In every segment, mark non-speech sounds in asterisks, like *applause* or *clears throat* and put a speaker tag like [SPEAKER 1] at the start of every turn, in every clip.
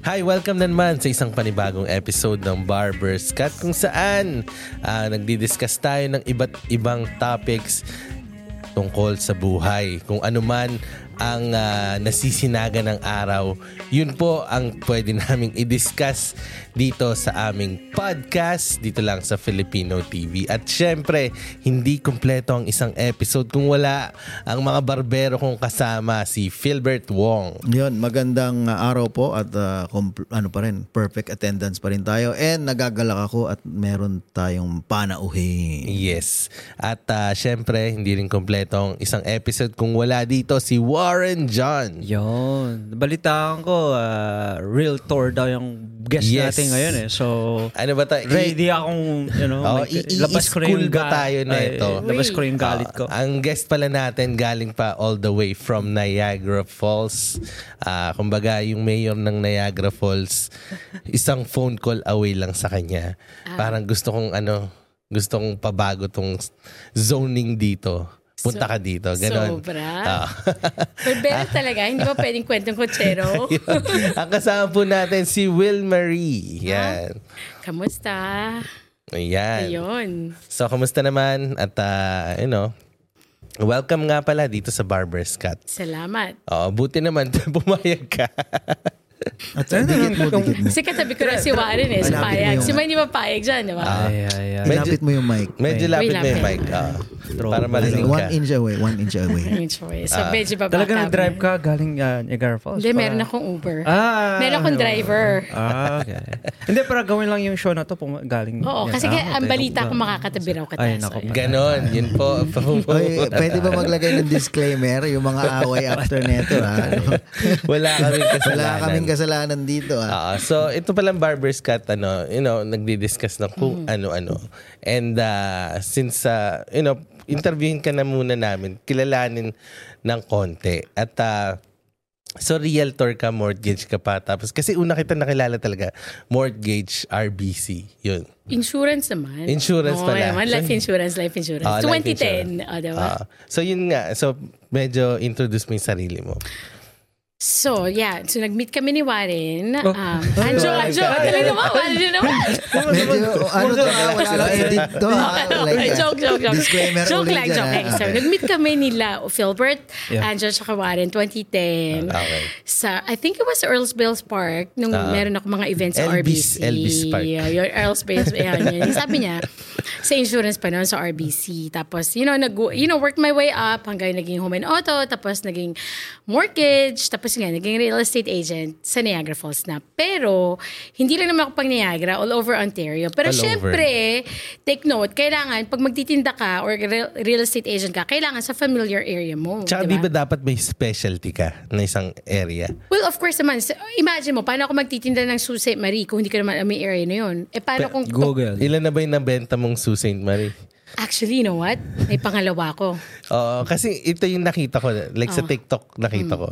[SPEAKER 1] Hi, welcome naman sa isang panibagong episode ng Barber's Cut kung saan ah, nagdi-discuss tayo ng iba't ibang topics tungkol sa buhay. Kung ano man ang ah, nasisinaga ng araw, yun po ang pwede naming i-discuss dito sa aming podcast dito lang sa Filipino TV. At syempre, hindi kumpleto ang isang episode kung wala ang mga barbero kong kasama, si Philbert Wong.
[SPEAKER 2] Yun, magandang uh, araw po at uh, compl- ano pa rin, perfect attendance pa rin tayo and nagagalak ako at meron tayong panauhi.
[SPEAKER 1] Yes. At ah, syempre, hindi rin kompleto ang isang episode kung wala dito si Warren John.
[SPEAKER 3] Yon. Balitaan ko, ah, real tour daw yung guest
[SPEAKER 1] Yes.
[SPEAKER 3] natin ngayon eh. So,
[SPEAKER 1] Ano ba tayo?
[SPEAKER 3] ready akong, you know,
[SPEAKER 1] Oh,
[SPEAKER 3] mag-
[SPEAKER 1] i- i-
[SPEAKER 3] labas ko rin
[SPEAKER 1] school ba
[SPEAKER 3] ga-
[SPEAKER 1] tayo na
[SPEAKER 3] ay,
[SPEAKER 1] ito? Ah,
[SPEAKER 3] labas ko rin yung galit ko.
[SPEAKER 1] ang guest pala natin galing pa all the way from Niagara Falls. Ah, kumbaga, yung mayor ng Niagara Falls, isang phone call away lang sa kanya. Parang gusto kong ano, gusto kong pabago tong zoning dito. Punta ka dito. Ganon.
[SPEAKER 4] Sobra.
[SPEAKER 1] Ah. *laughs*
[SPEAKER 3] Ah.
[SPEAKER 4] Berbero talaga. Hindi ba pwedeng kwentong
[SPEAKER 3] *laughs*
[SPEAKER 4] kutsero?
[SPEAKER 1] Yun. Ang kasama po natin si Will Marie. Yan.
[SPEAKER 4] Kamusta?
[SPEAKER 1] Ayan.
[SPEAKER 4] Ayun.
[SPEAKER 1] So, kamusta naman? At, ah, you know, welcome nga pala dito sa Barber's Cut.
[SPEAKER 4] Salamat.
[SPEAKER 1] Oh, buti naman *laughs* pumayag ka.
[SPEAKER 2] At ayun, dikit mo, dikit
[SPEAKER 3] Hmm.
[SPEAKER 4] *laughs*
[SPEAKER 2] mo.
[SPEAKER 4] Kasi katabi ko na si Warren eh, si
[SPEAKER 2] Malapit
[SPEAKER 4] Payag.
[SPEAKER 2] na yun.
[SPEAKER 4] Si May hindi ba Payag dyan, di ba?
[SPEAKER 3] Ay, ay, ay.
[SPEAKER 1] ah, Medyo-
[SPEAKER 2] Ilapit mo yung mic.
[SPEAKER 1] Medyo
[SPEAKER 3] May-
[SPEAKER 1] lapit
[SPEAKER 4] May
[SPEAKER 1] na yung mic.
[SPEAKER 4] lapit.
[SPEAKER 1] ah.
[SPEAKER 3] Throw.
[SPEAKER 1] para marinig
[SPEAKER 2] One
[SPEAKER 1] ka.
[SPEAKER 2] inch away, one inch
[SPEAKER 4] *laughs*
[SPEAKER 2] away.
[SPEAKER 4] Ang choice. So, medyo baba
[SPEAKER 3] Ah. Talaga
[SPEAKER 4] kami.
[SPEAKER 3] nag-drive ka galing ah, Niagara Falls?
[SPEAKER 4] Hindi,
[SPEAKER 3] Parang-
[SPEAKER 4] meron akong Uber.
[SPEAKER 3] Ah,
[SPEAKER 4] meron akong
[SPEAKER 3] okay.
[SPEAKER 4] driver.
[SPEAKER 3] Ah, okay. *laughs* Hindi, para gawin lang yung show na to pum- galing.
[SPEAKER 4] Oo, kasi
[SPEAKER 3] Ah,
[SPEAKER 4] kaya
[SPEAKER 3] okay.
[SPEAKER 4] ang balita ko makakatabi raw ka
[SPEAKER 3] Ay,
[SPEAKER 4] tayo.
[SPEAKER 3] nako.
[SPEAKER 4] So, ayun.
[SPEAKER 1] Ganon. Yun po. *laughs*
[SPEAKER 2] Oy, pwede ba maglagay ng disclaimer yung mga away after neto
[SPEAKER 4] *laughs*
[SPEAKER 2] ha?
[SPEAKER 1] Wala kaming kasalanan.
[SPEAKER 2] Wala kaming kasalanan dito
[SPEAKER 1] Ah,
[SPEAKER 2] ha.
[SPEAKER 1] so ito palang barber's cut ano, you know, nagdi-discuss na kung ano-ano. And ah, since ah, you know, interviewin ka na muna namin, kilalanin ng konti. At ah, so realtor ka, mortgage ka pa tapos kasi una kita nakilala talaga, mortgage RBC. 'Yun.
[SPEAKER 4] Insurance naman.
[SPEAKER 1] Insurance
[SPEAKER 4] Oo,
[SPEAKER 1] pala.
[SPEAKER 4] naman. Life
[SPEAKER 1] So,
[SPEAKER 4] insurance, life insurance.
[SPEAKER 1] Ah, life
[SPEAKER 4] 2010,
[SPEAKER 1] insurance.
[SPEAKER 4] o, di ba?
[SPEAKER 1] Ah, so yun nga, so medyo introduce mo yung sarili mo.
[SPEAKER 4] So, yeah. So, nag-meet kami ni Warren. Um,
[SPEAKER 3] Oh.
[SPEAKER 4] Anjo,
[SPEAKER 3] *laughs*
[SPEAKER 4] Anjo, talaga naman, Anjo naman.
[SPEAKER 2] Medyo, ano to, ha? wala lang *laughs* edit to ha? Like,
[SPEAKER 4] Ay,
[SPEAKER 2] ah,
[SPEAKER 4] joke, joke, joke.
[SPEAKER 2] Disclaimer
[SPEAKER 4] joke
[SPEAKER 2] ulit
[SPEAKER 4] lang,
[SPEAKER 1] ah.
[SPEAKER 2] dyan, ha?
[SPEAKER 4] joke lang. So, nag-meet kami nila, Philbert,
[SPEAKER 3] Yeah.
[SPEAKER 4] Angel, tsaka Warren, 2010.
[SPEAKER 1] Ah, Okay.
[SPEAKER 4] Sa, I think it was Earls Bills Park, nung meron ako mga events sa
[SPEAKER 1] Elvis-
[SPEAKER 4] RBC.
[SPEAKER 1] Elvis Park.
[SPEAKER 4] Yeah, yung Earls Bills, ayan, yun. Yung Sabi niya, sa insurance pa noon sa RBC. Tapos, you know, nag, you know, worked my way up hanggang naging home and auto, tapos naging mortgage, tapos nga, naging real estate agent sa Niagara Falls na. Pero, hindi lang naman ako pang Niagara, all over Ontario. Pero
[SPEAKER 1] All over.
[SPEAKER 4] syempre, eh, take note, kailangan pag magtitinda ka or real, real estate agent ka, kailangan sa familiar area mo.
[SPEAKER 1] Tsaka
[SPEAKER 4] di ba?
[SPEAKER 1] di ba dapat may specialty ka na isang area?
[SPEAKER 4] Well, of course naman. So, Imagine mo, paano ako magtitinda ng Sault Ste. Marie kung hindi ka naman alam yung area na yun? Eh, paano kung...
[SPEAKER 3] Google.
[SPEAKER 1] Ilan na ba yung nabenta mong Sault Ste. Marie?
[SPEAKER 4] Actually, you know what? May pangalawa ko.
[SPEAKER 1] Oo, kasi ito yung nakita ko, like
[SPEAKER 4] Ah.
[SPEAKER 1] sa TikTok nakita
[SPEAKER 4] Hmm.
[SPEAKER 1] ko,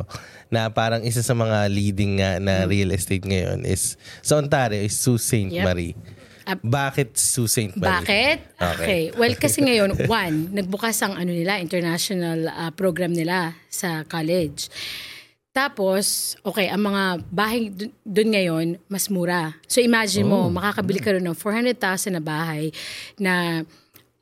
[SPEAKER 1] na parang isa sa mga leading nga na real estate ngayon is, sa Ontario, is Sault Ste.
[SPEAKER 4] Yep.
[SPEAKER 1] Marie.
[SPEAKER 4] Ah,
[SPEAKER 1] Bakit Sault Ste. Marie?
[SPEAKER 4] Bakit?
[SPEAKER 1] Okay.
[SPEAKER 4] Okay. Well, kasi ngayon,
[SPEAKER 1] *laughs*
[SPEAKER 4] one, nagbukas ang ano nila, international ah, program nila sa college. Tapos, okay, ang mga bahay dun- dun ngayon, mas mura. So imagine
[SPEAKER 1] Oh.
[SPEAKER 4] mo, makakabili ka rin ng 400,000 na bahay na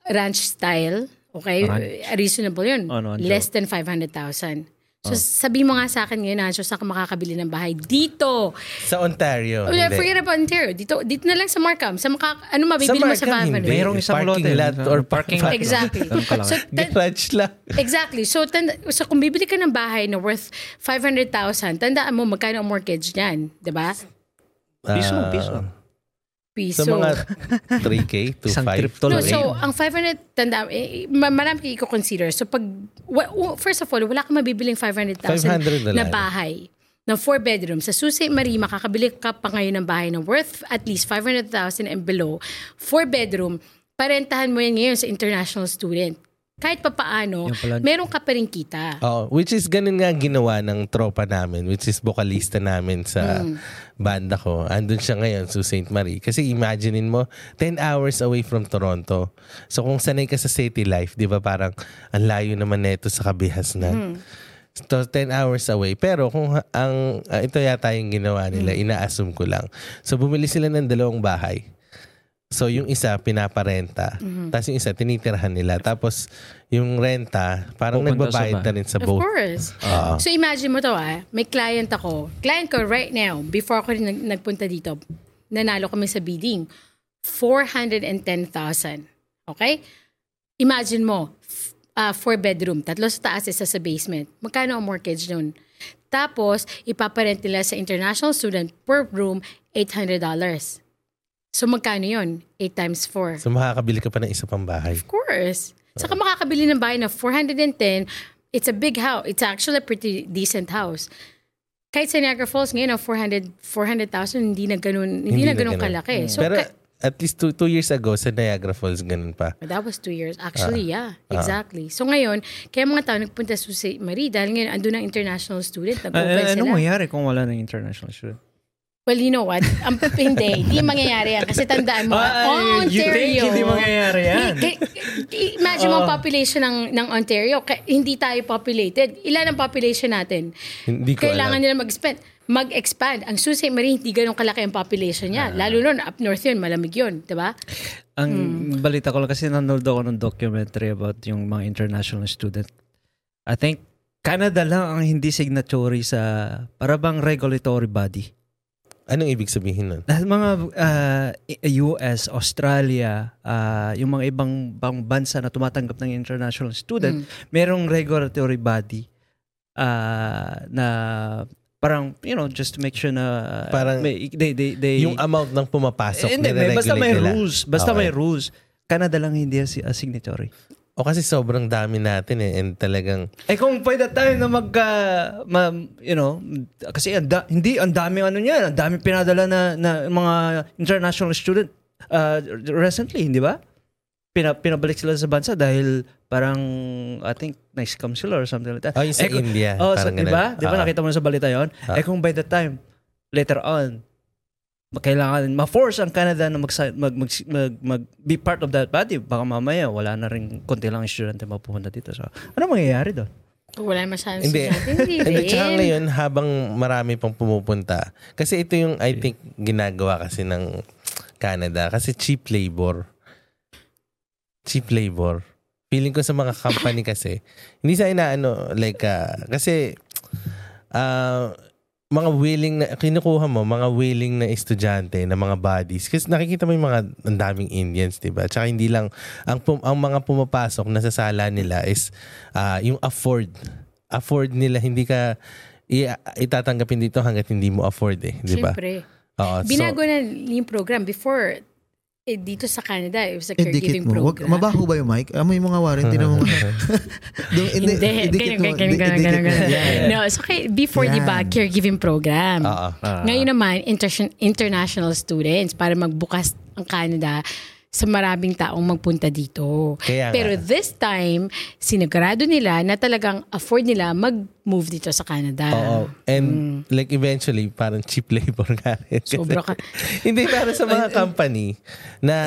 [SPEAKER 4] ranch style. Okay?
[SPEAKER 3] Ranch.
[SPEAKER 4] Reasonable yun.
[SPEAKER 1] Oh,
[SPEAKER 3] Ano, Anjo?
[SPEAKER 4] Less than 500,000. So sabi mo nga sa akin ngayon, Anjo, saan ka makakabili ng bahay? Dito!
[SPEAKER 1] Sa Ontario.
[SPEAKER 4] Oh,
[SPEAKER 1] Ah,
[SPEAKER 4] yeah,
[SPEAKER 1] hindi.
[SPEAKER 4] forget about Ontario. Dito, dito na lang sa Markham. Sa maka, ano mabibili mo sa
[SPEAKER 1] Markham,
[SPEAKER 4] Markham?
[SPEAKER 1] hindi.
[SPEAKER 3] Merong isang
[SPEAKER 1] Parking
[SPEAKER 3] lote.
[SPEAKER 1] lot or parking
[SPEAKER 3] parking lot.
[SPEAKER 4] Exactly.
[SPEAKER 3] Ganun ka lang.
[SPEAKER 4] so, tan-
[SPEAKER 1] *laughs* Garage lang.
[SPEAKER 4] exactly. So, tanda, so, kung bibili ka ng bahay na worth 500,000, tandaan mo magkano ang mortgage niyan. 'di ba?
[SPEAKER 3] Piso,
[SPEAKER 1] Ah,
[SPEAKER 3] piso.
[SPEAKER 1] Sa
[SPEAKER 4] Piso.
[SPEAKER 1] mga 3K to 5.
[SPEAKER 3] Isang trip to
[SPEAKER 4] No,
[SPEAKER 3] lang.
[SPEAKER 4] so, ang 500, tanda, eh, ma- marami kang i-consider. So, pag, wa- wa- first of all, wala kang mabibiling
[SPEAKER 1] 500 na
[SPEAKER 4] 500,000 na
[SPEAKER 1] lang.
[SPEAKER 4] bahay na four bedroom. Sa Susi Marie, makakabili ka pa ngayon ng bahay na worth at least 500,000 and below. Four bedroom, parentahan mo yan ngayon sa international student. Kahit papaano,
[SPEAKER 3] Yan pala.
[SPEAKER 4] meron ka pa rin kita.
[SPEAKER 1] Oh, which is ganun nga ang ginawa ng tropa namin, which is vocalista namin sa banda ko. Andun siya ngayon sa St. Marie. Kasi imaginein mo, 10 hours away from Toronto. So kung sanay ka sa city life, di ba parang ang layo naman neto sa kabihasnan. to 10 hours away. Pero kung ha- ang ah, ito yata yung ginawa nila,
[SPEAKER 4] Hmm.
[SPEAKER 1] ina-assume ko lang. So bumili sila ng dalawang bahay. So yung isa pinaparenta,
[SPEAKER 4] Mm-hmm.
[SPEAKER 1] tapos yung isa tinitirhan nila. Tapos yung renta, parang
[SPEAKER 3] Pupunta sa
[SPEAKER 1] nagbabayad
[SPEAKER 3] bahay.
[SPEAKER 1] na rin sa
[SPEAKER 4] Of
[SPEAKER 1] both. Uh-uh.
[SPEAKER 4] course. So imagine mo to ah, may client ako. Client ko right now, before ako rin nag- nagpunta dito, nanalo kami sa bidding. 410,000. Okay? Imagine mo, f- ah, four bedroom, tatlo sa taas, isa sa basement. Magkano ang mortgage nun? Tapos, ipaparent nila sa international student per room, $800. So magkano yon 8 times 4.
[SPEAKER 1] So makakabili ka pa ng isa pang bahay.
[SPEAKER 4] Of course. Saka makakabili ng bahay na 410, it's a big house. It's actually a pretty decent house. Kahit sa Niagara Falls ngayon, ang 400 400,000, hindi na ganun, hindi, na ganun,
[SPEAKER 3] Hmm.
[SPEAKER 4] kalaki. So,
[SPEAKER 1] Pero
[SPEAKER 4] ka-
[SPEAKER 1] at least two, two years ago sa Niagara Falls, ganun pa.
[SPEAKER 4] that was two years.
[SPEAKER 3] Ah.
[SPEAKER 4] Actually, yeah. Exactly. So ngayon, kaya mga tao nagpunta sa St. Marie dahil ngayon, andun ang international student, nag
[SPEAKER 3] Ah,
[SPEAKER 4] sila.
[SPEAKER 3] anong mangyari kung wala ng international student?
[SPEAKER 4] Well, you know what? Ang *laughs* hindi, hindi mangyayari yan. Kasi tandaan mo,
[SPEAKER 3] Ah,
[SPEAKER 4] Ontario.
[SPEAKER 3] you think hindi mangyayari yan?
[SPEAKER 4] K- k- Imagine
[SPEAKER 1] Oh.
[SPEAKER 4] mo ang population ng, ng Ontario. K- hindi tayo populated. Ilan ang population natin?
[SPEAKER 1] Hindi ko
[SPEAKER 4] Kailangan
[SPEAKER 1] alam.
[SPEAKER 4] nila mag-expand. Mag-expand. Ang Sault Ste. Marie, hindi ganun kalaki ang population
[SPEAKER 1] Ah.
[SPEAKER 4] niya. Lalo nun, up north yun, malamig yun. di ba?
[SPEAKER 3] Ang balita ko lang kasi nanood ako ng documentary about yung mga international student. I think Canada lang ang hindi signatory sa parabang regulatory body.
[SPEAKER 1] Anong ibig sabihin nun?
[SPEAKER 3] Lahat mga ah, I- US, Australia, ah, yung mga ibang bang bansa na tumatanggap ng international student, merong regulatory body ah, na parang you know just to make sure na
[SPEAKER 1] Parang
[SPEAKER 3] may- they they they
[SPEAKER 1] yung amount ng pumapasok,
[SPEAKER 3] Eh, hindi, may, basta
[SPEAKER 1] nire-regulate
[SPEAKER 3] may
[SPEAKER 1] nila.
[SPEAKER 3] rules, basta
[SPEAKER 1] Okay.
[SPEAKER 3] may rules. Canada lang hindi si a signatory.
[SPEAKER 1] O kasi sobrang dami natin eh. And talagang,
[SPEAKER 3] Eh kung pwede tayo na mag, ah, ma- you know, kasi ang da- hindi, ang dami ano niya, ang dami pinadala na, na mga international student ah, recently, hindi ba? Pina, pinabalik sila sa bansa dahil parang, I think, na-scam sila or something like that.
[SPEAKER 1] oh, yung sa
[SPEAKER 3] Eh, kung-
[SPEAKER 1] India.
[SPEAKER 3] Oh, so,
[SPEAKER 1] parang
[SPEAKER 3] di
[SPEAKER 1] ganun. Ah.
[SPEAKER 3] ba? Di ba
[SPEAKER 1] Oo.
[SPEAKER 3] nakita mo na sa balita yon? Eh kung by the time, later on, kailangan, ma-force ang Canada na mag, mag, mag, mag, mag- be part of that body. Baka mamaya, wala na rin konti lang estudyante mapupunta dito. So, ano mangyayari doon?
[SPEAKER 4] Kung wala masyadong
[SPEAKER 1] Hindi.
[SPEAKER 4] estudyante, Hindi
[SPEAKER 1] Hindi,
[SPEAKER 4] rin.
[SPEAKER 1] tsaka ngayon, habang marami pang pumupunta, kasi ito yung, I think, ginagawa kasi ng Canada. Kasi cheap labor. Cheap labor. Feeling ko sa mga company kasi, hindi sa inaano, like, ah, kasi, ah, mga willing na, kinukuha mo, mga willing na estudyante, na mga bodies. Kasi nakikita mo yung mga, ang daming Indians, di ba? Tsaka hindi lang, ang, pum- ang mga pumapasok na sa sala nila is ah, yung afford. Afford nila, hindi ka, i- itatanggapin dito hanggat hindi mo afford eh, di ba?
[SPEAKER 4] Siyempre.
[SPEAKER 1] Oo, so-
[SPEAKER 4] Binago na yung program. Before, eh, dito sa Canada,
[SPEAKER 1] Eh,
[SPEAKER 4] it was a
[SPEAKER 2] Idikit
[SPEAKER 4] caregiving
[SPEAKER 2] mo. Wag,
[SPEAKER 4] program.
[SPEAKER 2] mabaho ba yung mic? Amoy mo nga warin. Tinan
[SPEAKER 4] *laughs*
[SPEAKER 2] mo nga. Dung-
[SPEAKER 4] Hindi,
[SPEAKER 2] idikit
[SPEAKER 4] ganyan,
[SPEAKER 2] mo.
[SPEAKER 4] ganyan, ganyan,
[SPEAKER 2] Idikit
[SPEAKER 4] ganyan,
[SPEAKER 2] mo.
[SPEAKER 4] ganyan.
[SPEAKER 2] Yan.
[SPEAKER 4] No, so kay, before, di ba,
[SPEAKER 2] Yan.
[SPEAKER 4] caregiving program.
[SPEAKER 1] Oo.
[SPEAKER 4] Ngayon naman, inter- international students para magbukas ang Canada sa maraming taong magpunta dito.
[SPEAKER 1] Kaya nga.
[SPEAKER 4] Pero this time, sinagrado nila na talagang afford nila mag-move dito sa Canada.
[SPEAKER 1] Oo. And like eventually, parang cheap labor nga rin. Kasi-
[SPEAKER 4] Mm. Sobra ka.
[SPEAKER 1] *laughs* Hindi, para sa mga company na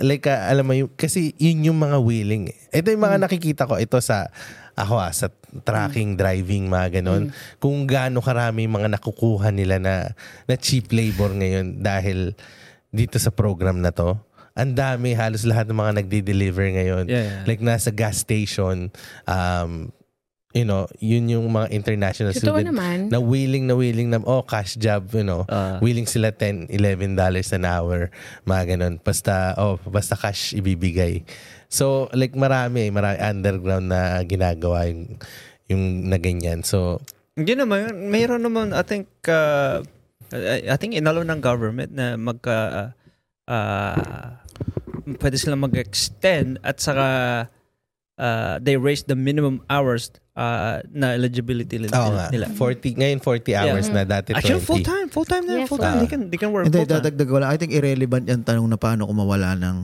[SPEAKER 1] like, ah, alam mo, yung, kasi yun yung mga willing. eh. Ito yung mga
[SPEAKER 4] Mm.
[SPEAKER 1] nakikita ko, ito sa, ako ah, sa tracking, driving, mga
[SPEAKER 4] Mm.
[SPEAKER 1] ganon. Kung gaano karami yung mga nakukuha nila na, na cheap labor ngayon dahil dito sa program na to. Ang dami, halos lahat ng mga nagde-deliver ngayon.
[SPEAKER 3] Yeah, yeah.
[SPEAKER 1] Like nasa gas station, um, you know, yun yung mga international
[SPEAKER 4] Totoo
[SPEAKER 1] student
[SPEAKER 4] naman. Uh-huh.
[SPEAKER 1] na willing na willing na, oh, cash job, you know,
[SPEAKER 3] Ah.
[SPEAKER 1] willing sila 10, 11 dollars an hour, mga ganun. Basta, oh, basta cash ibibigay. So, like marami, marami underground na ginagawa yung, yung na ganyan. So,
[SPEAKER 3] Hindi naman, mayroon naman, I think, uh, I I think inalaw ng government na magka, uh, pwede sila mag-extend at saka uh, they raise the minimum hours uh, na eligibility nila.
[SPEAKER 1] oo nga,
[SPEAKER 3] nila.
[SPEAKER 1] 40, ngayon 40 hours na, dati 20.
[SPEAKER 3] Actually, full-time, full-time na,
[SPEAKER 4] Yeah,
[SPEAKER 3] full-time. They, can, they can work
[SPEAKER 2] Hindi,
[SPEAKER 3] full-time.
[SPEAKER 2] dadagdag ko lang. I think irrelevant yung tanong na paano kung mawala ng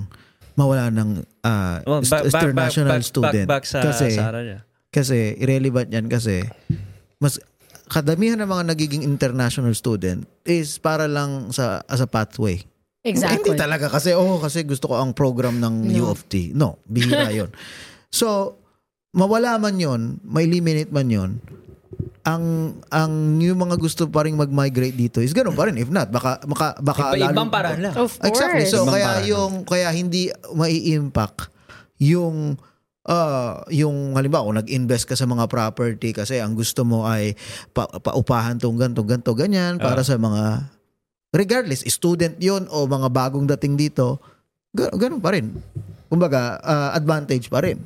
[SPEAKER 2] mawala ng ah,
[SPEAKER 3] Well,
[SPEAKER 2] est-
[SPEAKER 3] back- back-
[SPEAKER 2] international
[SPEAKER 3] back- back-
[SPEAKER 2] student.
[SPEAKER 3] back- back sa,
[SPEAKER 2] kasi,
[SPEAKER 3] sa ano niya.
[SPEAKER 2] kasi irrelevant yan kasi mas kadamihan ng mga nagiging international student is para lang sa as a pathway.
[SPEAKER 4] Exactly.
[SPEAKER 2] Hindi talaga kasi, oh, kasi gusto ko ang program ng U of T. No, bihira yun. So, mawala man yon, ma-eliminate man yon, ang ang yung mga gusto pa rin mag-migrate dito is ganun pa rin. If not, baka maka, baka
[SPEAKER 3] Iba,
[SPEAKER 2] lalo-
[SPEAKER 3] ibang paraan lang.
[SPEAKER 4] Of course.
[SPEAKER 2] Exactly. So uh,
[SPEAKER 1] Ibang
[SPEAKER 2] kaya
[SPEAKER 1] paraan.
[SPEAKER 2] yung kaya hindi mai-impact yung ah, yung halimbawa kung nag-invest ka sa mga property kasi ang gusto mo ay pa, paupahan tong ganto ganto ganyan para sa mga regardless student yon o mga bagong dating dito ga- ganun pa rin. Kumbaga ah, advantage pa rin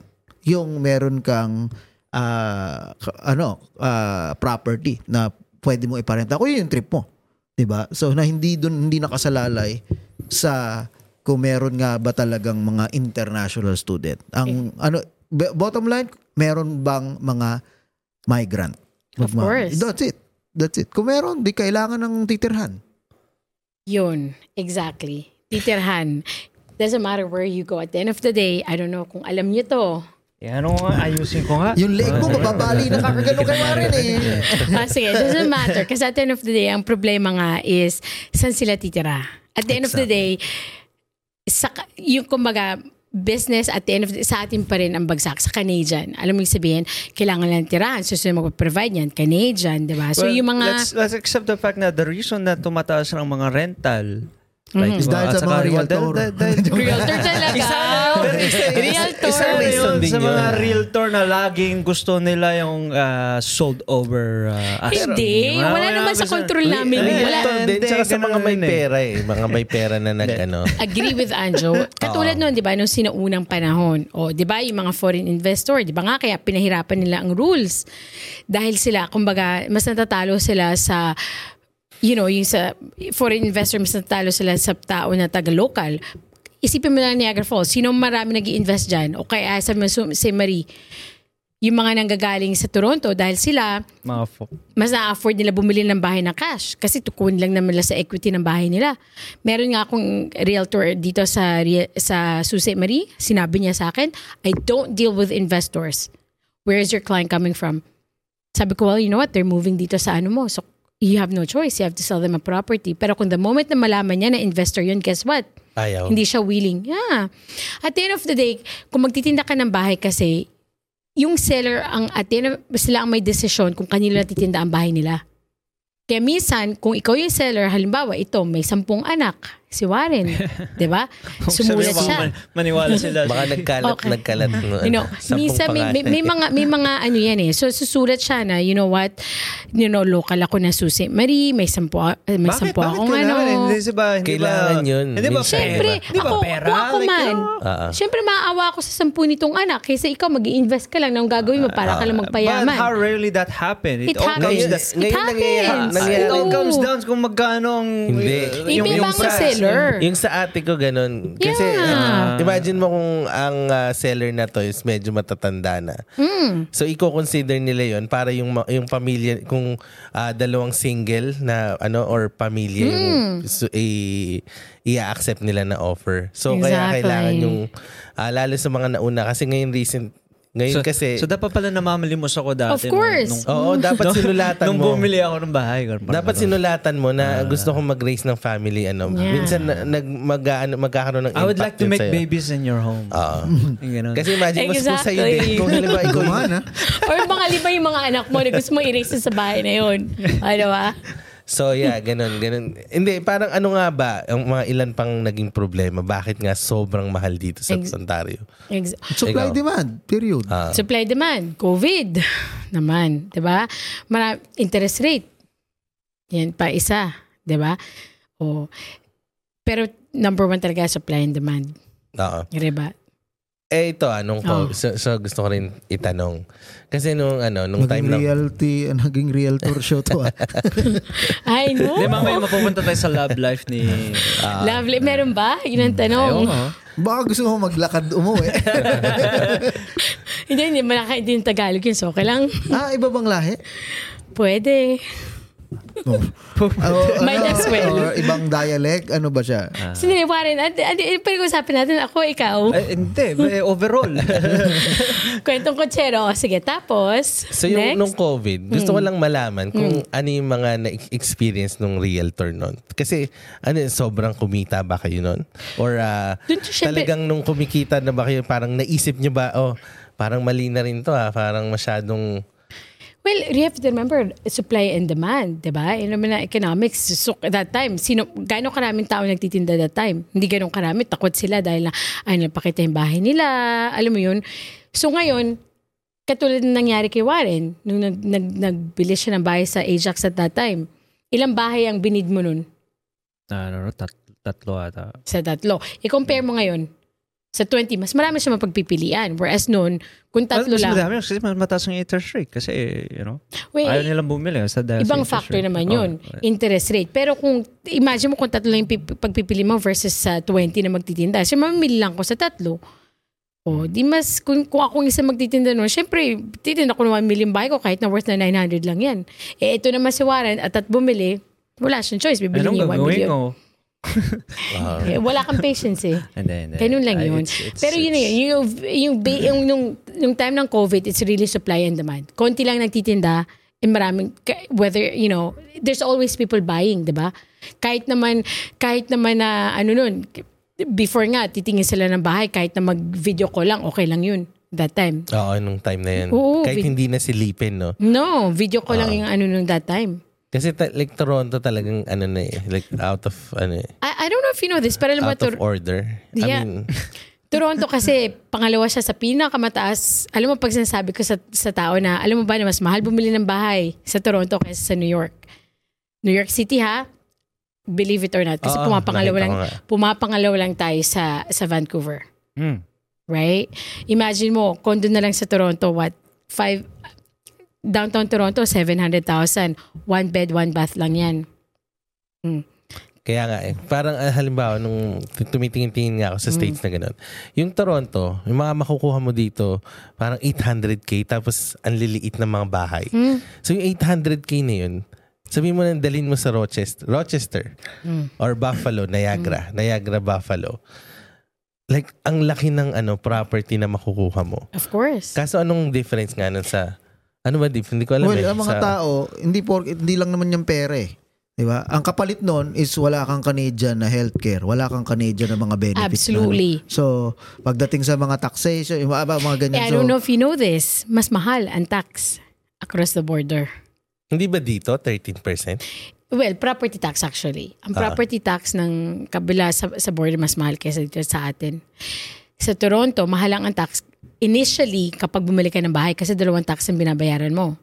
[SPEAKER 2] yung meron kang ah, ka- ano ah, property na pwede mo iparenta. Kung yun yung trip mo. 'di ba? So na hindi dun hindi nakasalalay sa kung meron nga ba talagang mga international student. Ang
[SPEAKER 4] Eh.
[SPEAKER 2] ano b- bottom line, meron bang mga migrant?
[SPEAKER 4] Of
[SPEAKER 2] Magma-
[SPEAKER 4] course.
[SPEAKER 2] That's it. That's it. Kung meron, di kailangan ng titirhan.
[SPEAKER 4] Yun, exactly. Titirhan. Doesn't matter where you go. At the end of the day, I don't know kung alam niyo to.
[SPEAKER 3] Eh, ano nga, ayusin ko nga.
[SPEAKER 2] Yung
[SPEAKER 1] *laughs*
[SPEAKER 2] leeg mo, mababali na kakagano kay Marin eh.
[SPEAKER 4] Ah, sige, doesn't matter. Kasi at the end of the day, ang problema nga is saan sila titira. At the end of the day, sa, yung kumbaga, business at the end of the, sa atin pa rin ang bagsak sa Canadian. Alam mo yung sabihin, kailangan lang tirahan. So, sino mag-provide yan? Canadian, di ba? So,
[SPEAKER 3] Well,
[SPEAKER 4] yung mga...
[SPEAKER 3] let's, let's accept the fact na the reason na tumataas ng mga rental like,
[SPEAKER 4] Mm-hmm.
[SPEAKER 2] Is dahil
[SPEAKER 3] at
[SPEAKER 2] sa
[SPEAKER 3] saka
[SPEAKER 2] mga
[SPEAKER 3] real-
[SPEAKER 2] realtor.
[SPEAKER 3] dahil-
[SPEAKER 1] *laughs*
[SPEAKER 3] dahil- dahil-
[SPEAKER 4] Realtor
[SPEAKER 3] *laughs*
[SPEAKER 4] talaga. Realtor.
[SPEAKER 3] Isa na
[SPEAKER 1] reason
[SPEAKER 3] yun
[SPEAKER 1] din
[SPEAKER 3] sa
[SPEAKER 1] yun.
[SPEAKER 3] mga realtor na laging gusto nila yung ah, sold over ah, asset.
[SPEAKER 4] Hindi.
[SPEAKER 3] Yung mga-
[SPEAKER 4] Wala
[SPEAKER 3] mga
[SPEAKER 4] naman sa
[SPEAKER 3] gusto-
[SPEAKER 4] control namin.
[SPEAKER 3] Eh,
[SPEAKER 4] Wala.
[SPEAKER 1] Realtor din,
[SPEAKER 3] Hindi,
[SPEAKER 1] tsaka sa
[SPEAKER 3] ganun
[SPEAKER 1] mga may
[SPEAKER 3] yun eh.
[SPEAKER 1] pera eh. Mga may pera na nag, ano.
[SPEAKER 4] Agree with Anjo. Katulad nun, di ba, nung sinaunang panahon, o di ba, yung mga foreign investor, di ba nga, kaya pinahirapan nila ang rules. Dahil sila, kumbaga, mas natatalo sila sa you know, yung sa foreign investor, mas natalo sila sa tao na taga-local. Isipin mo na lang Niagara Falls, sino marami nag invest dyan? O kaya sa Masu- si Marie, yung mga nanggagaling sa Toronto dahil sila,
[SPEAKER 3] Mga fuck.
[SPEAKER 4] mas na-afford nila bumili ng bahay na cash kasi tukunin lang naman nila sa equity ng bahay nila. Meron nga akong realtor dito sa Ria- sa Susie Marie, sinabi niya sa akin, I don't deal with investors. Where is your client coming from? Sabi ko, well, you know what, they're moving dito sa ano mo. So, you have no choice. You have to sell them a property. Pero kung the moment na malaman niya na investor yun, guess what?
[SPEAKER 1] Ayaw.
[SPEAKER 3] Oh.
[SPEAKER 4] Hindi siya willing. Yeah. At the end of the day, kung magtitinda ka ng bahay kasi, yung seller ang at the end of- sila ang may desisyon kung kanila natitinda ang bahay nila. Kaya minsan, kung ikaw yung seller, halimbawa, ito, may sampung anak,
[SPEAKER 3] *laughs*
[SPEAKER 4] si Warren, di ba?
[SPEAKER 3] Sabi
[SPEAKER 4] Sumulat
[SPEAKER 3] mo,
[SPEAKER 4] siya.
[SPEAKER 3] man- Maniwala sila.
[SPEAKER 1] Baka nagkalat,
[SPEAKER 4] Okay.
[SPEAKER 1] nagkalat. ng,
[SPEAKER 4] You know,
[SPEAKER 1] ano, sampung
[SPEAKER 4] minsan may, may, may
[SPEAKER 1] pangalan.
[SPEAKER 4] mga may mga ano yan eh. So susulat siya na, you know what? You know, local ako na susi. Marie, may sampu, may
[SPEAKER 3] Bakit?
[SPEAKER 4] sampu
[SPEAKER 3] Bakit
[SPEAKER 4] akong ano.
[SPEAKER 3] kailangan? Hindi ba? Hindi
[SPEAKER 1] Kailangan
[SPEAKER 3] ba,
[SPEAKER 1] yun.
[SPEAKER 3] Hindi ba
[SPEAKER 1] Minsan.
[SPEAKER 4] Siyempre,
[SPEAKER 1] Pera.
[SPEAKER 3] Di ba
[SPEAKER 4] ako,
[SPEAKER 3] pera?
[SPEAKER 4] kung ako
[SPEAKER 3] Like,
[SPEAKER 4] man,
[SPEAKER 1] Oo.
[SPEAKER 4] siyempre maaawa ako sa sampu nitong anak kaysa ikaw mag invest ka lang nang gagawin mo para ka lang
[SPEAKER 1] Ah,
[SPEAKER 3] But how
[SPEAKER 4] magpayaman.
[SPEAKER 3] rarely that happen?
[SPEAKER 4] It
[SPEAKER 1] Oh,
[SPEAKER 4] happens.
[SPEAKER 1] Ngayon,
[SPEAKER 3] down-
[SPEAKER 4] It
[SPEAKER 1] ngayon
[SPEAKER 4] happens.
[SPEAKER 1] nangyayari-
[SPEAKER 3] It all
[SPEAKER 1] nangyayari.
[SPEAKER 4] Oo.
[SPEAKER 3] comes down kung magkano ang...
[SPEAKER 1] Hindi.
[SPEAKER 3] uh,
[SPEAKER 4] Iba
[SPEAKER 1] yung
[SPEAKER 4] ibang
[SPEAKER 1] price,
[SPEAKER 4] seller.
[SPEAKER 1] Yung sa ate ko, ganun. Kasi, uh,
[SPEAKER 4] Yeah.
[SPEAKER 1] imagine mo kung ang uh, seller na to is medyo matatanda na.
[SPEAKER 4] Hmm.
[SPEAKER 1] So, i-consider nila yon para yung, ma- yung pamilya, kung uh, dalawang single na, ano, or pamilya yung
[SPEAKER 4] Hmm.
[SPEAKER 1] so, i- i-accept nila na offer. So, kaya
[SPEAKER 4] Exactly.
[SPEAKER 1] kailangan yung, uh, lalo sa mga nauna, kasi ngayon recent, ngayon
[SPEAKER 3] So,
[SPEAKER 1] kasi,
[SPEAKER 3] so dapat pala namamalimos ako dati.
[SPEAKER 4] Of course.
[SPEAKER 3] Nung, nung,
[SPEAKER 1] oo, *laughs* dapat sinulatan
[SPEAKER 3] nung
[SPEAKER 1] mo.
[SPEAKER 3] bumili ako ng bahay.
[SPEAKER 1] Dapat
[SPEAKER 3] ano.
[SPEAKER 1] sinulatan mo
[SPEAKER 3] Ah.
[SPEAKER 1] na gusto kong mag-raise ng family ano.
[SPEAKER 4] Yeah.
[SPEAKER 1] Minsan na- nag mag, ano, magkakaroon ng
[SPEAKER 3] I would
[SPEAKER 1] impact
[SPEAKER 3] like to
[SPEAKER 1] yun
[SPEAKER 3] make
[SPEAKER 1] sa'yo.
[SPEAKER 3] babies in your home. *laughs*
[SPEAKER 1] Oo.
[SPEAKER 3] Ah. Yung ganun.
[SPEAKER 1] Kasi imagine mas kung sa'yo
[SPEAKER 4] Exactly.
[SPEAKER 1] din. Kung halimbawa ikaw yung-
[SPEAKER 3] ah.
[SPEAKER 2] Kumain, ha?
[SPEAKER 4] Or mga liba yung mga anak mo na gusto mo i-raise sa bahay na yun. Ano ba?
[SPEAKER 1] So yeah, ganun, ganun. Hindi, parang ano nga ba, ang mga ilan pang naging problema, bakit nga sobrang mahal dito sa
[SPEAKER 4] Ex-
[SPEAKER 1] Ontario?
[SPEAKER 4] Ex-
[SPEAKER 2] Supply
[SPEAKER 1] Ikaw.
[SPEAKER 2] demand, period.
[SPEAKER 1] Ah.
[SPEAKER 4] Supply demand, COVID naman, 'di ba? Mara- interest rate. Yan pa isa, 'di ba? O pero number one talaga supply and demand,
[SPEAKER 1] Oo.
[SPEAKER 4] 'di ba?
[SPEAKER 1] Eh ito, anong ko,
[SPEAKER 4] Oo.
[SPEAKER 1] so, so gusto ko rin itanong. Kasi nung ano, nung time
[SPEAKER 2] naging
[SPEAKER 1] na
[SPEAKER 2] realty, *laughs* naging realtor show to ah.
[SPEAKER 4] I know.
[SPEAKER 3] Hindi, mamaya mapupunta tayo sa love life ni... *laughs*
[SPEAKER 4] Lovely, meron ba? Yun ang
[SPEAKER 1] Hmm,
[SPEAKER 4] tanong.
[SPEAKER 3] Ayaw nga.
[SPEAKER 2] Baka gusto mo maglakad umuwi.
[SPEAKER 4] *laughs* Hindi, hindi, malaka, hindi yung Tagalog yun. So, okay lang.
[SPEAKER 2] *laughs* ah, iba bang lahi?
[SPEAKER 4] Pwede.
[SPEAKER 2] Oh, *laughs*
[SPEAKER 4] Might as well.
[SPEAKER 2] or ibang dialect, ano ba siya?
[SPEAKER 1] Ah.
[SPEAKER 4] So, nila, Warren, at, at, at, pag-usapin natin, ako, ikaw,
[SPEAKER 3] Eh, hindi, eh, *laughs* overall.
[SPEAKER 4] kwentong kutsero. O, Sige, tapos,
[SPEAKER 1] So
[SPEAKER 4] next. Hmm.
[SPEAKER 1] yung nung COVID, gusto ko lang malaman kung ano yung mga na-experience nung realtor nun. Kasi ano, sobrang kumita ba kayo nun? Or ah,
[SPEAKER 4] Dun siya, syempre-
[SPEAKER 1] talagang nung kumikita na ba kayo, parang naisip nyo ba, oh, Parang mali na rin to ha. Parang masyadong...
[SPEAKER 4] Well, you have to remember, supply and demand, di ba? Yun naman ang economics. So, at that time, sino, gano'ng karaming tao nagtitinda that time? Hindi gano'ng karami. Takot sila dahil na, ay, napakita yung bahay nila. Alam mo yun? So, ngayon, katulad ng nangyari kay Warren, nung nag, nag, nagbili siya ng bahay sa Ajax at that time, ilang bahay ang binid mo nun?
[SPEAKER 3] I don't know, tat- tatlo ata.
[SPEAKER 4] sa tatlo. I-compare mo ngayon sa 20, mas marami siya mapagpipilian. Whereas noon, kung tatlo
[SPEAKER 3] mas, mas
[SPEAKER 4] lang,
[SPEAKER 3] madami yun kasi mas mataas ang interest rate kasi, you know,
[SPEAKER 4] wait,
[SPEAKER 3] ayaw nilang bumili. eh, Sa dahil sa
[SPEAKER 4] ibang
[SPEAKER 3] interest
[SPEAKER 4] factor
[SPEAKER 3] rate.
[SPEAKER 4] naman yun,
[SPEAKER 3] Oh, right.
[SPEAKER 4] interest rate. Pero kung, imagine mo kung tatlo lang yung pip- pagpipili mo versus sa 20 na magtitinda. So, mamili lang ko sa tatlo. O, di mas, kung, kung ako isa magtitinda noon, syempre, titinda ko na 1 million bahay ko kahit na worth na 900 lang yan. Eh, ito naman si Warren at at bumili, wala siyang choice, bibili
[SPEAKER 3] Anong
[SPEAKER 4] niya 1
[SPEAKER 3] gagawin
[SPEAKER 4] million.
[SPEAKER 3] ko?
[SPEAKER 4] *laughs*
[SPEAKER 1] ah,
[SPEAKER 4] Eh, wala kang patience eh.
[SPEAKER 3] Hindi, hindi.
[SPEAKER 4] Ganun lang
[SPEAKER 3] Ah,
[SPEAKER 4] yun.
[SPEAKER 3] it's- it's-
[SPEAKER 4] Pero yun na yun.
[SPEAKER 3] it's-
[SPEAKER 4] Yung, yung, ba- yung, nung, nung time ng COVID, it's really supply and demand. Konti lang nagtitinda, and maraming, ka- whether, you know, there's always people buying, di ba? Kahit naman, kahit naman na, ano nun, before nga, titingin sila ng bahay, kahit na mag-video ko lang, okay lang yun, that time.
[SPEAKER 1] Oo, nung time na yan.
[SPEAKER 4] Oo,
[SPEAKER 1] Kahit
[SPEAKER 4] vid-
[SPEAKER 1] hindi na silipin, no?
[SPEAKER 4] No, video ko lang yung ano nung that time.
[SPEAKER 1] Kasi ta- like Toronto talagang ano na eh. Like out of, ano eh.
[SPEAKER 4] I, I don't know if you know this, pero alam mo,
[SPEAKER 1] Out of
[SPEAKER 4] Tor-
[SPEAKER 1] order. I
[SPEAKER 4] Yeah.
[SPEAKER 1] mean,
[SPEAKER 4] Toronto kasi pangalawa siya sa pinakamataas. Alam mo pag sinasabi ko sa, sa tao na alam mo ba na mas mahal bumili ng bahay sa Toronto kaysa sa New York. New York City ha. Believe it or not kasi
[SPEAKER 1] Oo,
[SPEAKER 4] pumapangalawa
[SPEAKER 1] Ah, nakita
[SPEAKER 4] lang
[SPEAKER 1] ko nga. Hmm.
[SPEAKER 4] pumapangalawa lang tayo sa sa Vancouver,
[SPEAKER 3] Mm.
[SPEAKER 4] right? Imagine mo condo na lang sa Toronto what five downtown Toronto 700,000 one bed one bath lang yan.
[SPEAKER 1] Kaya nga eh. Parang ah, halimbawa, nung t- tumitingin-tingin nga ako
[SPEAKER 2] Mm.
[SPEAKER 1] sa states na gano'n, yung Toronto, yung mga makukuha mo dito, parang 800k tapos ang liliit ng mga bahay.
[SPEAKER 2] Mm.
[SPEAKER 4] Hmm?
[SPEAKER 1] So yung 800k na yun, sabi mo na dalhin mo sa Rochester, Rochester
[SPEAKER 4] Hmm.
[SPEAKER 1] or Buffalo, Niagara,
[SPEAKER 2] Mm.
[SPEAKER 1] Niagara, Buffalo. Like, ang laki ng ano property na makukuha mo.
[SPEAKER 4] Of course.
[SPEAKER 1] Kaso anong difference nga nun sa, ano ba difference? Hindi ko alam
[SPEAKER 2] well,
[SPEAKER 1] eh.
[SPEAKER 2] ang mga
[SPEAKER 1] Sa-
[SPEAKER 2] tao, hindi por hindi lang naman yung pera eh. 'Di ba? Ang kapalit nun is wala kang Canadian na healthcare, wala kang Canadian na mga benefits. na-
[SPEAKER 4] Absolutely.
[SPEAKER 2] so, pagdating sa mga taxation, yung mga, mga ganyan.
[SPEAKER 4] Yeah, Eh, I
[SPEAKER 2] so,
[SPEAKER 4] don't know if you know this, mas mahal ang tax across the border.
[SPEAKER 1] Hindi ba dito, 13%?
[SPEAKER 4] Well, property tax actually. Ang
[SPEAKER 1] Ah.
[SPEAKER 4] property tax ng kabila sa, sa border mas mahal kaysa dito sa atin. Sa Toronto, mahal lang ang tax initially kapag bumili ka ng bahay kasi dalawang tax ang binabayaran mo.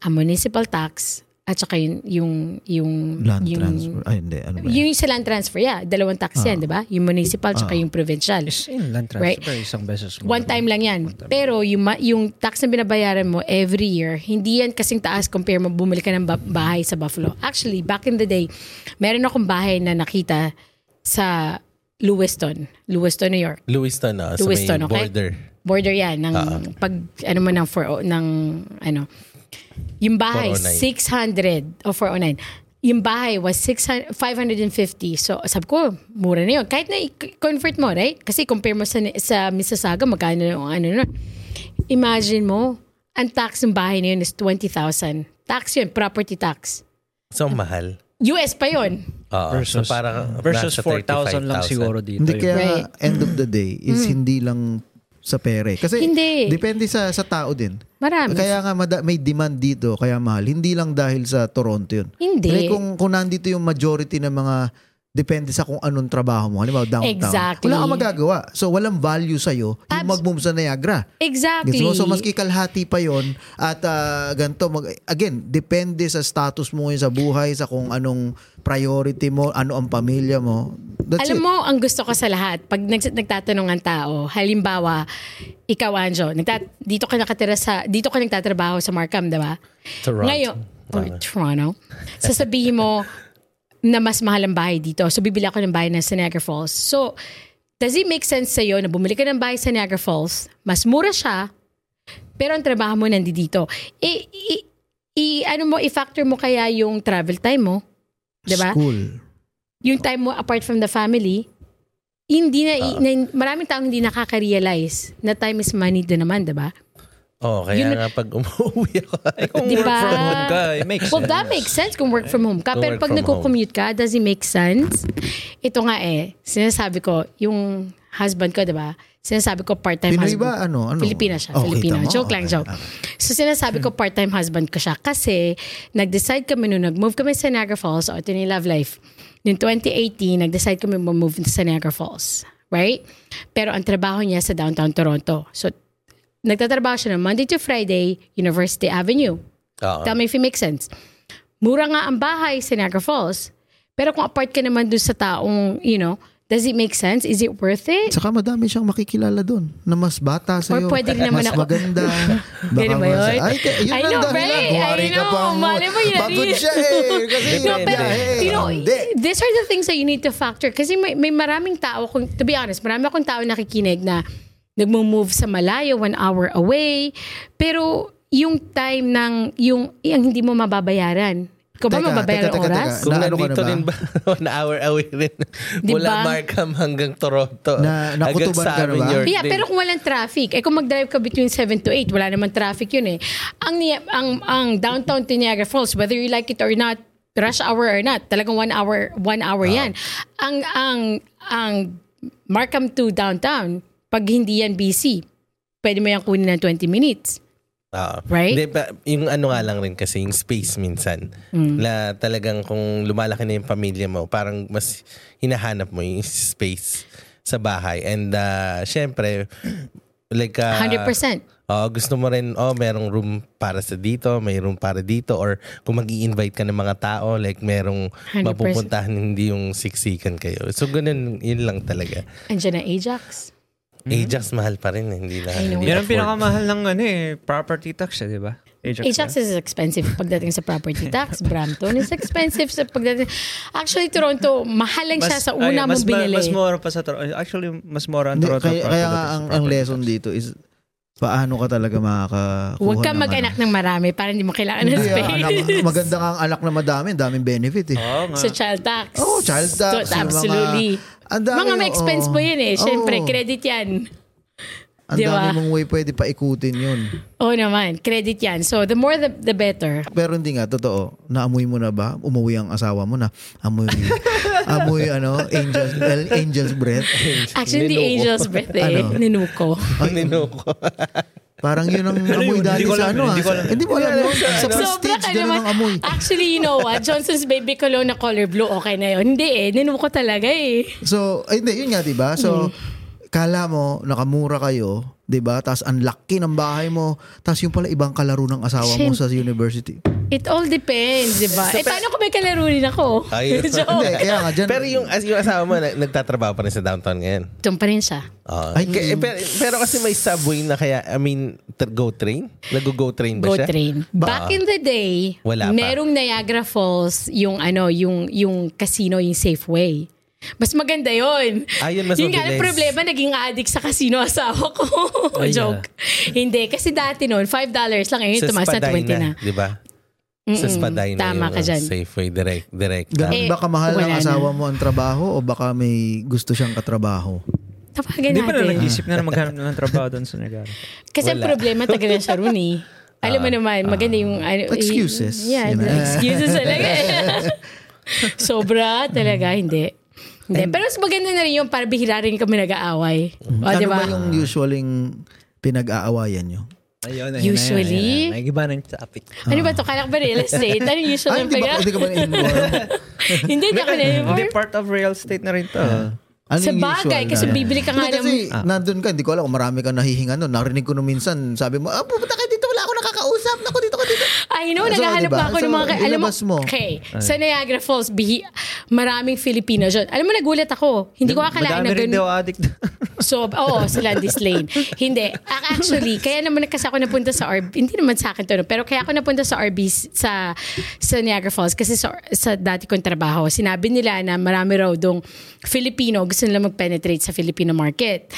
[SPEAKER 4] Ang municipal tax at saka yung yung yung
[SPEAKER 2] land
[SPEAKER 4] yung,
[SPEAKER 2] transfer. Ah. Ay, hindi. Ano ba yan?
[SPEAKER 4] yung sa land transfer, yeah. Dalawang tax yan, di ba? Yung municipal at saka
[SPEAKER 2] Ah.
[SPEAKER 4] yung provincial.
[SPEAKER 3] Is in land transfer,
[SPEAKER 4] Right.
[SPEAKER 3] isang beses. mo.
[SPEAKER 4] One time lang yan. Pero yung, ma- yung tax na binabayaran mo every year, hindi yan kasing taas compare mo bumili ka ng ba- bahay sa Buffalo. Actually, back in the day, meron akong bahay na nakita sa Lewiston, Lewiston, New York.
[SPEAKER 1] Lewiston, ah, sa may
[SPEAKER 4] Lewiston, okay?
[SPEAKER 1] border.
[SPEAKER 4] Border yan ng
[SPEAKER 2] Ah.
[SPEAKER 4] pag ano mo ng 40 ng ano. Yung bahay oh, 600 o 409. Yung bahay was 600, 550. So, sabi ko, mura na yun. Kahit na i-convert mo, right? Kasi compare mo sa, sa Mississauga, magkano yung ano nun. Imagine mo, ang tax ng bahay na yun is 20,000. Tax yun, property tax.
[SPEAKER 1] So, ang mahal.
[SPEAKER 4] US pa yun.
[SPEAKER 1] Oo.
[SPEAKER 3] versus,
[SPEAKER 1] so parang
[SPEAKER 3] Ah, versus
[SPEAKER 1] nasa
[SPEAKER 3] 4,000 lang
[SPEAKER 1] 35,000.
[SPEAKER 3] siguro dito.
[SPEAKER 2] Hindi
[SPEAKER 3] yung-
[SPEAKER 2] kaya
[SPEAKER 4] Right. Mm.
[SPEAKER 2] end of the day is hindi lang sa pere. Kasi
[SPEAKER 4] Hindi.
[SPEAKER 2] depende sa sa tao din.
[SPEAKER 4] Marami.
[SPEAKER 2] Kaya nga mada- may demand dito kaya mahal. Hindi lang dahil sa Toronto yun.
[SPEAKER 4] Hindi.
[SPEAKER 2] Kasi kung, kung nandito yung majority ng mga depende sa kung anong trabaho mo. Halimbawa downtown.
[SPEAKER 4] Exactly.
[SPEAKER 2] Wala kang magagawa. So walang value sa'yo yung
[SPEAKER 4] Abs-
[SPEAKER 2] mag-move sa Niagara. Gets
[SPEAKER 4] Exactly.
[SPEAKER 2] mo? So maski kalhati pa yon at ah, ganito mag- again depende sa status mo ngayon sa buhay sa kung anong priority mo ano ang pamilya mo that's it.
[SPEAKER 4] Alam mo, ang gusto ko sa lahat, pag nags- nagtatanong ang tao, halimbawa, ikaw, Anjo, nagtat- dito ka nakatira sa, dito ka nagtatrabaho sa Markham, di ba?
[SPEAKER 1] Toronto.
[SPEAKER 4] Ngayon, or Toronto, sasabihin mo na mas mahal ang bahay dito. So, bibili ako ng bahay na sa Niagara Falls. So, does it make sense sa'yo na bumili ka ng bahay sa Niagara Falls, mas mura siya, pero ang trabaho mo nandito dito. I, i, i- ano mo, i-factor mo kaya yung travel time mo, di ba?
[SPEAKER 2] school
[SPEAKER 4] yung time mo apart from the family, hindi na, na- maraming taong hindi nakaka-realize na time is money din naman, di ba?
[SPEAKER 1] Oo, kaya
[SPEAKER 4] Yun-
[SPEAKER 1] nga pag umuwi ako.
[SPEAKER 3] Eh, kung
[SPEAKER 4] Diba?
[SPEAKER 3] work from home ka, it makes
[SPEAKER 4] Well,
[SPEAKER 3] sense.
[SPEAKER 4] that makes sense kung work from home ka.
[SPEAKER 1] Kung
[SPEAKER 4] Pero
[SPEAKER 1] work
[SPEAKER 4] pag
[SPEAKER 1] from
[SPEAKER 4] nagko-commute ka, does it make sense? Ito nga eh, sinasabi ko, yung husband ko, di ba? Sinasabi ko part-time
[SPEAKER 2] Pinoy
[SPEAKER 4] husband.
[SPEAKER 2] ba? Ano? Ano?
[SPEAKER 4] Filipina siya.
[SPEAKER 2] Oh, kita
[SPEAKER 4] Filipina.
[SPEAKER 2] mo.
[SPEAKER 4] Joke lang,
[SPEAKER 2] Okay,
[SPEAKER 4] joke. So sinasabi ko part-time husband ko siya kasi nag-decide kami nung nag-move kami sa Niagara Falls o ito na yung love life. Noong 2018, nag-decide kami mag-move sa Niagara Falls. Right? Pero ang trabaho niya sa downtown Toronto. So nagtatrabaho siya ng Monday to Friday, University Avenue.
[SPEAKER 1] Oo.
[SPEAKER 4] Tell me if it makes sense. Mura nga ang bahay sa Niagara Falls. Pero kung apart ka naman dun sa taong, you know, does it make sense? Is it worth it?
[SPEAKER 2] Saka madami siyang makikilala doon na mas bata sa'yo.
[SPEAKER 4] Or pwede rin naman
[SPEAKER 2] mas
[SPEAKER 4] ako. *laughs*
[SPEAKER 2] maganda. Baka
[SPEAKER 4] Ganun ba
[SPEAKER 2] mas-
[SPEAKER 4] yun?
[SPEAKER 2] Ay, ka- yun
[SPEAKER 4] I
[SPEAKER 2] ang
[SPEAKER 4] know,
[SPEAKER 2] dahilan.
[SPEAKER 4] right?
[SPEAKER 2] Kumari
[SPEAKER 4] I
[SPEAKER 2] ka
[SPEAKER 4] know.
[SPEAKER 2] pang-
[SPEAKER 4] Malay mo yun,
[SPEAKER 2] Pagod
[SPEAKER 4] hindi.
[SPEAKER 2] siya eh. Kasi
[SPEAKER 4] No,
[SPEAKER 1] Depende.
[SPEAKER 4] pero,
[SPEAKER 2] eh.
[SPEAKER 4] you know,
[SPEAKER 2] Hindi.
[SPEAKER 4] these are the things that you need to factor. Kasi may, may maraming tao, kung, to be honest, marami akong tao nakikinig na nagmo-move sa malayo, one hour away. Pero yung time ng, yung, yung hindi mo mababayaran. Ikaw ba
[SPEAKER 2] Teka,
[SPEAKER 4] mababayaran
[SPEAKER 2] teka, teka,
[SPEAKER 4] oras?
[SPEAKER 2] teka.
[SPEAKER 1] Kung
[SPEAKER 2] Naano ka na
[SPEAKER 1] nandito
[SPEAKER 2] ba?
[SPEAKER 1] rin ba, *laughs* one hour away rin.
[SPEAKER 4] Di
[SPEAKER 1] Mula
[SPEAKER 4] ba?
[SPEAKER 1] Markham hanggang Toronto.
[SPEAKER 2] Na-
[SPEAKER 1] hanggang
[SPEAKER 2] nakutuban ka na
[SPEAKER 1] sa amin,
[SPEAKER 2] ba?
[SPEAKER 1] your
[SPEAKER 4] Yeah,
[SPEAKER 1] day.
[SPEAKER 4] pero kung walang traffic, eh kung mag-drive ka between 7 to 8, wala naman traffic yun eh. Ang, niya- ang, ang downtown to Niagara Falls, whether you like it or not, rush hour or not, talagang one hour, one hour
[SPEAKER 3] Ah.
[SPEAKER 4] yan. Ang, ang, ang Markham to downtown, pag hindi yan busy, pwede mo yan kunin ng 20 minutes.
[SPEAKER 1] Oo.
[SPEAKER 4] Right?
[SPEAKER 1] Hindi, pa- yung ano nga lang rin kasi, yung space minsan.
[SPEAKER 4] Mm.
[SPEAKER 1] Na talagang kung lumalaki na yung pamilya mo, parang mas hinahanap mo yung space sa bahay. And uh, syempre, like... uh,
[SPEAKER 3] Ah.
[SPEAKER 4] 100%.
[SPEAKER 1] oh, gusto mo rin, oh, merong room para sa dito, may room para dito, or kung mag invite ka ng mga tao, like merong
[SPEAKER 4] 100%.
[SPEAKER 1] mapupuntahan, hindi yung siksikan kayo. So, ganun, yun lang talaga.
[SPEAKER 4] Andiyan ang Ajax.
[SPEAKER 2] Hmm?
[SPEAKER 1] Ajax, mahal pa rin. eh, Hindi na.
[SPEAKER 4] I know.
[SPEAKER 1] Hindi
[SPEAKER 3] Yan
[SPEAKER 4] Yan
[SPEAKER 3] ang
[SPEAKER 1] afford.
[SPEAKER 3] pinakamahal ng ano eh, property tax eh, di ba? Ajax.
[SPEAKER 4] Ajax is expensive pagdating sa property
[SPEAKER 3] *laughs*
[SPEAKER 4] tax. Brampton is expensive sa pagdating. Actually, Toronto, mahal lang eh, siya sa una
[SPEAKER 3] mas,
[SPEAKER 4] mong binili.
[SPEAKER 3] Mas mura pa sa Toronto. Actually, mas mura ang
[SPEAKER 2] Hindi,
[SPEAKER 3] Toronto.
[SPEAKER 2] Kaya, kaya nga
[SPEAKER 3] property
[SPEAKER 2] ang,
[SPEAKER 3] tax.
[SPEAKER 2] ang lesson dito is paano ka talaga makakakuha
[SPEAKER 4] Huwag kang
[SPEAKER 2] ng
[SPEAKER 4] mag-anak
[SPEAKER 2] ano.
[SPEAKER 4] ng marami para hindi mo kailangan ng
[SPEAKER 2] Hindi, ah, anak,
[SPEAKER 4] space.
[SPEAKER 2] maganda nga ang anak na madami, daming benefit eh.
[SPEAKER 3] Oo nga.
[SPEAKER 4] Sa child tax.
[SPEAKER 2] Oh, child tax,
[SPEAKER 4] So,
[SPEAKER 2] yung mga-
[SPEAKER 4] absolutely.
[SPEAKER 2] Ang
[SPEAKER 4] Mga,
[SPEAKER 2] dami,
[SPEAKER 4] may expense
[SPEAKER 2] oo.
[SPEAKER 4] po yun eh.
[SPEAKER 2] Oo.
[SPEAKER 4] Siyempre, credit yan.
[SPEAKER 2] Ang
[SPEAKER 4] Di
[SPEAKER 2] dami
[SPEAKER 4] ba?
[SPEAKER 2] mong way pwede paikutin yun.
[SPEAKER 4] Oo naman, credit yan. So, the more the, the better.
[SPEAKER 2] Pero hindi nga, totoo. Naamoy mo na ba? Umuwi ang asawa mo na. Amoy, *laughs* amoy ano, angel's, well, angel's breath.
[SPEAKER 4] Actually, the
[SPEAKER 1] Ninuko.
[SPEAKER 4] angel's breath eh.
[SPEAKER 2] Ano?
[SPEAKER 4] Ninuko.
[SPEAKER 1] *laughs* Ninuko.
[SPEAKER 2] Parang yun ang amoy
[SPEAKER 3] yun?
[SPEAKER 2] dati
[SPEAKER 3] *laughs* Hindi ko
[SPEAKER 2] sa
[SPEAKER 3] alam
[SPEAKER 2] ano.
[SPEAKER 3] yun,
[SPEAKER 2] ah.
[SPEAKER 3] hindi ko alam
[SPEAKER 2] Hindi mo alam yun. Sa prestige,
[SPEAKER 4] ka
[SPEAKER 2] ganun
[SPEAKER 4] naman.
[SPEAKER 2] ang amoy.
[SPEAKER 4] Actually, you know what? Johnson's Baby Cologne na color blue, okay na yun. Hindi eh, ninuko talaga eh.
[SPEAKER 2] So, ay, hindi, yun nga, di ba?
[SPEAKER 4] Mm.
[SPEAKER 2] So, kala mo, nakamura kayo, di ba? Tapos, ang laki ng bahay mo. Tapos, yung pala, ibang kalaro ng asawa mo sa university.
[SPEAKER 4] It all depends, di ba? eh, paano kung may kalarunin ako? *laughs*
[SPEAKER 1] Ay,
[SPEAKER 2] Hindi, eh. kaya nga, dyan.
[SPEAKER 1] Pero yung, as, yung asawa mo, na- nagtatrabaho pa rin sa downtown ngayon.
[SPEAKER 4] Doon pa rin siya.
[SPEAKER 1] Ah.
[SPEAKER 2] Ay, mm.
[SPEAKER 1] K- eh, pero, pero kasi may subway na kaya, I mean, tr- go train? Nag-go train ba
[SPEAKER 4] Go
[SPEAKER 1] siya?
[SPEAKER 4] train. Back in the day,
[SPEAKER 1] Wala pa.
[SPEAKER 4] merong Niagara Falls yung ano, yung yung casino, yung Safeway. Mas maganda yon.
[SPEAKER 1] Ah, yun mas
[SPEAKER 4] yung nga
[SPEAKER 1] mabilis.
[SPEAKER 4] ang problema, naging addict sa casino
[SPEAKER 1] *laughs*
[SPEAKER 4] asawa ko.
[SPEAKER 3] Ay,
[SPEAKER 4] Joke. Hindi, kasi dati noon, $5 lang.
[SPEAKER 1] ah.
[SPEAKER 4] Ngayon,
[SPEAKER 1] Sa
[SPEAKER 4] tumaas na 20
[SPEAKER 1] Spaday
[SPEAKER 4] na.
[SPEAKER 1] na, di ba? Sa
[SPEAKER 4] Mm-mm,
[SPEAKER 1] Spaday na
[SPEAKER 4] tama
[SPEAKER 1] yung
[SPEAKER 4] ka
[SPEAKER 1] ah,
[SPEAKER 4] dyan.
[SPEAKER 1] Safeway, direct. direct.
[SPEAKER 2] Ganun
[SPEAKER 4] Eh,
[SPEAKER 2] ba kamahal ng
[SPEAKER 4] wala na.
[SPEAKER 2] asawa mo ang trabaho o baka may gusto siyang katrabaho?
[SPEAKER 4] Tapagan
[SPEAKER 3] Hindi pa na
[SPEAKER 4] natin.
[SPEAKER 3] nag-isip na na maghanap na ng trabaho doon sa Nagara.
[SPEAKER 4] Kasi ang
[SPEAKER 1] Wala.
[SPEAKER 4] problema, tagal na siya roon
[SPEAKER 2] *laughs*
[SPEAKER 4] eh. Alam mo naman, maganda yung...
[SPEAKER 2] Ah.
[SPEAKER 4] ano, eh,
[SPEAKER 2] Excuses, you
[SPEAKER 4] Yeah,
[SPEAKER 2] know.
[SPEAKER 4] excuses
[SPEAKER 2] *laughs*
[SPEAKER 4] talaga. eh. Sobra talaga, hindi. Hindi. Pero mas maganda na rin yung para bihira rin kami nag-aaway. O,
[SPEAKER 2] ano
[SPEAKER 4] di ba?
[SPEAKER 2] ba yung usualing pinag-aawayan nyo?
[SPEAKER 3] *laughs* Ayun,
[SPEAKER 4] Usually-
[SPEAKER 3] May iba ng topic.
[SPEAKER 4] Ano ba to? Kala ko ba real estate? Ano yung usual
[SPEAKER 2] Ay,
[SPEAKER 4] ng
[SPEAKER 2] hindi ba,
[SPEAKER 4] pag
[SPEAKER 2] hindi ka ba na-involve?
[SPEAKER 4] *laughs* Hindi, hindi ako
[SPEAKER 3] Hindi,
[SPEAKER 4] na-involve.
[SPEAKER 3] part of real estate na rin to.
[SPEAKER 2] Ano
[SPEAKER 4] Sa
[SPEAKER 2] yung usual
[SPEAKER 4] bagay, kasi
[SPEAKER 2] na-
[SPEAKER 4] bibili ka nga
[SPEAKER 2] Hindi, Kasi
[SPEAKER 4] ng... Ah.
[SPEAKER 2] nandun ka, hindi ko alam kung marami kang nahihinga nun. Narinig ko nung minsan, sabi mo, ah, pupunta ka dito, wala ako nakakausap. Naku, dito ka dito.
[SPEAKER 4] I know,
[SPEAKER 2] So, di
[SPEAKER 4] naghahanap
[SPEAKER 2] ba?
[SPEAKER 4] pa ako ng
[SPEAKER 2] So,
[SPEAKER 4] mga... alam mo,
[SPEAKER 2] diba? Ano ilabas mo.
[SPEAKER 4] okay, sa Niagara Falls, bihi, maraming Filipino dyan. Alam mo, nagulat ako. Hindi ko
[SPEAKER 3] Madami
[SPEAKER 4] akalain na
[SPEAKER 3] rin
[SPEAKER 4] ganun.
[SPEAKER 3] daw addict. *laughs*
[SPEAKER 4] So, oo, sa Landis Lane. Hindi. A- Actually, kaya naman kasi ako napunta sa RB, hindi naman sa akin to, no? pero kaya ako napunta sa RB sa, sa Niagara Falls kasi sa, sa dati kong trabaho, sinabi nila na marami raw dong Filipino, gusto nila mag-penetrate sa Filipino market.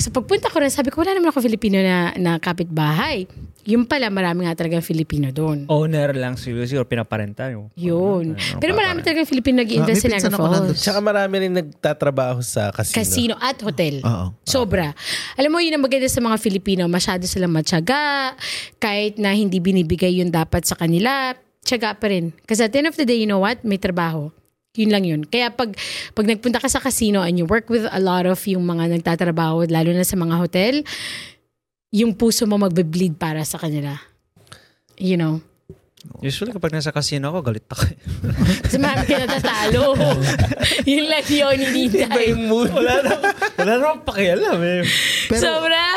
[SPEAKER 4] So pagpunta ko rin, sabi ko, wala naman ako Filipino na, na kapitbahay. Yung pala, marami nga talaga Filipino doon.
[SPEAKER 3] Owner lang si Lucy or pinaparenta yung.
[SPEAKER 4] Yun. Pero marami talaga Filipino
[SPEAKER 2] Ah,
[SPEAKER 4] nag-invest sa
[SPEAKER 2] may pinsan
[SPEAKER 4] Niagara
[SPEAKER 2] ako nandun.
[SPEAKER 4] Falls.
[SPEAKER 1] Tsaka marami rin nagtatrabaho sa casino.
[SPEAKER 4] Casino Ah, at hotel.
[SPEAKER 2] Oo.
[SPEAKER 4] Sobra. Alam mo, yun ang maganda sa mga Filipino. Masyado silang matyaga. Kahit na hindi binibigay yung dapat sa kanila, tiyaga pa rin. Kasi at the end of the day, you know what? May trabaho. Yun lang yun. Kaya pag, pag nagpunta ka sa casino and you work with a lot of yung mga nagtatrabaho, lalo na sa mga hotel, yung puso mo magbe-bleed para sa kanila. You know?
[SPEAKER 3] Usually kapag nasa casino ako, galit ako.
[SPEAKER 4] Kasi marami ka *laughs* natatalo. yun lang yun, hindi tayo.
[SPEAKER 3] wala na, wala na akong pakialam eh.
[SPEAKER 4] *laughs* Sobra!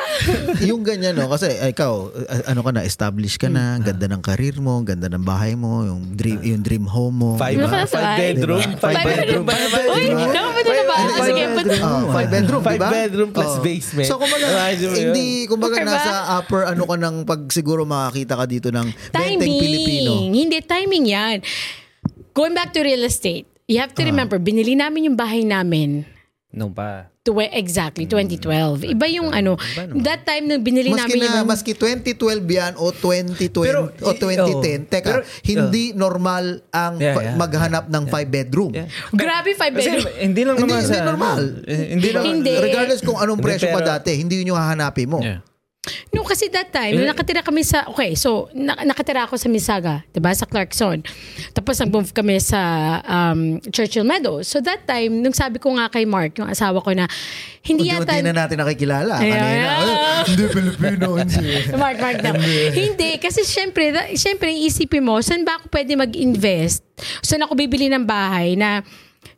[SPEAKER 2] yung ganyan, no? Kasi eh, ikaw, eh, ano ka na, established ka
[SPEAKER 4] Mm.
[SPEAKER 2] na, ang ganda ng karir mo, ang ganda ng bahay mo, yung dream, yung dream home mo.
[SPEAKER 1] Five,
[SPEAKER 4] Ano
[SPEAKER 1] ah,
[SPEAKER 4] ka sa
[SPEAKER 1] five
[SPEAKER 4] bahay?
[SPEAKER 1] bedroom.
[SPEAKER 2] Diba?
[SPEAKER 1] Five
[SPEAKER 4] Five
[SPEAKER 1] bedroom.
[SPEAKER 4] bedroom. Uy,
[SPEAKER 2] Diba?
[SPEAKER 4] naman na ba?
[SPEAKER 2] Hindi,
[SPEAKER 4] Sige,
[SPEAKER 2] five
[SPEAKER 4] put
[SPEAKER 2] bedroom. Oh, five bedroom,
[SPEAKER 1] Five
[SPEAKER 2] diba?
[SPEAKER 1] bedroom plus basement.
[SPEAKER 2] So, kumbaga,
[SPEAKER 1] Imagine mo yun.
[SPEAKER 2] hindi, kumbaga,
[SPEAKER 4] Diba?
[SPEAKER 2] nasa upper, ano ka ng, pag siguro makakita ka dito ng benteng Pilipino.
[SPEAKER 4] Hindi, timing yan. Going back to real estate, you have
[SPEAKER 2] Ah.
[SPEAKER 4] to remember, binili namin yung bahay namin
[SPEAKER 3] No pa.
[SPEAKER 4] Twe- exactly,
[SPEAKER 2] Hmm.
[SPEAKER 4] 2012. Iba yung ano, that time nung binili
[SPEAKER 2] Maski
[SPEAKER 4] namin yung...
[SPEAKER 2] na, maski 2012 yan o 2020
[SPEAKER 3] Pero,
[SPEAKER 2] o 2010,
[SPEAKER 3] oh.
[SPEAKER 2] teka,
[SPEAKER 3] Pero,
[SPEAKER 2] hindi normal ang
[SPEAKER 3] Yeah,
[SPEAKER 2] pa-
[SPEAKER 3] yeah.
[SPEAKER 2] maghanap ng five bedroom.
[SPEAKER 3] Yeah.
[SPEAKER 4] grabe, five
[SPEAKER 3] Kasi
[SPEAKER 4] bedroom.
[SPEAKER 3] hindi lang
[SPEAKER 2] Hindi,
[SPEAKER 3] naman
[SPEAKER 2] hindi
[SPEAKER 3] sa...
[SPEAKER 2] normal.
[SPEAKER 3] Eh, hindi lang.
[SPEAKER 4] Hindi.
[SPEAKER 2] Regardless kung anong
[SPEAKER 1] Hindi,
[SPEAKER 2] presyo
[SPEAKER 1] pero-
[SPEAKER 2] pa dati, hindi yun yung hahanapin mo.
[SPEAKER 3] Yeah.
[SPEAKER 4] No, kasi that
[SPEAKER 2] Eh.
[SPEAKER 4] time, nung nakatira kami sa, okay, so, na- nakatira ako sa Misaga, 'di ba sa Clarkson. Tapos nag-move kami sa um, Churchill Meadows. So that time, nung sabi ko nga kay Mark, yung asawa ko na, hindi
[SPEAKER 2] Unti-unti
[SPEAKER 4] yata,
[SPEAKER 2] Oh, na natin nakikilala.
[SPEAKER 4] Ayan.
[SPEAKER 2] Kanina, "Ay, hindi Pilipino,
[SPEAKER 4] *laughs*
[SPEAKER 2] hindi.
[SPEAKER 4] Mark, Mark daw. Hindi, kasi syempre, da- syempre isipin mo, saan ba ako pwede mag-invest? Saan ako bibili ng bahay na,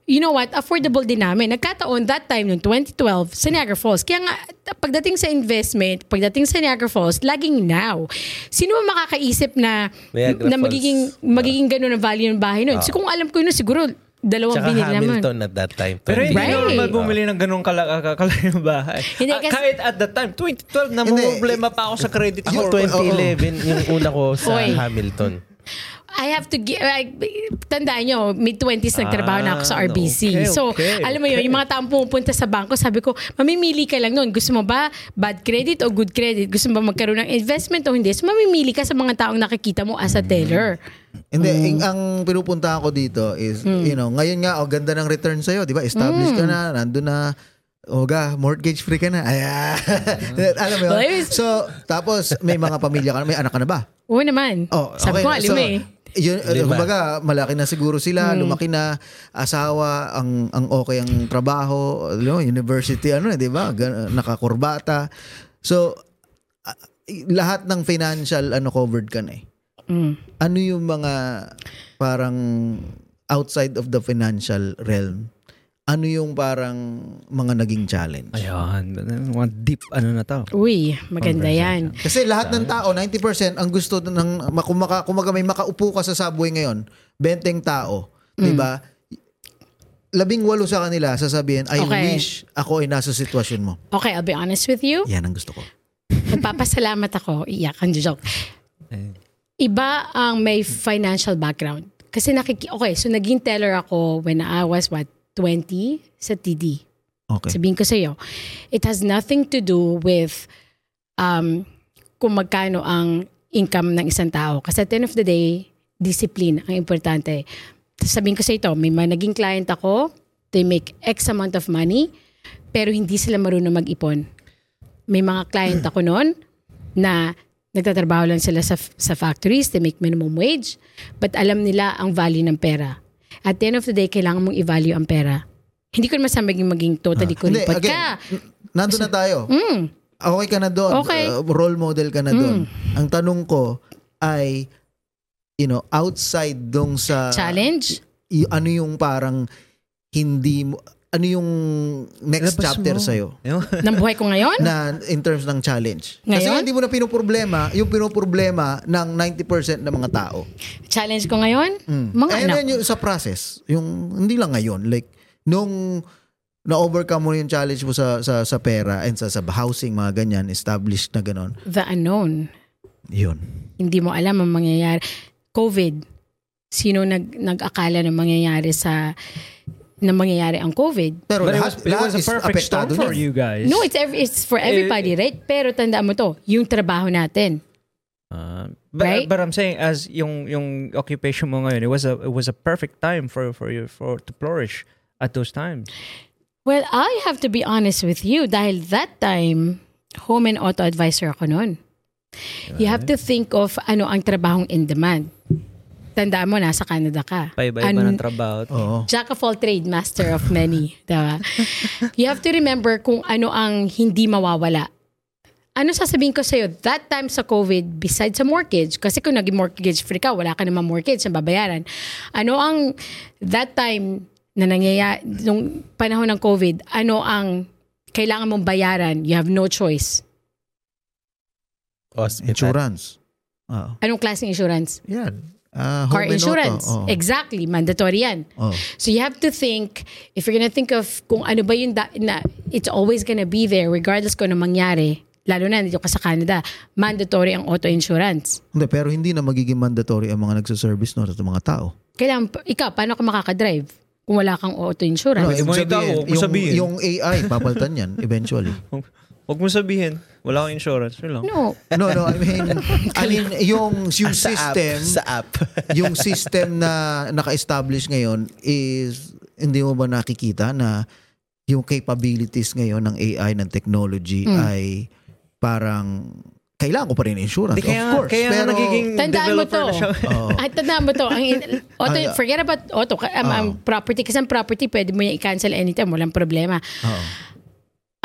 [SPEAKER 4] you know what, affordable din namin. Nagkataon that time noong 2012 sa Niagara Falls. Kaya nga, t- pagdating sa investment, pagdating sa Niagara Falls, laging now. Sino ba makakaisip na,
[SPEAKER 1] Niagara
[SPEAKER 4] na
[SPEAKER 1] Falls. Ah.
[SPEAKER 4] magiging, magiging ganun ang value ng bahay nun? So kung alam ko yun, siguro dalawang
[SPEAKER 1] Tsaka
[SPEAKER 4] binili naman.
[SPEAKER 1] Hamilton at that time.
[SPEAKER 3] Pero hindi
[SPEAKER 4] Right.
[SPEAKER 3] normal bumili ng ganung kala- kakalayang bahay.
[SPEAKER 4] Hindi,
[SPEAKER 3] Ah,
[SPEAKER 4] kasi-
[SPEAKER 3] kahit at that time, 2012, na
[SPEAKER 2] Hindi.
[SPEAKER 3] problema pa ako sa credit
[SPEAKER 1] Ako
[SPEAKER 3] score.
[SPEAKER 1] 2011 yung una
[SPEAKER 4] *laughs*
[SPEAKER 1] ko sa
[SPEAKER 4] Oy.
[SPEAKER 1] Hamilton.
[SPEAKER 4] I have to give, I, tandaan nyo, mid-20s nagtrabaho na ako sa
[SPEAKER 3] Ah,
[SPEAKER 4] RBC.
[SPEAKER 3] okay,
[SPEAKER 4] so,
[SPEAKER 3] okay,
[SPEAKER 4] alam mo yun,
[SPEAKER 3] okay.
[SPEAKER 4] yung mga taong pumupunta sa bangko, sabi ko, mamimili ka lang noon. Gusto mo ba bad credit o good credit? Gusto mo ba magkaroon ng investment o hindi? So, mamimili ka sa mga taong nakikita mo as a
[SPEAKER 3] Mm.
[SPEAKER 4] teller.
[SPEAKER 2] Hindi,
[SPEAKER 4] Mm.
[SPEAKER 2] ang- ang pinupunta ko dito is, you know, ngayon nga, oh, ganda ng return sa'yo, di ba? Established
[SPEAKER 4] Mm.
[SPEAKER 2] ka na, nandun na, Oga, mortgage free ka na. *laughs* Ayan. Alam mo
[SPEAKER 4] Mm. Well, it
[SPEAKER 2] yun?
[SPEAKER 4] was-
[SPEAKER 2] So, tapos, may mga pamilya ka na, may anak ka na ba?
[SPEAKER 4] Oo naman.
[SPEAKER 2] Oh,
[SPEAKER 4] sabi ko,
[SPEAKER 2] na.
[SPEAKER 4] alam
[SPEAKER 2] So,
[SPEAKER 4] mo eh. Hmm.
[SPEAKER 2] Yun, uh,
[SPEAKER 1] Lima.
[SPEAKER 2] kumbaga, malaki na siguro sila, lumaki na, asawa, ang ang okay ang trabaho, alam mo, university, ano eh, di ba? Gan- Nakakurbata. So, ah, lahat ng financial, ano, covered ka na eh.
[SPEAKER 4] Mm.
[SPEAKER 2] Ano yung mga parang outside of the financial realm? Ano yung parang mga naging challenge?
[SPEAKER 3] Ayan, mga deep ano na to.
[SPEAKER 4] Uy, maganda yan.
[SPEAKER 2] Kasi lahat ng tao, 90% ang gusto ng kumaka kumaga may makaupo ka sa subway ngayon, 20 tao, 'di
[SPEAKER 4] Mm.
[SPEAKER 2] ba? Labing walo sa kanila sasabihin, I
[SPEAKER 4] Okay.
[SPEAKER 2] wish ako ay nasa sitwasyon mo.
[SPEAKER 4] Okay, I'll be honest with
[SPEAKER 3] *laughs*
[SPEAKER 4] you.
[SPEAKER 2] Yan ang gusto ko.
[SPEAKER 4] Nagpapasalamat ako. Iyak, ang joke. Iba ang may financial background. Kasi nakiki... Okay, so naging teller ako when I was, what, 20 sa TD.
[SPEAKER 2] Okay.
[SPEAKER 4] Sabihin ko sa'yo, it has nothing to do with um, kung magkano ang income ng isang tao. Kasi at the end of the day, discipline ang importante. Sabihin ko sa ito, may mga naging client ako, they make X amount of money, pero hindi sila marunong mag-ipon. May mga client ako noon na nagtatrabaho lang sila sa, sa factories, they make minimum wage, but alam nila ang value ng pera. At the end of the day, kailangan mong i-value ang pera. Hindi ko naman sa maging maging
[SPEAKER 2] Ah.
[SPEAKER 4] totally hmm, kuripot ka.
[SPEAKER 2] n- nandun na tayo. Okay ka na doon.
[SPEAKER 4] Okay. Mm.
[SPEAKER 2] Uh, role model ka na doon. Ang tanong ko ay you know, outside dong sa *laughs*
[SPEAKER 4] Challenge?
[SPEAKER 2] y- ano yung parang hindi mo ano yung next
[SPEAKER 3] Labas
[SPEAKER 2] chapter
[SPEAKER 3] mo.
[SPEAKER 2] sa'yo?
[SPEAKER 4] ng buhay ko ngayon?
[SPEAKER 2] na in terms ng challenge. Kasi
[SPEAKER 4] Ngayon?
[SPEAKER 2] hindi mo na pinoproblema yung pinoproblema ng 90% ng mga tao.
[SPEAKER 4] Challenge ko ngayon? Mga
[SPEAKER 2] Hmm. Ayun
[SPEAKER 4] anak.
[SPEAKER 2] yun yung sa process. Yung hindi lang ngayon. Like, nung na-overcome mo yung challenge mo sa, sa, sa pera and sa, sa housing, mga ganyan, established na ganon.
[SPEAKER 4] The unknown.
[SPEAKER 2] Yun.
[SPEAKER 4] Hindi mo alam ang mangyayari. COVID. Sino nag, nag-akala na mangyayari sa na mangyayari ang COVID?
[SPEAKER 2] Pero
[SPEAKER 3] But it was,
[SPEAKER 2] lahat,
[SPEAKER 3] it
[SPEAKER 2] lahat
[SPEAKER 3] was a
[SPEAKER 2] is
[SPEAKER 3] perfect storm
[SPEAKER 2] apektado
[SPEAKER 3] for
[SPEAKER 2] niyan.
[SPEAKER 3] you guys.
[SPEAKER 4] No, it's every, it's for everybody, right? Pero tandaan mo to, yung trabaho natin.
[SPEAKER 3] Uh, but,
[SPEAKER 4] Right?
[SPEAKER 3] but I'm saying as yung yung occupation mo ngayon, it was a it was a perfect time for for you for to flourish at those times.
[SPEAKER 4] Well, I have to be honest with you dahil that time, home and auto advisor ako noon. You have to think of ano ang trabahong in demand. tandaan mo, nasa Canada ka.
[SPEAKER 3] Paiba-iba ng
[SPEAKER 4] An-
[SPEAKER 3] trabaho.
[SPEAKER 2] Oo.
[SPEAKER 4] Jack of all trade, master of many. diba? You have to remember kung ano ang hindi mawawala. Ano sasabihin ko sa'yo, that time sa COVID, besides sa mortgage, kasi kung naging mortgage free ka, wala ka naman mortgage na babayaran. Ano ang that time na nangyayari, nung panahon ng COVID, ano ang kailangan mong bayaran? You have no choice.
[SPEAKER 1] Hospital.
[SPEAKER 2] Insurance. Oo.
[SPEAKER 4] Anong klaseng insurance?
[SPEAKER 2] Yan. Ah,
[SPEAKER 4] Car
[SPEAKER 2] home and auto.
[SPEAKER 4] insurance.
[SPEAKER 2] Oo.
[SPEAKER 4] Exactly, mandatory yan.
[SPEAKER 2] Oo.
[SPEAKER 4] So you have to think, if you're gonna think of kung ano ba yung, da- na, it's always gonna be there regardless kung ano mangyari. Lalo na, nandito ka sa Canada, mandatory ang auto insurance.
[SPEAKER 2] Hindi, pero hindi na magiging mandatory ang mga nagsaservice noon at mga tao.
[SPEAKER 4] Kailangan, pa- ikaw, paano ka makakadrive kung wala kang auto insurance?
[SPEAKER 3] Pwede
[SPEAKER 2] ibig
[SPEAKER 3] mo yung tao, kung
[SPEAKER 2] yung,
[SPEAKER 3] sabihin.
[SPEAKER 2] yung AI, papalitan yan eventually.
[SPEAKER 3] Huwag mo sabihin, wala akong insurance. Yun lang.
[SPEAKER 4] No.
[SPEAKER 2] No, no, I
[SPEAKER 3] *laughs*
[SPEAKER 2] mean, I mean yung, yung
[SPEAKER 1] Sa app.
[SPEAKER 2] system,
[SPEAKER 1] Sa app.
[SPEAKER 2] yung system na naka-establish ngayon is, hindi mo ba nakikita na yung capabilities ngayon ng AI, ng technology
[SPEAKER 3] Hmm.
[SPEAKER 2] ay parang kailangan ko pa rin insurance.
[SPEAKER 3] Di, kaya,
[SPEAKER 2] of course.
[SPEAKER 3] kaya
[SPEAKER 2] pero,
[SPEAKER 3] nga nagiging
[SPEAKER 4] Tandaan mo
[SPEAKER 3] developer
[SPEAKER 4] to.
[SPEAKER 3] na
[SPEAKER 4] *laughs*
[SPEAKER 3] siya.
[SPEAKER 2] Oo.
[SPEAKER 4] At tandaan mo to. Ang in- auto,
[SPEAKER 2] Ay, ah.
[SPEAKER 4] forget about auto. ka- Um,
[SPEAKER 3] Ah.
[SPEAKER 4] um, property. Kasi ang property, pwede mo yung i-cancel anytime. Walang problema.
[SPEAKER 2] Oo.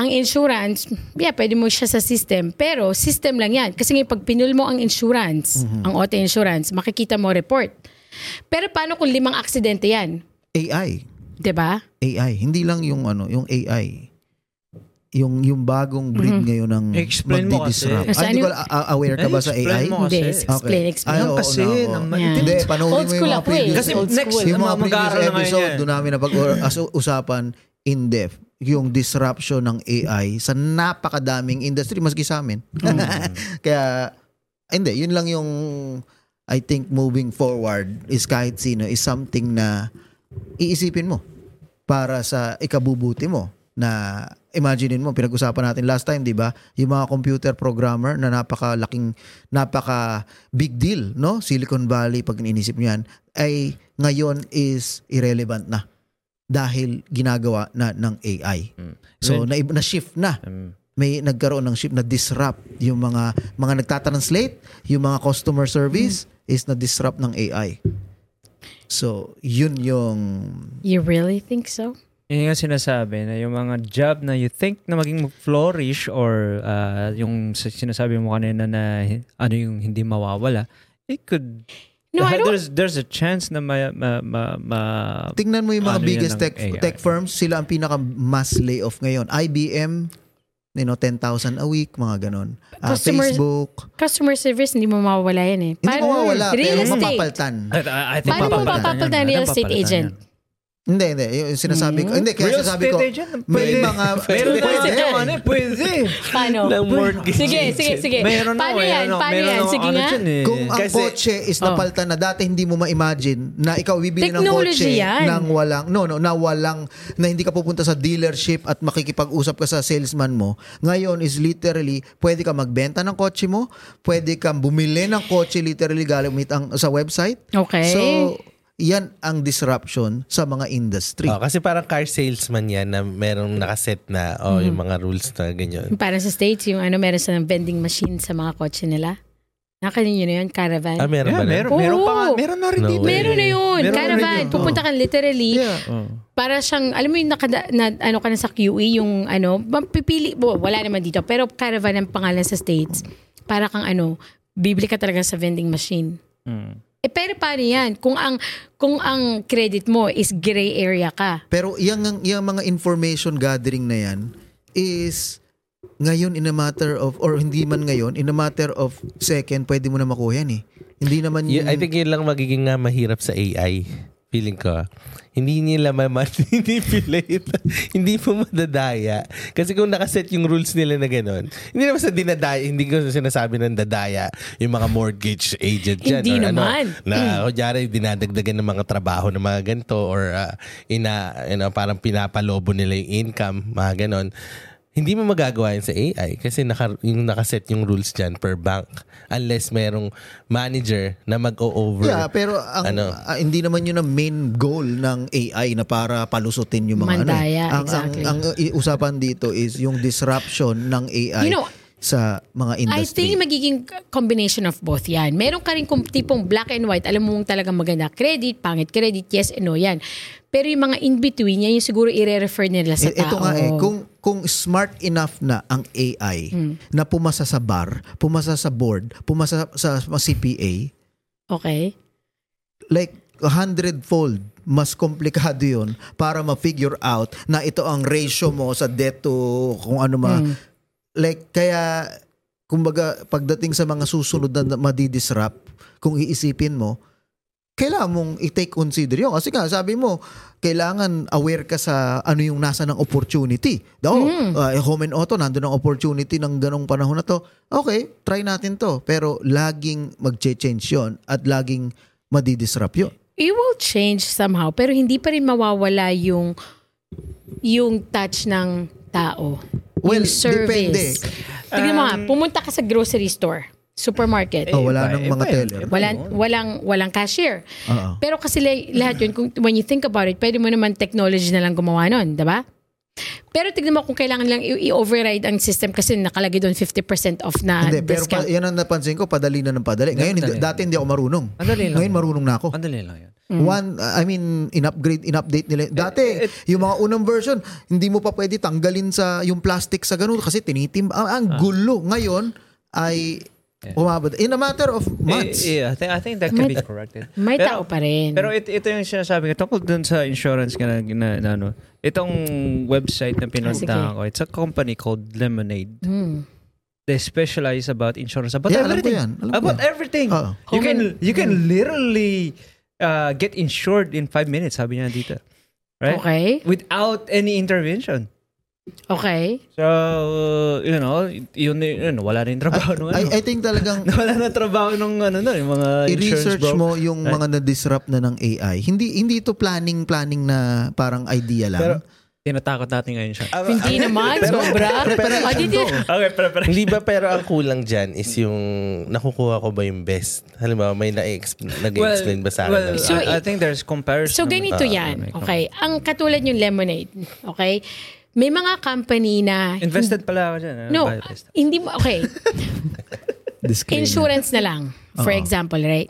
[SPEAKER 4] ang insurance, yeah, pwede mo siya sa system. Pero system lang yan. Kasi ngayon, pag pinul mo ang insurance,
[SPEAKER 3] Mhm.
[SPEAKER 4] ang auto insurance, makikita mo report. Pero paano kung limang aksidente yan? Diba?
[SPEAKER 2] AI.
[SPEAKER 4] 'Di ba?
[SPEAKER 2] AI, hindi lang yung ano, yung AI. Yung yung bagong breed ngayon ng
[SPEAKER 3] Explain mo
[SPEAKER 2] magdi-disrupt.
[SPEAKER 4] kasi.
[SPEAKER 2] Ah, hindi ko
[SPEAKER 4] Ano
[SPEAKER 2] a- a- aware ka
[SPEAKER 3] Eh,
[SPEAKER 2] ba sa
[SPEAKER 3] explain
[SPEAKER 2] AI?
[SPEAKER 3] mo
[SPEAKER 4] Hindi,
[SPEAKER 3] kasi.
[SPEAKER 2] Okay.
[SPEAKER 4] explain,
[SPEAKER 2] Ay,
[SPEAKER 4] explain.
[SPEAKER 2] oo,
[SPEAKER 3] Kasi,
[SPEAKER 2] na, oo.
[SPEAKER 3] nang-
[SPEAKER 4] Yeah.
[SPEAKER 2] Hindi, panoorin
[SPEAKER 4] Old
[SPEAKER 2] mo
[SPEAKER 4] school
[SPEAKER 2] yung mga
[SPEAKER 4] ako eh.
[SPEAKER 2] previous.
[SPEAKER 3] Kasi
[SPEAKER 4] Old
[SPEAKER 3] next,
[SPEAKER 4] school.
[SPEAKER 2] yung mga
[SPEAKER 3] mag-
[SPEAKER 2] previous
[SPEAKER 3] mag-aaral na ngayon
[SPEAKER 2] episode,
[SPEAKER 3] yan.
[SPEAKER 2] doon namin napag-usapan in depth yung disruption ng AI sa napakadaming industry, maski sa amin.
[SPEAKER 3] Mm.
[SPEAKER 2] *laughs* Kaya, hindi, yun lang yung I think moving forward is kahit sino is something na iisipin mo para sa ikabubuti mo na imaginein mo pinag-usapan natin last time 'di ba yung mga computer programmer na napakalaking napaka big deal no Silicon Valley pag iniisip niyo yan ay ngayon is irrelevant na dahil ginagawa na ng AI so na na shift na may nagkaroon ng shift na disrupt yung mga mga nagtatranslate yung mga customer service is na disrupt ng AI so yun yung
[SPEAKER 4] You really think so?
[SPEAKER 3] Yun yung sinasabi na yung mga job na you think na maging mag-flourish or ah, yung sa- sinasabi mo kanina na hi- ano yung hindi mawawala, it could
[SPEAKER 4] No, I don't.
[SPEAKER 3] there's there's a chance na ma, ma, ma, ma-
[SPEAKER 2] Tingnan mo yung mga
[SPEAKER 3] Ano yun
[SPEAKER 2] biggest
[SPEAKER 3] ng
[SPEAKER 2] tech
[SPEAKER 3] AI?
[SPEAKER 2] tech firms, sila ang pinaka mass layoff ngayon. IBM, you know, 10,000 a week, mga ganon. Ah,
[SPEAKER 4] Customer-
[SPEAKER 2] Facebook.
[SPEAKER 4] Customer service, hindi mo mawawala yan eh.
[SPEAKER 2] Hindi mo mawawala,
[SPEAKER 4] real
[SPEAKER 2] pero
[SPEAKER 4] estate.
[SPEAKER 2] mapapaltan.
[SPEAKER 3] I, I think
[SPEAKER 4] Paano mo
[SPEAKER 3] papalitan yun.
[SPEAKER 4] mapapalitan ang real
[SPEAKER 3] Ano
[SPEAKER 4] estate
[SPEAKER 3] papalitan
[SPEAKER 4] agent?
[SPEAKER 3] yun?
[SPEAKER 2] Hindi, hindi. Yung sinasabi ko. Hindi, kaya
[SPEAKER 3] Hmm. Real
[SPEAKER 2] sinasabi
[SPEAKER 3] estate
[SPEAKER 2] ko.
[SPEAKER 3] agent?
[SPEAKER 2] May
[SPEAKER 3] Pwede.
[SPEAKER 2] mga...
[SPEAKER 3] Meron na
[SPEAKER 2] Pwede.
[SPEAKER 3] kasi ano eh, pwede.
[SPEAKER 4] Paano?
[SPEAKER 1] Ng mortgage
[SPEAKER 4] *laughs* Sige, sige, sige.
[SPEAKER 3] Meron na,
[SPEAKER 4] Paano
[SPEAKER 3] meron
[SPEAKER 4] yan?
[SPEAKER 3] na,
[SPEAKER 4] Paano
[SPEAKER 3] meron
[SPEAKER 4] yan?
[SPEAKER 3] na
[SPEAKER 4] Sige
[SPEAKER 3] ano
[SPEAKER 4] nga.
[SPEAKER 3] dyan eh.
[SPEAKER 2] Kung ang
[SPEAKER 1] Kasi-
[SPEAKER 2] kotse is
[SPEAKER 4] Oh.
[SPEAKER 2] napaltan na dati hindi mo ma-imagine na ikaw bibili ng
[SPEAKER 4] Technology
[SPEAKER 2] kotse
[SPEAKER 4] yan.
[SPEAKER 2] nang walang no no na walang na hindi ka pupunta sa dealership at makikipag-usap ka sa salesman mo. Ngayon is literally pwede ka magbenta ng kotse mo, pwede kang bumili ng kotse literally gamit ang sa website.
[SPEAKER 4] Okay.
[SPEAKER 2] So yan ang disruption sa mga industry.
[SPEAKER 1] Oh, kasi parang car salesman yan na merong nakaset na
[SPEAKER 4] Mm-hmm.
[SPEAKER 1] oh, yung mga rules na ganyan.
[SPEAKER 4] Parang sa States, yung ano, meron silang vending machine sa mga kotse nila. Nakanin yun na yun, caravan.
[SPEAKER 1] Ah, meron
[SPEAKER 3] Yeah,
[SPEAKER 1] ba nun?
[SPEAKER 3] meron, meron pa nga.
[SPEAKER 4] Oo.
[SPEAKER 3] Meron na rin
[SPEAKER 1] No
[SPEAKER 3] dito. eh.
[SPEAKER 1] way.
[SPEAKER 4] Meron na yun.
[SPEAKER 3] Meron na
[SPEAKER 4] caravan.
[SPEAKER 2] yun, oh.
[SPEAKER 4] Pupunta ka literally.
[SPEAKER 2] Yeah.
[SPEAKER 3] Oh.
[SPEAKER 4] Para siyang, alam mo yung nakada, na, ano ka na sa QE, yung ano, mapipili, bo, wala naman dito. Pero caravan ang pangalan sa States. Para kang ano, bibili ka talaga sa vending machine.
[SPEAKER 3] Mm.
[SPEAKER 4] Eh, pero paano yan? Kung ang, kung ang credit mo is gray area ka.
[SPEAKER 2] Pero yung, yung mga information gathering na yan is ngayon in a matter of, or hindi man ngayon, in a matter of second, pwede mo na makuha yan eh. Hindi naman
[SPEAKER 1] Y-
[SPEAKER 2] yung...
[SPEAKER 1] I think yun lang magiging nga mahirap sa AI. Feeling ko. Hindi nila *laughs* ma-manipulate. hindi mo madadaya. Kasi kung nakaset yung rules nila na gano'n, hindi naman sa dinadaya, hindi ko sinasabi ng dadaya yung mga mortgage agent dyan.
[SPEAKER 4] Hindi
[SPEAKER 1] or
[SPEAKER 4] naman.
[SPEAKER 1] Ano, na kunyari, dinadagdagan ng mga trabaho ng mga ganito or ah, ina, you know, parang pinapalobo nila yung income, mga gano'n. Hindi mo magagawa yun sa AI kasi naka, yung nakaset yung rules dyan per bank unless merong manager na mag-o-over.
[SPEAKER 2] Yeah, pero ang,
[SPEAKER 1] Ano?
[SPEAKER 2] ah, hindi naman yun ang main goal ng AI na para palusutin yung mga ano. eh.
[SPEAKER 4] Mandaya,
[SPEAKER 2] ang,
[SPEAKER 4] exactly.
[SPEAKER 2] Ang, ang, i- usapan dito is yung disruption ng AI
[SPEAKER 4] You know,
[SPEAKER 2] sa mga
[SPEAKER 4] I
[SPEAKER 2] industry?
[SPEAKER 4] think magiging combination of both yan. Meron ka rin kung tipong black and white, alam mo mong talagang maganda credit, pangit credit, yes and no yan. Pero yung mga in-between, yan yung siguro i-refer nila sa
[SPEAKER 2] Eh, Ito
[SPEAKER 4] tao. Hmm.
[SPEAKER 2] nga eh, kung, kung smart enough na ang AI na pumasa sa bar, pumasa sa board, pumasa sa, sa CPA,
[SPEAKER 4] Okay.
[SPEAKER 2] like a hundredfold mas komplikado yun para ma-figure out na ito ang ratio mo sa debt to kung ano ma.
[SPEAKER 4] Hmm.
[SPEAKER 2] Like, kaya, kumbaga, pagdating sa mga susunod na madidisrupt, kung iisipin mo, kailangan mong i-take consider yun. Kasi nga, sabi mo, kailangan aware ka sa ano yung nasa ng opportunity. Daw,
[SPEAKER 3] Hmm.
[SPEAKER 2] uh, home and auto, nandun ang opportunity ng ganong panahon na to. Okay, try natin to. Pero laging mag-change yun at laging madidisrupt yun.
[SPEAKER 4] It will change somehow, pero hindi pa rin mawawala yung yung touch ng tao.
[SPEAKER 2] Well,
[SPEAKER 4] yung
[SPEAKER 2] depende.
[SPEAKER 4] service. Tignan mo nga,
[SPEAKER 3] Um,
[SPEAKER 4] pumunta ka sa grocery store, supermarket.
[SPEAKER 2] Oh, wala
[SPEAKER 3] Eh, Iba,
[SPEAKER 2] nang mga
[SPEAKER 3] iba,
[SPEAKER 2] teller.
[SPEAKER 3] iba.
[SPEAKER 4] Walang, walang, walang cashier.
[SPEAKER 2] Oo.
[SPEAKER 4] Pero kasi la- lahat yun, kung, when you think about it, pwede mo naman technology na lang gumawa nun, di ba? Pero tignan mo kung kailangan lang i- i-override ang system kasi nakalagay doon 50% off na
[SPEAKER 2] Hindi, pero pa,
[SPEAKER 4] discount.
[SPEAKER 2] yan ang napansin ko, padali na ng padali. Ngayon, hindi,
[SPEAKER 3] Madali.
[SPEAKER 2] dati hindi ako marunong.
[SPEAKER 3] Madali Ah, lang.
[SPEAKER 2] Ngayon, marunong na ako.
[SPEAKER 3] Ang dali lang yun.
[SPEAKER 2] One, uh, I mean, in-upgrade, in-update nila.
[SPEAKER 3] Eh,
[SPEAKER 2] Dati, yung mga unang version, hindi mo pa pwede tanggalin sa yung plastic sa ganun kasi tinitim. ah, ang gulo. Ngayon, ay umabot. In a matter of months.
[SPEAKER 3] Eh, yeah, I think, I think that can be corrected.
[SPEAKER 4] May
[SPEAKER 3] Pero-
[SPEAKER 4] tao pa rin.
[SPEAKER 3] Pero it, ito yung sinasabi ko, tungkol dun sa insurance ka na, na, na ano, itong website na pinunta
[SPEAKER 4] Ah, Sige.
[SPEAKER 3] ko, it's a company called Lemonade.
[SPEAKER 4] Hmm.
[SPEAKER 3] They specialize about insurance, about
[SPEAKER 2] Yeah, alam ko
[SPEAKER 3] everything.
[SPEAKER 2] yan, alam ko
[SPEAKER 3] about
[SPEAKER 2] yan.
[SPEAKER 3] everything.
[SPEAKER 2] Oo.
[SPEAKER 3] You
[SPEAKER 4] Home
[SPEAKER 3] can
[SPEAKER 4] and-
[SPEAKER 3] you can literally uh, get insured in five minutes, sabi niya dito. Right?
[SPEAKER 4] Okay.
[SPEAKER 3] Without any intervention.
[SPEAKER 4] Okay.
[SPEAKER 3] So, you know, yun, yun wala rin trabaho nung ano.
[SPEAKER 2] Ah, I, I think talagang
[SPEAKER 3] *laughs* wala na trabaho nung ano nun, yung mga insurance
[SPEAKER 2] i-research
[SPEAKER 3] bro.
[SPEAKER 2] mo yung
[SPEAKER 3] Right.
[SPEAKER 2] mga na-disrupt na ng AI. Hindi hindi ito planning-planning na parang idea lang.
[SPEAKER 3] Pero, tinatakot natin ngayon siya.
[SPEAKER 1] Ah,
[SPEAKER 4] *laughs* Hindi naman, sobra. Ah, di- di-
[SPEAKER 3] *laughs* Okay, pero, pero.
[SPEAKER 1] Hindi ba pero ang kulang dyan is yung nakukuha ko ba yung best? Halimbawa may na-explain, nag-explain ba sa akin? Ah,
[SPEAKER 3] well,
[SPEAKER 1] ng-
[SPEAKER 4] So,
[SPEAKER 3] I, I think there's comparison.
[SPEAKER 4] So ganito
[SPEAKER 3] Ah,
[SPEAKER 4] yan.
[SPEAKER 3] okay.
[SPEAKER 4] Okay. Ang katulad yung lemonade. Okay. May mga company na...
[SPEAKER 3] Invested pala ako dyan. ah,
[SPEAKER 4] No,
[SPEAKER 3] by this.
[SPEAKER 4] hindi mo... Okay. insurance na lang. For example, right?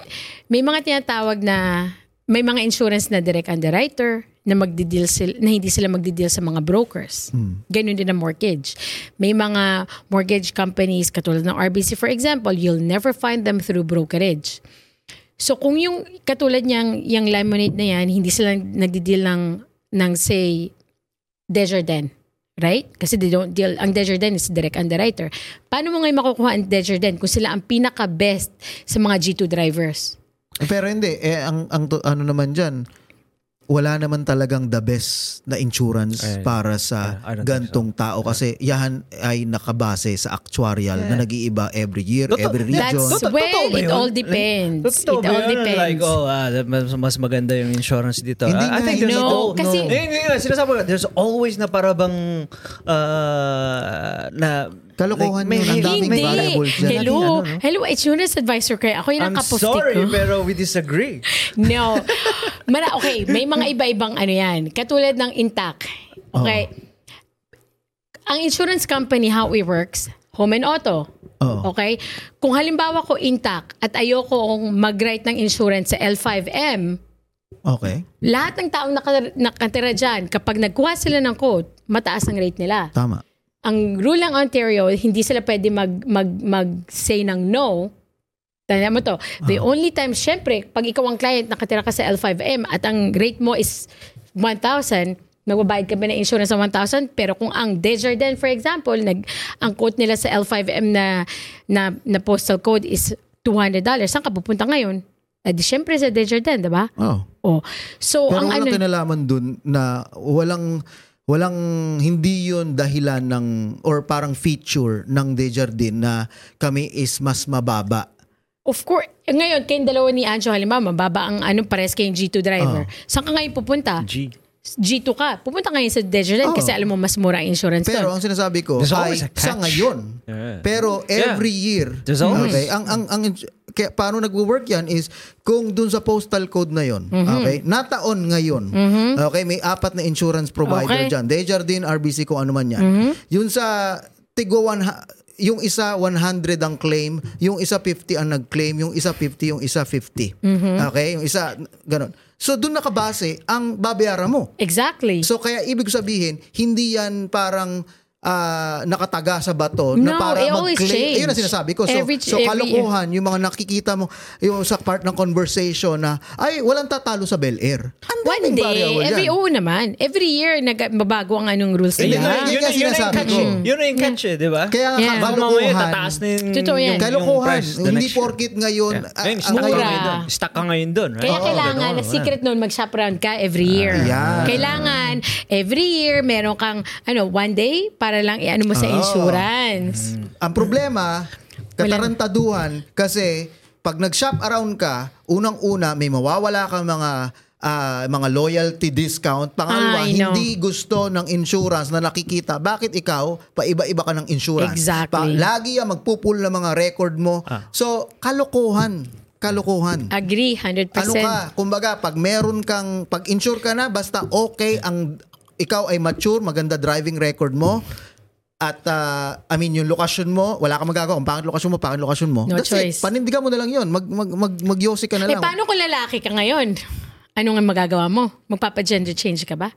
[SPEAKER 4] May mga tinatawag na... May mga insurance na direct underwriter na magdi-deal sil- na hindi sila magdi-deal sa mga brokers. Ganun din ang mortgage. May mga mortgage companies katulad ng RBC for example, you'll never find them through brokerage. So kung yung katulad niyang yung lemonade na yan, hindi sila nagdi-deal ng, ng say, Desjardins. Right? Kasi they don't deal, ang Desjardins is direct underwriter. Paano mo ngayon makukuha ang Desjardins kung sila ang pinaka-best sa mga G2 drivers?
[SPEAKER 2] Pero hindi eh ang ang to- ano naman diyan wala naman talagang the best na insurance
[SPEAKER 3] Ay,
[SPEAKER 2] para sa
[SPEAKER 3] yeah, I don't think
[SPEAKER 2] gantong tao kasi yahan ay nakabase sa actuarial na nag-iiba every year,
[SPEAKER 3] Totoo-
[SPEAKER 2] every
[SPEAKER 4] That's
[SPEAKER 2] region.
[SPEAKER 3] Totoo-
[SPEAKER 4] well,
[SPEAKER 3] totoo ba
[SPEAKER 4] it
[SPEAKER 3] yun?
[SPEAKER 4] all depends.
[SPEAKER 3] Like, totoo
[SPEAKER 4] It
[SPEAKER 3] ba
[SPEAKER 4] all
[SPEAKER 3] yun?
[SPEAKER 4] depends.
[SPEAKER 3] Like, oh, ah, that mas, mas maganda yung insurance dito.
[SPEAKER 2] Hindi
[SPEAKER 3] Ah, I
[SPEAKER 2] nga,
[SPEAKER 3] think there's
[SPEAKER 2] hindi
[SPEAKER 3] al-
[SPEAKER 4] No, kasi-
[SPEAKER 3] no. Hindi, hindi nga, sinasabi ko, there's always na parabang ah, na
[SPEAKER 2] Kalokohan yun,
[SPEAKER 3] may
[SPEAKER 2] ang
[SPEAKER 3] hiding-
[SPEAKER 2] daming
[SPEAKER 3] may
[SPEAKER 4] Hindi.
[SPEAKER 2] variables dyan.
[SPEAKER 4] Hello.
[SPEAKER 2] Ano, no?
[SPEAKER 4] Hello, insurance advisor kayo. Ako yun ang
[SPEAKER 3] I'm
[SPEAKER 4] kapustik
[SPEAKER 3] sorry,
[SPEAKER 4] ko.
[SPEAKER 3] pero we disagree.
[SPEAKER 4] No. Mara, okay, may mga iba-ibang ano yan. Katulad ng intact. Okay. Ang insurance company, how it works, home and auto.
[SPEAKER 2] Oo.
[SPEAKER 4] Okay? Kung halimbawa ko intact at ayoko kong mag-write ng insurance sa L5M,
[SPEAKER 2] Okay.
[SPEAKER 4] lahat ng taong naka- nakatira dyan, kapag nagkuha sila ng quote, mataas ang rate nila.
[SPEAKER 2] Tama.
[SPEAKER 4] Ang rule ng Ontario, hindi sila pwede mag, mag, mag-say ng no Tanda mo to. The only time, syempre, pag ikaw ang client, nakatira ka sa L5M at ang rate mo is 1,000, magbabayad ka ba ng insurance sa 1,000? Pero kung ang Desjardins, for example, nag, ang quote nila sa L5M na, na, na postal code is $200, saan ka pupunta ngayon? Eh, di syempre sa Desjardins, di ba?
[SPEAKER 2] Oh.
[SPEAKER 4] Oh. So,
[SPEAKER 2] Pero
[SPEAKER 4] ang
[SPEAKER 2] walang
[SPEAKER 4] ano,
[SPEAKER 2] kinalaman dun na walang walang hindi yun dahilan ng or parang feature ng Desjardins na kami is mas mababa.
[SPEAKER 4] of course, eh, ngayon, kayong dalawa ni Anjo, halimbawa, mababa ang ano, pares kayong G2
[SPEAKER 2] Ah.
[SPEAKER 4] driver. Saan ka ngayon pupunta?
[SPEAKER 3] G.
[SPEAKER 4] G2 ka. Pupunta ngayon sa
[SPEAKER 2] Oh.
[SPEAKER 4] Desjardins kasi alam mo, mas mura ang insurance doon.
[SPEAKER 2] Pero ang sinasabi ko
[SPEAKER 3] There's
[SPEAKER 2] ay
[SPEAKER 3] always a
[SPEAKER 2] sa
[SPEAKER 3] catch.
[SPEAKER 2] ngayon.
[SPEAKER 3] Yeah.
[SPEAKER 2] Pero every year,
[SPEAKER 3] There's always-
[SPEAKER 2] okay, ang ang ang kaya paano nagwo-work 'yan is kung dun sa postal code na 'yon, okay? Nataon ngayon. Okay, may apat na insurance provider
[SPEAKER 4] Okay.
[SPEAKER 2] diyan. Desjardins, RBC kung ano man 'yan. Yun sa tigwa one yung isa 100 ang claim, yung isa 50 ang nag-claim, yung isa 50, yung isa 50. Okay? Yung isa ganun. So doon nakabase ang babayaran mo.
[SPEAKER 4] Exactly.
[SPEAKER 2] So kaya ibig sabihin, hindi yan parang ah, nakataga sa bato na
[SPEAKER 4] No,
[SPEAKER 2] para
[SPEAKER 4] it always change.
[SPEAKER 2] Ayun ang sinasabi ko. So,
[SPEAKER 4] Every-
[SPEAKER 2] so
[SPEAKER 4] every-
[SPEAKER 2] kalokohan, yung mga nakikita mo yung sa part ng conversation na, ay, walang tatalo sa Bel Air. Ang
[SPEAKER 4] One
[SPEAKER 2] daming
[SPEAKER 4] day,
[SPEAKER 2] variable
[SPEAKER 4] every
[SPEAKER 2] yan.
[SPEAKER 4] oo naman. Every year, nag- mabago ang anong rules
[SPEAKER 2] Hindi, hindi, nga
[SPEAKER 3] Yun
[SPEAKER 4] nila.
[SPEAKER 3] ang yun ang
[SPEAKER 2] sinasabi
[SPEAKER 3] catch
[SPEAKER 2] ko.
[SPEAKER 3] eh. Yun ang catch eh, di ba?
[SPEAKER 2] Kaya nga,
[SPEAKER 4] Yeah.
[SPEAKER 3] Baka mamaya
[SPEAKER 2] kalokohan.
[SPEAKER 3] tataas na yung,
[SPEAKER 4] Totoo yan.
[SPEAKER 3] yung, yung
[SPEAKER 2] Kalokohan.
[SPEAKER 3] price the
[SPEAKER 2] Hindi
[SPEAKER 3] next year.
[SPEAKER 2] porkit ngayon.
[SPEAKER 3] Yeah.
[SPEAKER 2] ah,
[SPEAKER 3] Ngayon,
[SPEAKER 2] ah,
[SPEAKER 3] stuck ka
[SPEAKER 4] Mura.
[SPEAKER 3] ngayon dun. Stuck ka ngayon dun, right? Oh, diba?
[SPEAKER 4] Kaya
[SPEAKER 3] Oo,
[SPEAKER 4] kailangan,
[SPEAKER 3] ganun,
[SPEAKER 4] na secret noon, mag-shop round ka every year.
[SPEAKER 2] Ayan.
[SPEAKER 4] Kailangan, every year, meron kang, ano, one day, para lang i-ano mo sa
[SPEAKER 2] Oo.
[SPEAKER 4] insurance.
[SPEAKER 2] Mm. Ang
[SPEAKER 4] *clears throat*
[SPEAKER 2] problema, katarantaduhan kasi pag nag-shop around ka, unang-una may mawawala kang mga ah, mga loyalty discount. Pangalawa,
[SPEAKER 4] Ay, no.
[SPEAKER 2] hindi gusto ng insurance na nakikita. Bakit ikaw, paiba-iba ka ng insurance?
[SPEAKER 4] Exactly.
[SPEAKER 2] lagi yan, magpupul ng mga record mo. So, kalokohan. Kalokohan.
[SPEAKER 4] Agree, 100%.
[SPEAKER 2] ano ka, kumbaga, pag meron kang, pag insure ka na, basta okay ang, ikaw ay mature, maganda driving record mo, at ah, I mean yung lokasyon mo, wala kang magagawa. Kung pangit lokasyon mo, pangit lokasyon mo.
[SPEAKER 4] No
[SPEAKER 2] That's
[SPEAKER 4] choice.
[SPEAKER 2] it. Panindigan mo na lang yun. Mag, mag, mag, magyosi ka na
[SPEAKER 4] Eh,
[SPEAKER 2] lang.
[SPEAKER 4] paano kung lalaki ka ngayon? Ano nga magagawa mo? Magpapa-gender change ka ba?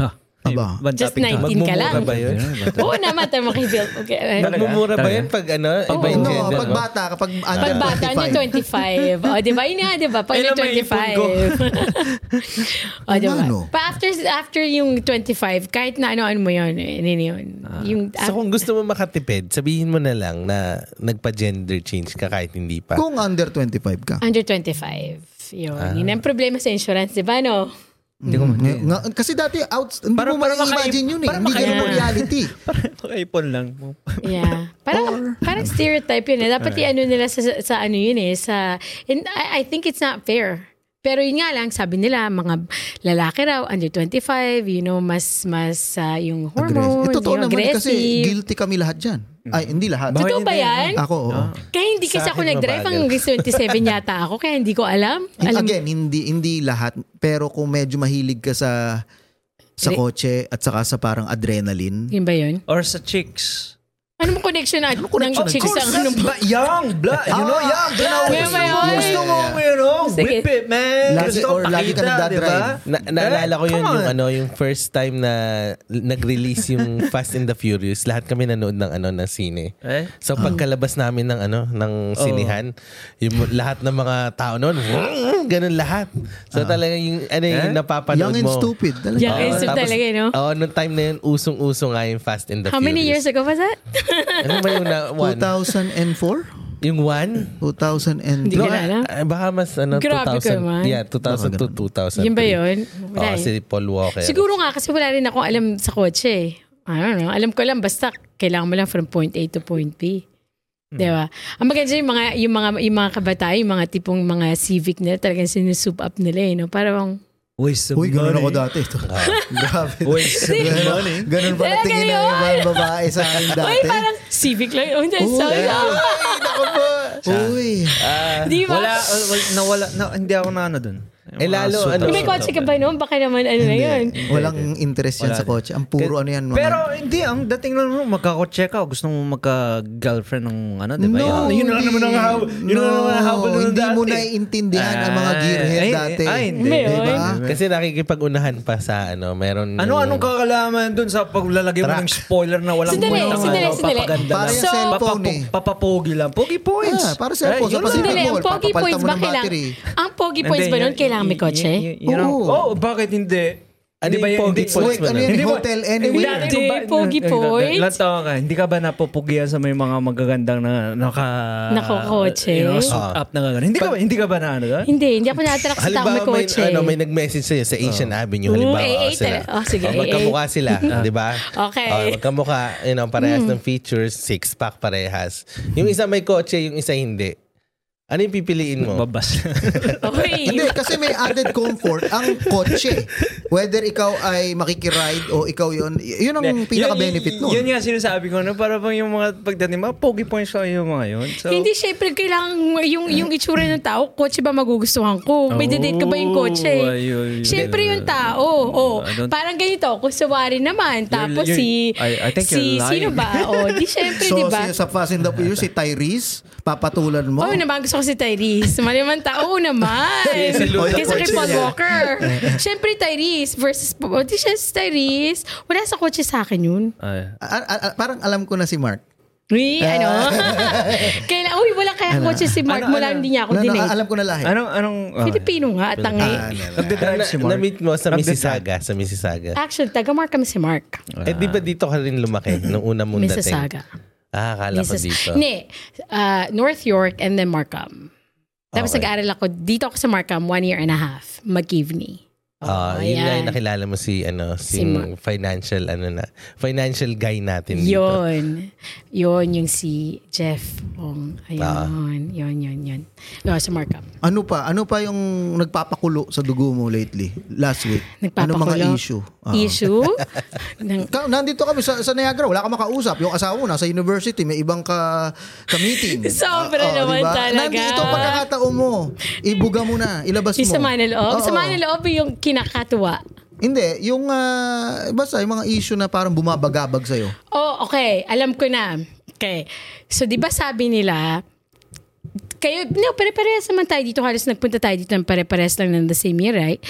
[SPEAKER 3] Ha.
[SPEAKER 2] Aba.
[SPEAKER 3] Ibang
[SPEAKER 4] Just
[SPEAKER 3] topic to. *laughs*
[SPEAKER 4] 19 ka lang.
[SPEAKER 1] Magmumura ba yun?
[SPEAKER 4] Oo naman, tayo makibuild. Okay. eh,
[SPEAKER 3] Talaga?
[SPEAKER 1] Magmumura ba
[SPEAKER 3] Talaga?
[SPEAKER 1] yan pag ano?
[SPEAKER 2] Oh,
[SPEAKER 1] iba yung
[SPEAKER 2] no,
[SPEAKER 1] gender,
[SPEAKER 2] pag
[SPEAKER 1] no?
[SPEAKER 2] bata, kapag under
[SPEAKER 4] Pag bata, ano 25? O, di ba? Yun nga, di ba? Pag
[SPEAKER 3] Ayun ang may ipon
[SPEAKER 4] 25.
[SPEAKER 3] ko.
[SPEAKER 4] *laughs* o, di ba?
[SPEAKER 2] Ano?
[SPEAKER 4] Pa after, after yung 25, kahit na ano-ano mo yun, eh, yun, yun. Yung,
[SPEAKER 1] So kung gusto mo makatipid, sabihin mo na lang na nagpa-gender change ka kahit hindi pa.
[SPEAKER 2] Kung under 25 ka.
[SPEAKER 4] under 25. Yun. Yun ang problema sa insurance, di ba, no?
[SPEAKER 3] Hindi ko
[SPEAKER 2] Nga- Mm. nga- kasi dati, out, hindi
[SPEAKER 3] Parang-
[SPEAKER 2] mo
[SPEAKER 3] parang
[SPEAKER 2] ma-imagine
[SPEAKER 3] makaib-
[SPEAKER 2] yun eh.
[SPEAKER 3] parang
[SPEAKER 2] Hindi ganun
[SPEAKER 4] makaib-
[SPEAKER 2] ang reality.
[SPEAKER 3] Parang makaipon lang.
[SPEAKER 4] Yeah. Parang, parang stereotype yun. Eh. Dapat i-ano nila sa, sa- sa ano yun eh. Sa, and I, I think it's not fair. Pero yun nga lang, sabi nila, mga lalaki raw, under 25, you know, mas, mas ah, yung hormones,
[SPEAKER 2] Aggressive. Eh, totoo
[SPEAKER 4] yung
[SPEAKER 2] naman kasi
[SPEAKER 4] aggressive.
[SPEAKER 2] guilty kami lahat dyan. Ay, hindi lahat.
[SPEAKER 3] Bakit? Ah.
[SPEAKER 4] Totoo ba yan?
[SPEAKER 2] Ako, oo.
[SPEAKER 4] Kaya hindi kasi
[SPEAKER 1] Sa
[SPEAKER 4] ako
[SPEAKER 1] akin,
[SPEAKER 4] nag-drive.
[SPEAKER 1] mabagal.
[SPEAKER 4] Ang 27 yata ako. Kaya hindi ko alam. alam
[SPEAKER 2] Again, hindi hindi lahat pero kung medyo mahilig ka sa sa
[SPEAKER 4] Re-
[SPEAKER 2] kotse at saka sa parang adrenaline.
[SPEAKER 4] Yun ba yun?
[SPEAKER 3] Or sa chicks.
[SPEAKER 4] Ano mo connection na ng
[SPEAKER 2] connection?
[SPEAKER 4] chicks sa ano ba?
[SPEAKER 3] but young, bla, you know, young, bla.
[SPEAKER 4] Kaya ba yun?
[SPEAKER 3] Gusto mo, you know,
[SPEAKER 4] Sige.
[SPEAKER 3] whip it, man.
[SPEAKER 2] Lagi-
[SPEAKER 3] Gusto
[SPEAKER 2] or lagi ka
[SPEAKER 3] pakita,
[SPEAKER 2] nagdadrive.
[SPEAKER 3] diba?
[SPEAKER 1] Na, naalala
[SPEAKER 2] Eh,
[SPEAKER 1] ko yun
[SPEAKER 3] Come on.
[SPEAKER 1] yung ano yung first time na l- nag-release
[SPEAKER 2] *laughs*
[SPEAKER 1] yung Fast and the Furious. Lahat kami nanood ng ano ng sine.
[SPEAKER 3] Eh?
[SPEAKER 1] So pagkalabas namin ng ano
[SPEAKER 2] Oh.
[SPEAKER 1] ng sinihan, yung lahat ng mga tao noon, *laughs* ganun lahat. So talaga yung ano yung
[SPEAKER 3] Eh?
[SPEAKER 1] napapanood
[SPEAKER 2] Ah. Young
[SPEAKER 1] mo.
[SPEAKER 2] and stupid. Talaga.
[SPEAKER 4] Young and
[SPEAKER 1] Oo,
[SPEAKER 4] stupid
[SPEAKER 1] tapos-
[SPEAKER 4] talaga, eh, no?
[SPEAKER 1] Oo, nung time na yun, usong-uso nga yung Fast and the Furious.
[SPEAKER 4] How many years ago was that?
[SPEAKER 1] Ano ba
[SPEAKER 2] *laughs*
[SPEAKER 1] yung na, one?
[SPEAKER 2] 2004?
[SPEAKER 1] Yung one?
[SPEAKER 2] 2000
[SPEAKER 4] Hindi ko na alam.
[SPEAKER 1] ah, baka mas ano, 2000.
[SPEAKER 4] Grabe ka naman.
[SPEAKER 1] Yeah, 2000 to 2003.
[SPEAKER 4] Yun ba yun?
[SPEAKER 2] Oh,
[SPEAKER 1] Oo,
[SPEAKER 4] Wala eh.
[SPEAKER 1] Oh, si Paul Walker.
[SPEAKER 4] Siguro nga kasi wala rin akong alam sa kotse. eh. I don't know. Alam ko lang basta kailangan mo lang from point A to point B. Di ba? Ang maganda yung mga, yung mga, yung mga kabataan, yung mga tipong mga civic nila, talagang sinusoup up nila eh. No? Parang,
[SPEAKER 3] Waste of
[SPEAKER 2] Uy, ganun
[SPEAKER 3] money.
[SPEAKER 2] ako dati. Ito. *laughs* Grabe.
[SPEAKER 3] Waste of money.
[SPEAKER 2] Ganun- Ganun pala
[SPEAKER 4] Talaga
[SPEAKER 2] tingin ng
[SPEAKER 4] yun?
[SPEAKER 2] ibang babae sa akin
[SPEAKER 4] Uy,
[SPEAKER 2] dati.
[SPEAKER 4] parang civic lang. Oh, that's
[SPEAKER 2] Uy,
[SPEAKER 4] so
[SPEAKER 2] ay, naku po. Uy.
[SPEAKER 3] Ah,
[SPEAKER 4] Di ba?
[SPEAKER 3] Wala, uh, wal- nawala, na, hindi ako na ano dun.
[SPEAKER 1] Eh, lalo, ano,
[SPEAKER 4] May kotse ka ba noon? Baka naman ano na yun.
[SPEAKER 2] Hindi. Walang interest yan
[SPEAKER 3] Wala
[SPEAKER 2] sa kotse. Ang puro ano yan. Mga,
[SPEAKER 3] Pero hindi, ang dating lang mo, magkakotse ka, gusto mo magka-girlfriend ng ano, di ba?
[SPEAKER 2] No,
[SPEAKER 3] yun, yun lang naman ang habol. Yun lang naman ang habol nun
[SPEAKER 2] Hindi
[SPEAKER 3] dati.
[SPEAKER 2] mo naiintindihan ang mga
[SPEAKER 3] Ay,
[SPEAKER 2] gearhead
[SPEAKER 3] ay,
[SPEAKER 2] dati.
[SPEAKER 3] ay, hindi.
[SPEAKER 4] Meron.
[SPEAKER 2] Diba?
[SPEAKER 1] Kasi nakikipag-unahan pa sa ano, meron...
[SPEAKER 3] Ah. Ano, anong kakalaman dun sa paglalagay mo
[SPEAKER 1] Truck.
[SPEAKER 3] ng spoiler na walang
[SPEAKER 4] Sandali,
[SPEAKER 3] kwentang
[SPEAKER 4] sandali,
[SPEAKER 3] ano,
[SPEAKER 4] sandali.
[SPEAKER 3] papaganda
[SPEAKER 2] Para
[SPEAKER 3] lang.
[SPEAKER 2] yung cellphone
[SPEAKER 3] Papapo-
[SPEAKER 2] eh.
[SPEAKER 3] Papapogi lang. Pogi points.
[SPEAKER 2] Ah, para sa cellphone.
[SPEAKER 3] Eh, yun
[SPEAKER 2] Sa
[SPEAKER 3] lang.
[SPEAKER 2] Pacific
[SPEAKER 4] Sandali, ang
[SPEAKER 2] Mall,
[SPEAKER 4] pogi
[SPEAKER 2] papalitan mo
[SPEAKER 4] points ba
[SPEAKER 2] ng
[SPEAKER 4] kailangan?
[SPEAKER 2] battery.
[SPEAKER 4] Ang pogi points
[SPEAKER 3] Hindi,
[SPEAKER 4] ba noon
[SPEAKER 3] yun-
[SPEAKER 4] kailangan may
[SPEAKER 3] yun-
[SPEAKER 4] kotse?
[SPEAKER 3] yun- yun ang-
[SPEAKER 2] Oo.
[SPEAKER 3] Oo, bakit hindi?
[SPEAKER 1] Ano
[SPEAKER 3] Hindi
[SPEAKER 1] yung pogi
[SPEAKER 3] hindi-
[SPEAKER 1] points
[SPEAKER 2] Wait,
[SPEAKER 1] mo
[SPEAKER 2] ano
[SPEAKER 1] na?
[SPEAKER 2] yan?
[SPEAKER 3] Hindi ba-
[SPEAKER 2] Hotel anywhere.
[SPEAKER 4] Hindi. pogi points?
[SPEAKER 3] Ilang taon ka, hindi ka ba napupugian sa may mga magagandang na naka...
[SPEAKER 4] Nakokotse?
[SPEAKER 3] You know, suit
[SPEAKER 1] Ah.
[SPEAKER 3] up na gano'n. Hindi ka ba, hindi ka ba na ano doon?
[SPEAKER 4] Hindi, hindi ako na-attract sa taong may
[SPEAKER 1] Halimbawa, may,
[SPEAKER 4] kotse.
[SPEAKER 1] ano, may nag-message sa'yo sa Asian
[SPEAKER 3] Oh.
[SPEAKER 1] Avenue. Halimbawa,
[SPEAKER 4] Mm,
[SPEAKER 1] oo,
[SPEAKER 4] AA
[SPEAKER 1] sila.
[SPEAKER 4] talaga. Oh, sige,
[SPEAKER 1] Oo,
[SPEAKER 4] AA.
[SPEAKER 1] magkamukha
[SPEAKER 4] *laughs*
[SPEAKER 1] sila, di ba?
[SPEAKER 4] Okay. Hmm.
[SPEAKER 1] Oo, magkamukha, you know, parehas ng features, six-pack parehas. Yung isa may kotse, yung isa hindi. Ano yung pipiliin mo?
[SPEAKER 3] Babas.
[SPEAKER 4] Okay.
[SPEAKER 2] Hindi, kasi may added comfort ang kotse. Whether ikaw ay makikiride o ikaw yun, y- yun
[SPEAKER 3] *laughs*
[SPEAKER 2] ang pinaka-benefit nun.
[SPEAKER 3] Yun nga sinasabi ko, no? para bang yung mga pagdating, mga pogi points lang yung mga yun. So,
[SPEAKER 4] Hindi, syempre, kailangan yung, yung itsura ng tao, kotse ba magugustuhan ko? May date ka ba yung kotse?
[SPEAKER 3] Oh, ayun, yun.
[SPEAKER 4] Syempre yung tao. Oh,
[SPEAKER 3] I don't-
[SPEAKER 4] parang ganito, kusuwari naman. Tapos
[SPEAKER 3] you're-
[SPEAKER 4] si,
[SPEAKER 3] I- I think
[SPEAKER 4] si
[SPEAKER 3] you're lying.
[SPEAKER 4] sino ba? Oh, di syempre,
[SPEAKER 2] So,
[SPEAKER 4] di ba?
[SPEAKER 2] si, sa Fast and the Furious, si Tyrese, papatulan mo.
[SPEAKER 4] Oo naman, gusto ko si Tyrese. Malimang tao naman.
[SPEAKER 2] Si Luna
[SPEAKER 4] Kaysa kay
[SPEAKER 2] Corchia.
[SPEAKER 4] Paul
[SPEAKER 3] *laughs*
[SPEAKER 4] Walker. Siyempre Tyrese versus Paul. oh, Di siya si Tyrese. Wala sa kotse sa akin yun.
[SPEAKER 3] Ay.
[SPEAKER 2] A- a- a- parang alam ko na si Mark.
[SPEAKER 3] *laughs*
[SPEAKER 4] Uy, ano? Kailan, uy, wala kaya kotse si Mark.
[SPEAKER 3] Ano,
[SPEAKER 4] Mula
[SPEAKER 3] ano?
[SPEAKER 4] hindi niya ako eh. Ano?
[SPEAKER 2] No, no,
[SPEAKER 4] dinate.
[SPEAKER 2] alam ko na lahat.
[SPEAKER 3] Anong, anong, ah,
[SPEAKER 4] Filipino nga, at tangi.
[SPEAKER 2] Ah, no, no.
[SPEAKER 3] nagdadrive
[SPEAKER 1] Na,
[SPEAKER 3] si Mark.
[SPEAKER 1] na-meet mo sa
[SPEAKER 3] Nagdadrive.
[SPEAKER 1] Mississauga. Sa Mississauga.
[SPEAKER 4] Actually, taga Mark kami si Mark.
[SPEAKER 1] Eh, di ba dito ka rin lumaki nung una mong dating?
[SPEAKER 4] Ah. Mississauga.
[SPEAKER 1] Ah, akala ko dito.
[SPEAKER 4] Hindi. Uh, North York and then Markham. Tapos
[SPEAKER 1] Okay.
[SPEAKER 4] nag-aaral ako, dito ako sa Markham, one year and a half. McGivney.
[SPEAKER 1] Ah,
[SPEAKER 4] Oh,
[SPEAKER 1] yun nga
[SPEAKER 4] ayan.
[SPEAKER 1] yung nakilala mo si ano, si
[SPEAKER 4] Si Ma-
[SPEAKER 1] financial ano na, financial guy natin dito.
[SPEAKER 4] Yun. Yun yung si Jeff Ong. Ayun.
[SPEAKER 1] Ah.
[SPEAKER 4] Yun, yun, yun. No, sa Markham.
[SPEAKER 2] Ano pa? Ano pa yung nagpapakulo sa dugo mo lately? Last week? Ano
[SPEAKER 4] Nagpapakulo.
[SPEAKER 2] mga issue? Ah. *laughs*
[SPEAKER 4] Issue? ng,
[SPEAKER 2] Ka- Nandito kami sa, sa Niagara, wala ka makausap. Yung asawa mo nasa university, may ibang ka, ka-meeting.
[SPEAKER 4] *laughs* Sobra
[SPEAKER 2] Ah, oh,
[SPEAKER 4] naman talaga.
[SPEAKER 2] Nandito pagkakataon mo. Ibuga mo na, ilabas
[SPEAKER 4] yung
[SPEAKER 2] mo.
[SPEAKER 4] sama na loob?
[SPEAKER 2] Oo.
[SPEAKER 4] Sama na loob yung kinakatuwa.
[SPEAKER 2] Hindi, yung ah, basta yung mga issue na parang bumabagabag sa'yo.
[SPEAKER 4] Oh, okay. Alam ko na. Okay. So, di ba sabi nila, kayo, no, pare-parehas naman tayo dito. Halos nagpunta tayo dito ng pare-parehas lang ng the same year, right?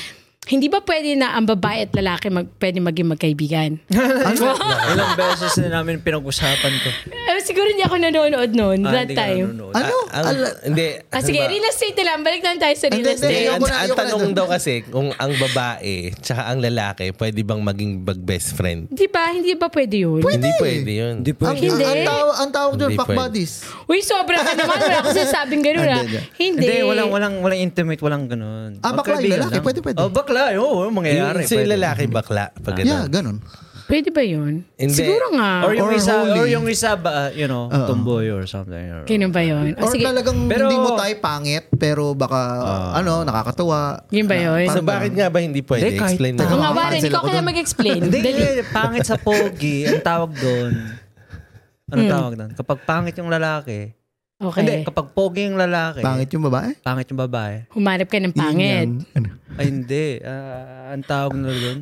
[SPEAKER 4] Hindi ba pwede na ang babae at lalaki mag, pwede maging magkaibigan?
[SPEAKER 3] *laughs*
[SPEAKER 2] Ano?
[SPEAKER 3] Ilang beses na namin pinag-usapan to.
[SPEAKER 4] Eh, siguro hindi ako nanonood noon
[SPEAKER 3] Ah,
[SPEAKER 4] that
[SPEAKER 3] hindi ka
[SPEAKER 4] time.
[SPEAKER 3] nanonood.
[SPEAKER 2] Ano?
[SPEAKER 1] Ah, ang-
[SPEAKER 2] Ala-
[SPEAKER 1] hindi.
[SPEAKER 4] Ah,
[SPEAKER 1] ano
[SPEAKER 4] sige,
[SPEAKER 1] ba?
[SPEAKER 4] real estate na lang. Balik na lang tayo sa real
[SPEAKER 2] Hindi, hindi,
[SPEAKER 1] Hindi,
[SPEAKER 4] estate.
[SPEAKER 1] ang,
[SPEAKER 2] Ayoko na,
[SPEAKER 1] ang
[SPEAKER 2] ayoko na
[SPEAKER 1] tanong
[SPEAKER 2] dun.
[SPEAKER 1] daw kasi kung ang babae tsaka ang lalaki pwede bang maging bag best friend?
[SPEAKER 4] Di ba? Hindi ba pwede yun?
[SPEAKER 1] Hindi pwede yun.
[SPEAKER 3] Hindi po.
[SPEAKER 2] ang,
[SPEAKER 4] Ah, Hindi.
[SPEAKER 2] Ang, ang, tawag, ang tawag doon,
[SPEAKER 1] Hindi
[SPEAKER 2] fuck
[SPEAKER 1] pwede.
[SPEAKER 2] buddies.
[SPEAKER 4] Uy, sobra ka naman. Wala ko sinasabing ganun ah.
[SPEAKER 2] Hindi,
[SPEAKER 4] Hindi.
[SPEAKER 3] Hindi, walang, walang, walang intimate, walang ganun.
[SPEAKER 2] Ah, bakla yung
[SPEAKER 3] Magkaibigan
[SPEAKER 2] lalaki,
[SPEAKER 3] lang.
[SPEAKER 2] pwede, pwede.
[SPEAKER 3] Oh, bakla, oo, oh, mangyayari.
[SPEAKER 1] Yung, so yung
[SPEAKER 3] pwede.
[SPEAKER 1] lalaki bakla pag
[SPEAKER 2] Yeah,
[SPEAKER 1] ganun.
[SPEAKER 2] ganun.
[SPEAKER 4] Pwede ba yun?
[SPEAKER 1] Hindi.
[SPEAKER 4] Siguro nga.
[SPEAKER 3] Or Uh-uh. yung
[SPEAKER 2] Or
[SPEAKER 3] isa,
[SPEAKER 2] holy.
[SPEAKER 3] or yung isa ba, uh, you know,
[SPEAKER 2] Oo.
[SPEAKER 3] tomboy or something. Or,
[SPEAKER 4] Ganun ba yun? O,
[SPEAKER 2] Or
[SPEAKER 4] Ah, sige.
[SPEAKER 2] talagang
[SPEAKER 3] Pero-
[SPEAKER 2] hindi mo tayo pangit, pero baka,
[SPEAKER 1] Ah.
[SPEAKER 2] ano, nakakatawa. Ah,
[SPEAKER 4] Yun ba yun?
[SPEAKER 1] So bakit nga ba hindi pwede?
[SPEAKER 3] Hindi, kahit
[SPEAKER 1] Explain
[SPEAKER 2] tao.
[SPEAKER 1] mo.
[SPEAKER 4] Mga Warren,
[SPEAKER 2] Cancel
[SPEAKER 4] ikaw
[SPEAKER 2] ako
[SPEAKER 4] kaya
[SPEAKER 2] dun.
[SPEAKER 4] mag-explain.
[SPEAKER 3] Hindi,
[SPEAKER 4] Dali.
[SPEAKER 3] hindi, pangit sa pogi, ang tawag doon. Anong tawag doon? Kapag pangit yung lalaki,
[SPEAKER 4] Hmm. Okay.
[SPEAKER 3] hindi, kapag pogi yung lalaki, pangit,
[SPEAKER 2] Pangit yung babae?
[SPEAKER 3] yung babae.
[SPEAKER 4] Humanap ka ng pangit.
[SPEAKER 2] Yun yan. Ano?
[SPEAKER 3] Ay, hindi. Ah, ang tawag na doon.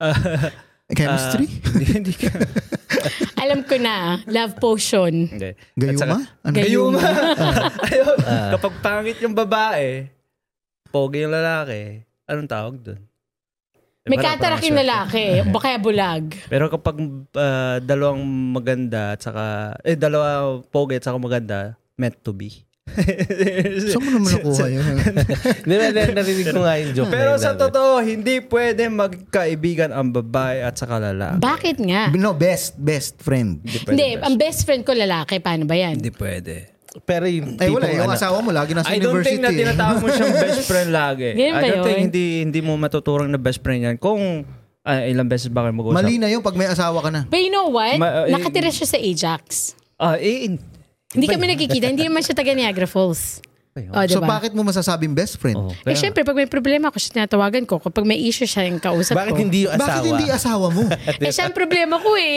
[SPEAKER 3] ah,
[SPEAKER 2] Chemistry?
[SPEAKER 3] Hindi, hindi ka.
[SPEAKER 4] *laughs* *laughs* Alam ko na, love potion.
[SPEAKER 3] Hindi. Ah, At
[SPEAKER 2] Gayuma?
[SPEAKER 3] saka-
[SPEAKER 2] Ano?
[SPEAKER 3] Gayuma. *laughs* Ayun. Kapag pangit yung babae, pogi yung lalaki, anong tawag doon? Diba
[SPEAKER 4] May katarak yung lalaki, o kaya bulag.
[SPEAKER 3] Pero kapag ah, dalawang maganda at saka, eh, dalawa pogi at saka maganda, meant to be.
[SPEAKER 2] Saan mo
[SPEAKER 4] *laughs*
[SPEAKER 2] naman nakuha yun?
[SPEAKER 1] Hindi, na- narinig ko nga yung joke.
[SPEAKER 3] Pero
[SPEAKER 1] na yun,
[SPEAKER 3] sa
[SPEAKER 1] ano.
[SPEAKER 3] totoo, hindi pwede magkaibigan ang babae at saka lalaki.
[SPEAKER 4] Bakit nga?
[SPEAKER 2] no, best, best friend.
[SPEAKER 3] pwede.
[SPEAKER 4] Hindi, ang best friend ko lalaki, paano ba yan?
[SPEAKER 3] Hindi pwede.
[SPEAKER 1] Pero yung
[SPEAKER 2] Eh wala,
[SPEAKER 1] tipong
[SPEAKER 2] yung
[SPEAKER 1] ano-
[SPEAKER 2] asawa mo lagi nasa
[SPEAKER 3] I don't
[SPEAKER 2] university. eh.
[SPEAKER 3] think na tinatawag mo siyang best friend lagi.
[SPEAKER 4] *laughs* Ganun ba
[SPEAKER 3] I don't think
[SPEAKER 4] yun?
[SPEAKER 3] hindi, hindi mo matuturang na best friend yan kung ah, ilang beses ba kayo mag-usap.
[SPEAKER 2] Mali na yun pag may asawa ka na.
[SPEAKER 4] But you know what?
[SPEAKER 3] Ma- uh,
[SPEAKER 4] Nakatira siya sa Ajax.
[SPEAKER 3] Ah, eh, in-
[SPEAKER 4] Hindi kami nagkikita, hindi naman siya taga Niagara Falls.
[SPEAKER 3] Ayun.
[SPEAKER 4] O,
[SPEAKER 2] So
[SPEAKER 4] diba?
[SPEAKER 2] bakit mo masasabing best friend?
[SPEAKER 3] Oh,
[SPEAKER 4] eh, syempre, pag may problema ako, siya tinatawagan ko. Kapag may issue siya, yung kausap
[SPEAKER 1] Bakit
[SPEAKER 4] ko.
[SPEAKER 1] hindi yung asawa?
[SPEAKER 2] Bakit hindi asawa
[SPEAKER 3] *laughs*
[SPEAKER 2] mo?
[SPEAKER 4] Eh, siya ang problema ko eh.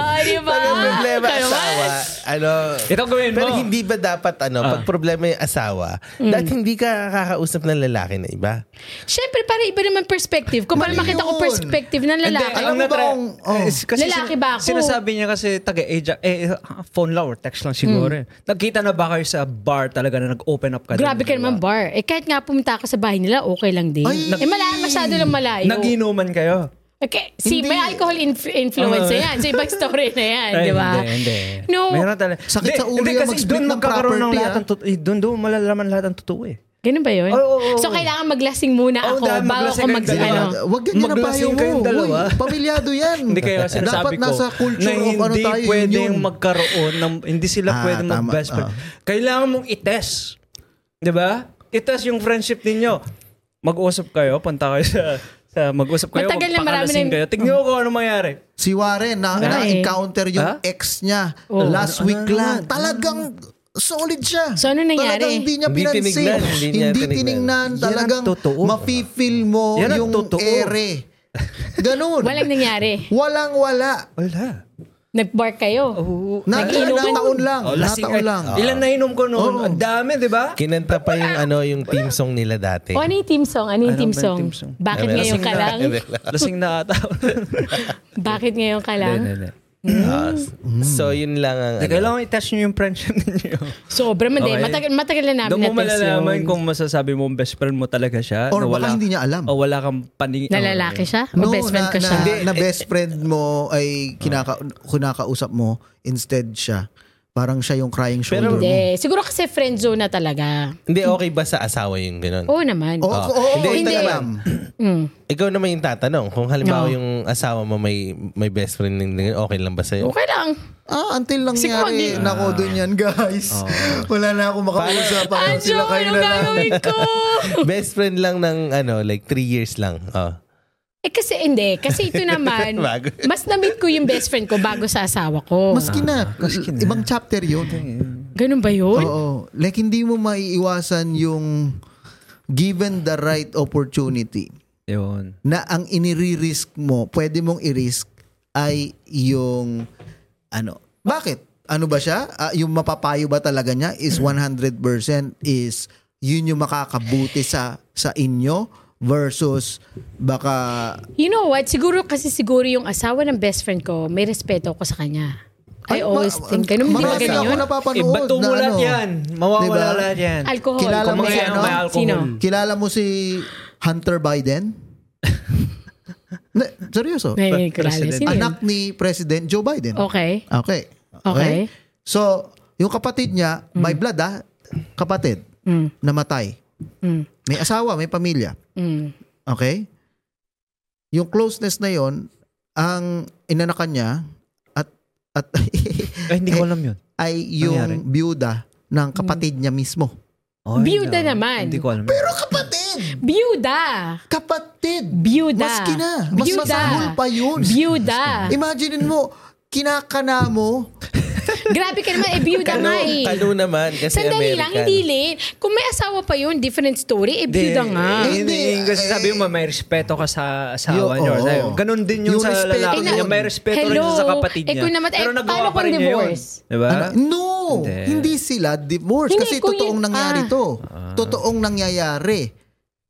[SPEAKER 4] Ah, di ba?
[SPEAKER 1] Pag ang problema
[SPEAKER 4] Kaya ba?
[SPEAKER 1] asawa, ano...
[SPEAKER 3] Ito gawin mo. Ah.
[SPEAKER 1] Pero hindi ba dapat, ano, pag problema yung asawa,
[SPEAKER 4] Hmm.
[SPEAKER 1] dahil hindi ka kakausap ng lalaki na iba?
[SPEAKER 4] Syempre, para iba naman perspective. Kung para
[SPEAKER 2] Mali
[SPEAKER 4] makita ko
[SPEAKER 2] yun.
[SPEAKER 4] perspective ng lalaki.
[SPEAKER 2] Alam mo ba
[SPEAKER 3] natra-
[SPEAKER 2] kung- oh.
[SPEAKER 3] Eh, kasi
[SPEAKER 4] Lalaki
[SPEAKER 3] sin-
[SPEAKER 4] ba ako?
[SPEAKER 3] Sinasabi niya kasi taga Ajax, eh, ah, phone lang or text lang siguro.
[SPEAKER 2] Hmm.
[SPEAKER 3] eh. Nagkita na ba kayo sa bar talaga na nag-open up ka? dun,
[SPEAKER 4] Grabe ka
[SPEAKER 3] dalawa?
[SPEAKER 4] naman bar. Eh kahit nga pumunta ako sa bahay nila, okay lang din.
[SPEAKER 2] Ay!
[SPEAKER 4] eh malayo, masyado lang malayo.
[SPEAKER 3] Naginuman kayo.
[SPEAKER 4] okay, si
[SPEAKER 2] Hindi.
[SPEAKER 4] may alcohol inf- influence
[SPEAKER 3] Oo.
[SPEAKER 4] na yan. So ibang story na yan,
[SPEAKER 3] Ay,
[SPEAKER 4] di ba?
[SPEAKER 3] Hindi, hindi.
[SPEAKER 4] No,
[SPEAKER 3] Meron talaga.
[SPEAKER 2] Sakit
[SPEAKER 3] Hindi,
[SPEAKER 2] sa ulo
[SPEAKER 3] hindi,
[SPEAKER 2] yung
[SPEAKER 3] kasi
[SPEAKER 2] mag-split
[SPEAKER 3] doon
[SPEAKER 2] ng
[SPEAKER 3] magkakaroon
[SPEAKER 2] property,
[SPEAKER 3] lahat
[SPEAKER 2] ah.
[SPEAKER 3] ng totoo. eh, Doon, doon malalaman lahat ng totoo eh.
[SPEAKER 4] ganun ba yun?
[SPEAKER 3] Oo, oo, oo.
[SPEAKER 4] So kailangan maglasing muna
[SPEAKER 3] Oo,
[SPEAKER 4] ako
[SPEAKER 3] dahil
[SPEAKER 4] bago
[SPEAKER 3] maglasing kayong
[SPEAKER 4] ako mag...
[SPEAKER 3] dalawa.
[SPEAKER 4] Ano,
[SPEAKER 2] Wag Diba? ganyan ang
[SPEAKER 3] Maglasing
[SPEAKER 2] payo mo.
[SPEAKER 3] kayong dalawa.
[SPEAKER 2] Uy, pamilyado yan.
[SPEAKER 3] Hindi kaya
[SPEAKER 2] *laughs* Dapat
[SPEAKER 3] sinasabi ko
[SPEAKER 2] nasa
[SPEAKER 3] na
[SPEAKER 2] culture of ano
[SPEAKER 3] hindi
[SPEAKER 2] tayo,
[SPEAKER 3] pwedeng
[SPEAKER 2] union.
[SPEAKER 3] magkaroon ng hindi sila
[SPEAKER 2] Ah,
[SPEAKER 3] pwedeng
[SPEAKER 2] tama.
[SPEAKER 3] mag-best friend.
[SPEAKER 2] Ah.
[SPEAKER 3] Kailangan mong itest. 'Di ba? Itest yung friendship ninyo. Mag-usap kayo, punta kayo sa sa mag-usap kayo,
[SPEAKER 4] Matagal na, marami
[SPEAKER 3] magpakalasing
[SPEAKER 4] na- Oh.
[SPEAKER 3] kayo. Tignan ko kung ano mangyari.
[SPEAKER 2] Si Warren, na,
[SPEAKER 4] Ay.
[SPEAKER 2] na-encounter yung
[SPEAKER 3] Ha?
[SPEAKER 2] ex niya
[SPEAKER 4] eh. Oh.
[SPEAKER 2] last
[SPEAKER 3] Ano-
[SPEAKER 2] week
[SPEAKER 3] ano
[SPEAKER 2] lang.
[SPEAKER 3] naman?
[SPEAKER 2] Talagang solid siya.
[SPEAKER 4] So, ano nangyari?
[SPEAKER 2] Talagang hindi niya
[SPEAKER 1] Hindi
[SPEAKER 2] pinansin.
[SPEAKER 1] tinignan, hindi niya tinignan.
[SPEAKER 2] tinignan.
[SPEAKER 3] Yan ang
[SPEAKER 2] Talagang
[SPEAKER 3] totoo.
[SPEAKER 2] mafe-feel mo
[SPEAKER 3] Yan ang
[SPEAKER 2] yung
[SPEAKER 3] totoo. *laughs*
[SPEAKER 2] ere. Ganun.
[SPEAKER 4] Walang nangyari.
[SPEAKER 2] Walang wala.
[SPEAKER 3] Wala.
[SPEAKER 4] Nag-bark kayo.
[SPEAKER 2] Na,
[SPEAKER 4] Nag-inuman.
[SPEAKER 2] nataon lang.
[SPEAKER 3] Oh, lasing
[SPEAKER 2] nataon
[SPEAKER 3] eh.
[SPEAKER 2] lang.
[SPEAKER 3] Ilan na inom ko noon?
[SPEAKER 2] Oo.
[SPEAKER 3] Ang dami, di
[SPEAKER 2] *laughs*
[SPEAKER 3] ba?
[SPEAKER 1] Kinanta pa yung ano yung team song nila dati.
[SPEAKER 4] O ano yung team song? Ano yung
[SPEAKER 3] Ano
[SPEAKER 4] team
[SPEAKER 3] ba yung
[SPEAKER 4] song?
[SPEAKER 3] team song?
[SPEAKER 4] Bakit ngayon ka lang?
[SPEAKER 3] Lasing na ata.
[SPEAKER 4] Bakit ngayon ka lang? Hmm.
[SPEAKER 1] Ah, so yun lang ang ano.
[SPEAKER 3] Kailangan i-test nyo yung friendship *laughs* ninyo.
[SPEAKER 4] Sobra man.
[SPEAKER 1] Okay.
[SPEAKER 4] Matagal, matagal na namin
[SPEAKER 3] Doon mo
[SPEAKER 4] na-test
[SPEAKER 3] malalaman
[SPEAKER 4] yun.
[SPEAKER 3] kung masasabi mo best friend mo talaga siya.
[SPEAKER 2] Or
[SPEAKER 3] na
[SPEAKER 2] baka
[SPEAKER 3] wala-
[SPEAKER 2] hindi niya alam.
[SPEAKER 3] O wala kang paningin.
[SPEAKER 4] Na lalaki siya? O Oh, best
[SPEAKER 2] na,
[SPEAKER 4] friend ko
[SPEAKER 2] na,
[SPEAKER 4] siya?
[SPEAKER 2] na best friend mo ay kinaka, kinakausap mo, instead siya. Parang siya yung crying
[SPEAKER 1] Pero-
[SPEAKER 2] shoulder mo.
[SPEAKER 4] Hindi. Siguro kasi friend zone na talaga.
[SPEAKER 1] Hindi okay ba sa asawa yung ganun?
[SPEAKER 4] Oo naman.
[SPEAKER 2] Oo, oo, oo,
[SPEAKER 1] Hindi, hindi.
[SPEAKER 2] hindi alam.
[SPEAKER 4] Mm.
[SPEAKER 1] Ikaw naman yung tatanong. Kung halimbawa
[SPEAKER 4] Oo.
[SPEAKER 1] yung asawa mo may may best friend ng ganun, okay lang ba sa'yo?
[SPEAKER 4] Okay lang.
[SPEAKER 2] Ah, until
[SPEAKER 4] Siguro
[SPEAKER 2] nangyari,
[SPEAKER 4] hindi.
[SPEAKER 2] nako doon yan, guys. Wala na akong makausap. Ah. Parang
[SPEAKER 4] Anjo,
[SPEAKER 2] sila kayo
[SPEAKER 4] anong
[SPEAKER 2] na lang.
[SPEAKER 4] gagawin ko?
[SPEAKER 1] Best friend lang ng ano, like three years lang. Oh.
[SPEAKER 4] *laughs* eh kasi hindi. Kasi ito
[SPEAKER 2] *laughs*
[SPEAKER 4] naman,
[SPEAKER 1] Bago.
[SPEAKER 4] mas na-meet ko yung best friend ko bago sa asawa
[SPEAKER 2] Ah,
[SPEAKER 4] ko.
[SPEAKER 2] Maski na, ibang chapter yun.
[SPEAKER 4] Ganun ba yun?
[SPEAKER 2] Oo. Like, hindi mo maiiwasan yung given the right opportunity
[SPEAKER 3] Yun.
[SPEAKER 2] na ang iniririsk mo, pwede mong irisk ay yung ano. Bakit? Ano ba siya? Ah, yung mapapayo ba talaga niya is 100% is yun yung makakabuti sa sa inyo versus baka
[SPEAKER 4] You know what? Siguro kasi siguro yung asawa ng best friend ko, may respeto ko sa kanya. I always
[SPEAKER 2] ma-
[SPEAKER 4] think, ganun, hindi ba
[SPEAKER 2] marami na ako
[SPEAKER 4] ganyan?
[SPEAKER 2] napapanood
[SPEAKER 3] Ibato
[SPEAKER 2] na
[SPEAKER 3] mo lahat
[SPEAKER 2] ano.
[SPEAKER 3] Eh, yan. Mawawala
[SPEAKER 2] Diba?
[SPEAKER 3] lahat yan.
[SPEAKER 4] Alcohol.
[SPEAKER 2] Kilala
[SPEAKER 4] Kung
[SPEAKER 2] mo
[SPEAKER 4] may-
[SPEAKER 2] yan, may ano?
[SPEAKER 3] alcohol.
[SPEAKER 4] Sino?
[SPEAKER 2] Kilala mo si Hunter
[SPEAKER 4] *laughs*
[SPEAKER 2] Biden? na, seryoso?
[SPEAKER 4] May kilala.
[SPEAKER 3] President.
[SPEAKER 4] Sino yun?
[SPEAKER 2] Anak ni President Joe Biden.
[SPEAKER 4] Okay.
[SPEAKER 2] Okay.
[SPEAKER 4] Okay.
[SPEAKER 2] So, yung kapatid niya,
[SPEAKER 4] Hmm.
[SPEAKER 2] may blood ah, kapatid,
[SPEAKER 4] Mm.
[SPEAKER 2] namatay.
[SPEAKER 4] Mm.
[SPEAKER 2] May asawa, may pamilya.
[SPEAKER 4] Mm.
[SPEAKER 2] Okay? Yung closeness na yon ang inanakan niya at at *laughs*
[SPEAKER 3] Ay, Eh, hindi ko alam yun.
[SPEAKER 2] ay yung byuda ng kapatid
[SPEAKER 4] Hmm.
[SPEAKER 2] niya mismo.
[SPEAKER 3] Ay,
[SPEAKER 4] *laughs* Biyuda
[SPEAKER 3] no.
[SPEAKER 4] naman.
[SPEAKER 3] Hindi ko alam.
[SPEAKER 2] Pero kapatid!
[SPEAKER 4] Biyuda.
[SPEAKER 2] Kapatid!
[SPEAKER 4] Biyuda.
[SPEAKER 2] Maski na, mas
[SPEAKER 4] Biyuda.
[SPEAKER 2] masahol pa yun.
[SPEAKER 4] Biyuda.
[SPEAKER 2] Imagine mo, kinakana mo,
[SPEAKER 4] Grabe ka naman, eh, biyuda nga eh.
[SPEAKER 1] Kalu naman kasi
[SPEAKER 4] Sandali
[SPEAKER 1] American.
[SPEAKER 4] lang, hindi late. Kung may asawa pa yun, different story. Eh, biyuda nga.
[SPEAKER 3] Eh,
[SPEAKER 2] Hindi,
[SPEAKER 3] Hindi. Kasi
[SPEAKER 2] eh,
[SPEAKER 3] sabi mo, may respeto ka sa asawa
[SPEAKER 2] Yo,
[SPEAKER 3] niyo.
[SPEAKER 2] oo.
[SPEAKER 3] Sabi mo, Ganun din yun
[SPEAKER 2] Yung
[SPEAKER 3] sa
[SPEAKER 2] respeto
[SPEAKER 3] lalaki
[SPEAKER 4] yun.
[SPEAKER 3] niya. May respeto rin
[SPEAKER 4] Eh, Hello.
[SPEAKER 3] siya sa kapatid
[SPEAKER 4] Eh,
[SPEAKER 3] niya.
[SPEAKER 4] kung namatay-
[SPEAKER 3] Pero nagawa
[SPEAKER 4] paano
[SPEAKER 3] pa rin
[SPEAKER 4] kung
[SPEAKER 3] niya yun.
[SPEAKER 4] divorce?
[SPEAKER 3] Diba?
[SPEAKER 2] Ano? No!
[SPEAKER 3] Hindi.
[SPEAKER 2] Hindi sila divorce.
[SPEAKER 4] Hindi,
[SPEAKER 2] Kasi
[SPEAKER 4] kung
[SPEAKER 2] totoong
[SPEAKER 4] yun-
[SPEAKER 2] nangyari
[SPEAKER 4] ah.
[SPEAKER 2] to. Totoong nangyayari.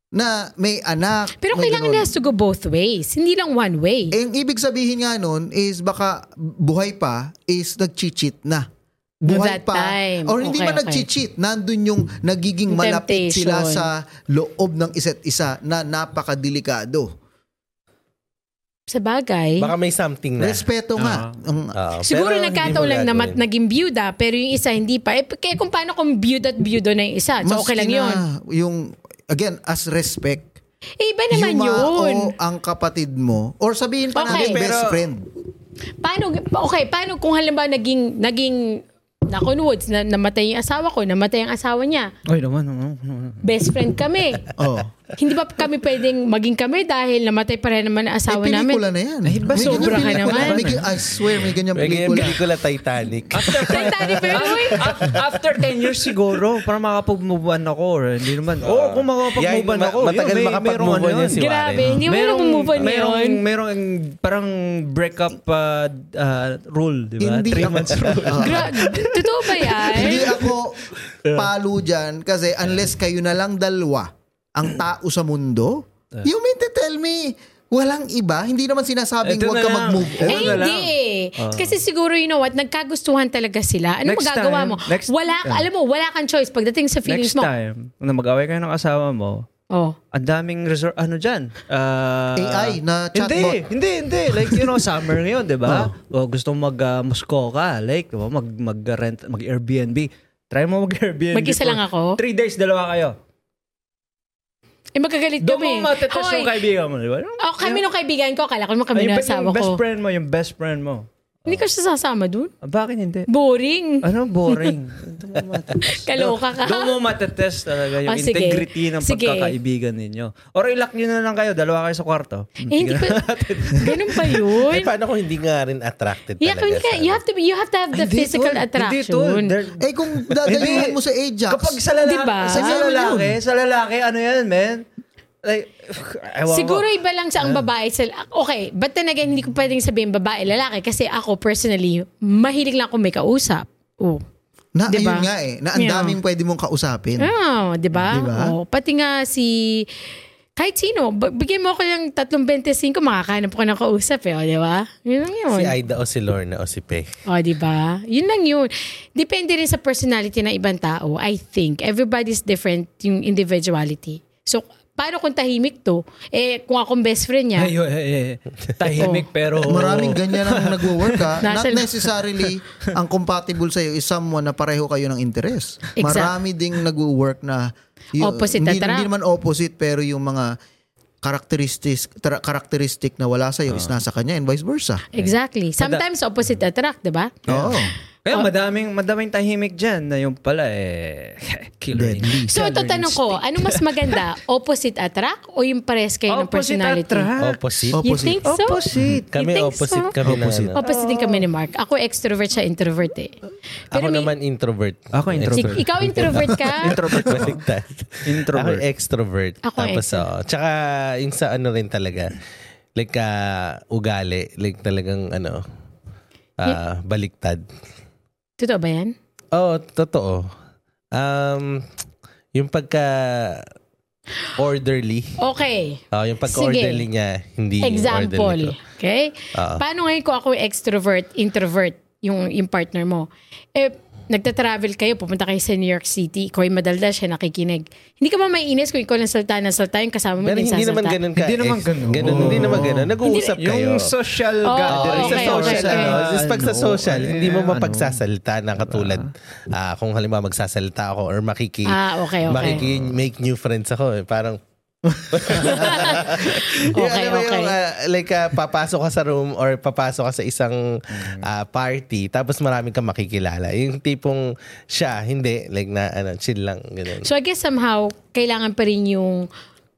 [SPEAKER 2] Na may anak.
[SPEAKER 4] Pero
[SPEAKER 2] may
[SPEAKER 4] kailangan
[SPEAKER 2] ganun.
[SPEAKER 4] it has to go both ways. Hindi lang one way.
[SPEAKER 2] Eh, ang ibig sabihin nga nun is baka buhay pa is nag-cheat na. Buhay
[SPEAKER 4] That
[SPEAKER 2] pa.
[SPEAKER 4] time.
[SPEAKER 2] Or hindi
[SPEAKER 4] Okay,
[SPEAKER 2] man
[SPEAKER 4] okay.
[SPEAKER 2] nag-cheat. Nandun yung nagiging
[SPEAKER 4] Yung
[SPEAKER 2] malapit
[SPEAKER 4] temptation.
[SPEAKER 2] sila sa loob ng isa't isa na napakadelikado.
[SPEAKER 4] Sa bagay.
[SPEAKER 1] Baka may something na.
[SPEAKER 2] Respeto nga. Ang,
[SPEAKER 1] Oo,
[SPEAKER 4] Siguro
[SPEAKER 1] pero
[SPEAKER 4] nagkataon
[SPEAKER 1] hindi mo
[SPEAKER 4] lang na mat,
[SPEAKER 1] gagawin.
[SPEAKER 4] naging biyuda, pero yung isa hindi pa. Eh, kaya kung paano kung biyuda at biyuda na yung isa? So, okay lang
[SPEAKER 2] maski
[SPEAKER 4] yun.
[SPEAKER 2] na Yung, again, as respect.
[SPEAKER 4] Eh, iba naman yun.
[SPEAKER 2] o ang kapatid mo. Or sabihin pa natin
[SPEAKER 4] Okay.
[SPEAKER 2] best
[SPEAKER 3] Pero-
[SPEAKER 2] friend.
[SPEAKER 4] Paano, okay, paano kung halimbawa naging, naging, na Woods, na, namatay yung asawa ko, namatay ang asawa niya.
[SPEAKER 3] Ay, naman. ano?
[SPEAKER 4] Best friend kami.
[SPEAKER 2] Oh.
[SPEAKER 4] Hindi ba kami pwedeng maging kami dahil namatay pa rin naman
[SPEAKER 2] Ay,
[SPEAKER 4] ang asawa namin?
[SPEAKER 2] pelikula na yan.
[SPEAKER 3] Ay,
[SPEAKER 2] May
[SPEAKER 3] ba,
[SPEAKER 2] ganyang
[SPEAKER 4] sobra ka
[SPEAKER 2] pelikula.
[SPEAKER 4] naman.
[SPEAKER 2] May gan- I swear, may ganyang
[SPEAKER 1] May ganyan
[SPEAKER 2] pelikula.
[SPEAKER 1] pelikula
[SPEAKER 4] *laughs*
[SPEAKER 1] Titanic. Eh,
[SPEAKER 4] Titanic pero uy.
[SPEAKER 3] Ah, After 10 years siguro, para makapag-move on ako. Or, hindi naman. Oo, kung
[SPEAKER 1] Yan,
[SPEAKER 3] makapag-move on
[SPEAKER 1] ma-
[SPEAKER 3] ako.
[SPEAKER 1] matagal
[SPEAKER 3] yun, may-
[SPEAKER 1] makapag-move
[SPEAKER 3] merong
[SPEAKER 1] on
[SPEAKER 3] ano
[SPEAKER 1] yan
[SPEAKER 3] yun.
[SPEAKER 1] si
[SPEAKER 4] Grabe,
[SPEAKER 1] Warren.
[SPEAKER 4] hindi mo na move on
[SPEAKER 3] merong,
[SPEAKER 4] yun.
[SPEAKER 3] merong parang breakup uh, uh, rule, di ba?
[SPEAKER 2] Hindi
[SPEAKER 3] Three
[SPEAKER 2] ako-
[SPEAKER 3] months rule.
[SPEAKER 2] Ah.
[SPEAKER 4] Gra- Totoo ba
[SPEAKER 2] Hindi
[SPEAKER 4] yan? Eh,
[SPEAKER 2] ako palo dyan kasi unless kayo na lang dalawa ang tao sa mundo, you mean to tell me walang iba? Hindi naman sinasabing
[SPEAKER 3] Ito
[SPEAKER 2] huwag
[SPEAKER 3] na
[SPEAKER 2] ka
[SPEAKER 3] lang.
[SPEAKER 2] mag-move on.
[SPEAKER 3] Ano
[SPEAKER 4] Eh,
[SPEAKER 3] na lang?
[SPEAKER 4] hindi. eh. Kasi siguro, you know what, nagkagustuhan talaga sila. Ano
[SPEAKER 3] Next
[SPEAKER 4] magagawa
[SPEAKER 3] time,
[SPEAKER 4] mo?
[SPEAKER 3] next-
[SPEAKER 4] wala,
[SPEAKER 3] Ah.
[SPEAKER 4] alam mo, wala kang choice pagdating sa
[SPEAKER 3] Next
[SPEAKER 4] feelings mo.
[SPEAKER 3] time, na mag-away kayo ng asawa mo,
[SPEAKER 4] Oh.
[SPEAKER 3] ang daming resor ano dyan? Ah,
[SPEAKER 2] AI na
[SPEAKER 3] Hindi,
[SPEAKER 2] chatbot.
[SPEAKER 3] hindi, hindi. Like, you know, *laughs* summer ngayon, di ba? O, gusto mo mag-Moscow ka, like, di ba? mag, mag-rent, mag-Airbnb. Try mo mag-Airbnb.
[SPEAKER 4] Mag-isa
[SPEAKER 3] for
[SPEAKER 4] lang ako?
[SPEAKER 3] Three days, dalawa kayo.
[SPEAKER 4] Eh, magkagalit
[SPEAKER 3] Doon
[SPEAKER 4] kami.
[SPEAKER 3] mo matetest
[SPEAKER 4] Hoy,
[SPEAKER 3] yung kaibigan mo, di ba?
[SPEAKER 4] Oh, kami nung kaibigan ko, akala ko naman kami
[SPEAKER 3] Ay,
[SPEAKER 4] nung
[SPEAKER 3] yung,
[SPEAKER 4] asawa
[SPEAKER 3] best
[SPEAKER 4] ko.
[SPEAKER 3] friend mo, yung best friend mo.
[SPEAKER 4] Hindi ka siya sasama dun.
[SPEAKER 3] Ah, Bakit hindi?
[SPEAKER 4] Boring.
[SPEAKER 3] Ano,
[SPEAKER 4] *laughs*
[SPEAKER 3] boring. Doon mo matetest.
[SPEAKER 4] Kaloka ka.
[SPEAKER 3] Doon mo matetest talaga yung
[SPEAKER 4] Ah, sige.
[SPEAKER 3] integrity ng
[SPEAKER 4] Sige.
[SPEAKER 3] pagkakaibigan ninyo. Or ilock nyo na lang kayo, dalawa kayo sa kwarto.
[SPEAKER 4] Eh, hindi ko, ganun pa yun.
[SPEAKER 1] Eh, paano kung hindi nga rin attracted
[SPEAKER 4] Yeah,
[SPEAKER 1] talaga
[SPEAKER 4] kung ka,
[SPEAKER 1] siya?
[SPEAKER 4] you have to be, you have to have the
[SPEAKER 3] Hindi,
[SPEAKER 4] physical
[SPEAKER 3] tol. Hindi, tol.
[SPEAKER 4] attraction.
[SPEAKER 3] There-
[SPEAKER 2] Eh kung dadayuhan mo sa Ajax.
[SPEAKER 3] Kapag sa lalaki,
[SPEAKER 4] Diba?
[SPEAKER 3] sa, sa
[SPEAKER 2] Ayun
[SPEAKER 3] lalaki, sa lalaki, ano yan, man? Like, *sighs* ewan ko.
[SPEAKER 4] Siguro iba lang sa ang
[SPEAKER 3] Ah.
[SPEAKER 4] babae. Sa, okay, but then again, hindi ko pwedeng sabihin babae, lalaki. Kasi ako personally, mahilig lang ako may kausap. Oh.
[SPEAKER 2] na,
[SPEAKER 4] Diba?
[SPEAKER 2] Ayun nga eh. Na ang
[SPEAKER 4] Yeah.
[SPEAKER 2] daming pwede mong kausapin.
[SPEAKER 4] Ah, di ba?
[SPEAKER 2] Di ba?
[SPEAKER 4] Oh, pati nga si kahit sino, b- bigyan mo ako ng 3.25, makakahanap ko ng kausap eh, o, di ba? Yun lang yun.
[SPEAKER 1] Si Aida o si Lorna o si Pe.
[SPEAKER 4] O, Oh, di ba? Yun lang yun. Depende rin sa personality ng ibang tao, I think. Everybody's different yung individuality. So, paano kung tahimik to? Eh, kung akong best friend niya,
[SPEAKER 3] Ayun, eh, eh,
[SPEAKER 4] Oh.
[SPEAKER 3] tahimik pero...
[SPEAKER 2] Maraming ganyan
[SPEAKER 4] *laughs*
[SPEAKER 2] ang nagwo-work ha. Not
[SPEAKER 4] Nasa-
[SPEAKER 2] necessarily ang compatible sa'yo is someone na pareho kayo ng interest.
[SPEAKER 4] Exact.
[SPEAKER 2] Marami ding nagwo-work na
[SPEAKER 4] Opposite
[SPEAKER 2] hindi,
[SPEAKER 4] attract.
[SPEAKER 2] hindi naman opposite pero yung mga characteristics tra- characteristic na wala sa'yo
[SPEAKER 3] Ah.
[SPEAKER 2] is nasa kanya and vice versa.
[SPEAKER 4] exactly. Sometimes opposite attract, di ba?
[SPEAKER 2] Oo.
[SPEAKER 3] Kaya
[SPEAKER 4] Oh.
[SPEAKER 3] madaming, madaming tahimik dyan na yung pala eh... *laughs* Killer
[SPEAKER 2] Deadly.
[SPEAKER 4] So, ito tanong ko, ano mas maganda? Opposite attract o yung pares kayo ng personality?
[SPEAKER 1] Opposite.
[SPEAKER 4] You
[SPEAKER 2] Opposite.
[SPEAKER 4] think so?
[SPEAKER 3] Opposite.
[SPEAKER 4] Ah, You
[SPEAKER 1] Kami
[SPEAKER 4] think
[SPEAKER 1] opposite
[SPEAKER 4] so?
[SPEAKER 1] kami
[SPEAKER 2] Opposite.
[SPEAKER 1] na ano.
[SPEAKER 4] Opposite din kami ni Mark. Ako extrovert siya, introvert eh.
[SPEAKER 1] Ako
[SPEAKER 4] may-
[SPEAKER 1] naman introvert.
[SPEAKER 3] Ako
[SPEAKER 4] Si-
[SPEAKER 3] introvert.
[SPEAKER 4] ikaw introvert
[SPEAKER 3] *laughs*
[SPEAKER 4] ka?
[SPEAKER 1] Introvert. Baligtad.
[SPEAKER 3] Introvert.
[SPEAKER 1] Ako extrovert.
[SPEAKER 4] Ako
[SPEAKER 1] Tapos, oh, tsaka yung sa ano rin talaga, like ah, ugali, like talagang ano, ah, baliktad.
[SPEAKER 4] Totoo ba yan?
[SPEAKER 1] Oo, totoo. Um, yung pagka orderly.
[SPEAKER 4] Okay.
[SPEAKER 1] Oh, yung pagka-orderly niya, hindi yung orderly
[SPEAKER 4] Example.
[SPEAKER 1] ko.
[SPEAKER 4] Okay?
[SPEAKER 1] Oo.
[SPEAKER 4] Paano ngayon kung ako extrovert, introvert, yung, yung partner mo? Eh, nagta-travel kayo, pupunta kayo sa New York City, ikaw ay madaldal siya, nakikinig. Hindi ka ba maiinis kung ikaw lang salta na salta yung kasama mo
[SPEAKER 1] Pero
[SPEAKER 4] din
[SPEAKER 1] hindi naman
[SPEAKER 4] sasalta?
[SPEAKER 1] ganun ka.
[SPEAKER 3] Hindi naman
[SPEAKER 1] ex-
[SPEAKER 3] ganun.
[SPEAKER 1] Hindi naman ganun. Nag-uusap kayo. Ah,
[SPEAKER 3] Yung social
[SPEAKER 4] Oh,
[SPEAKER 3] gathering.
[SPEAKER 1] sa
[SPEAKER 4] okay,
[SPEAKER 1] social,
[SPEAKER 4] okay.
[SPEAKER 1] ano, just pag sa
[SPEAKER 3] Ano,
[SPEAKER 1] social,
[SPEAKER 3] ano,
[SPEAKER 1] hindi mo
[SPEAKER 3] ano.
[SPEAKER 1] mapagsasalita na katulad ah, kung halimbawa magsasalita ako or makiki,
[SPEAKER 4] Ah, okay, okay.
[SPEAKER 1] makiki make new friends ako. Eh. Parang, Yung,
[SPEAKER 4] Okay,
[SPEAKER 1] alam mo
[SPEAKER 4] okay.
[SPEAKER 1] yung, ah, like, ah, papasok ka sa room or papasok ka sa isang ah, party, tapos marami kang makikilala. Yung tipong siya, hindi, like na, ano, chill lang, ganun.
[SPEAKER 4] So I guess somehow, kailangan pa rin yung,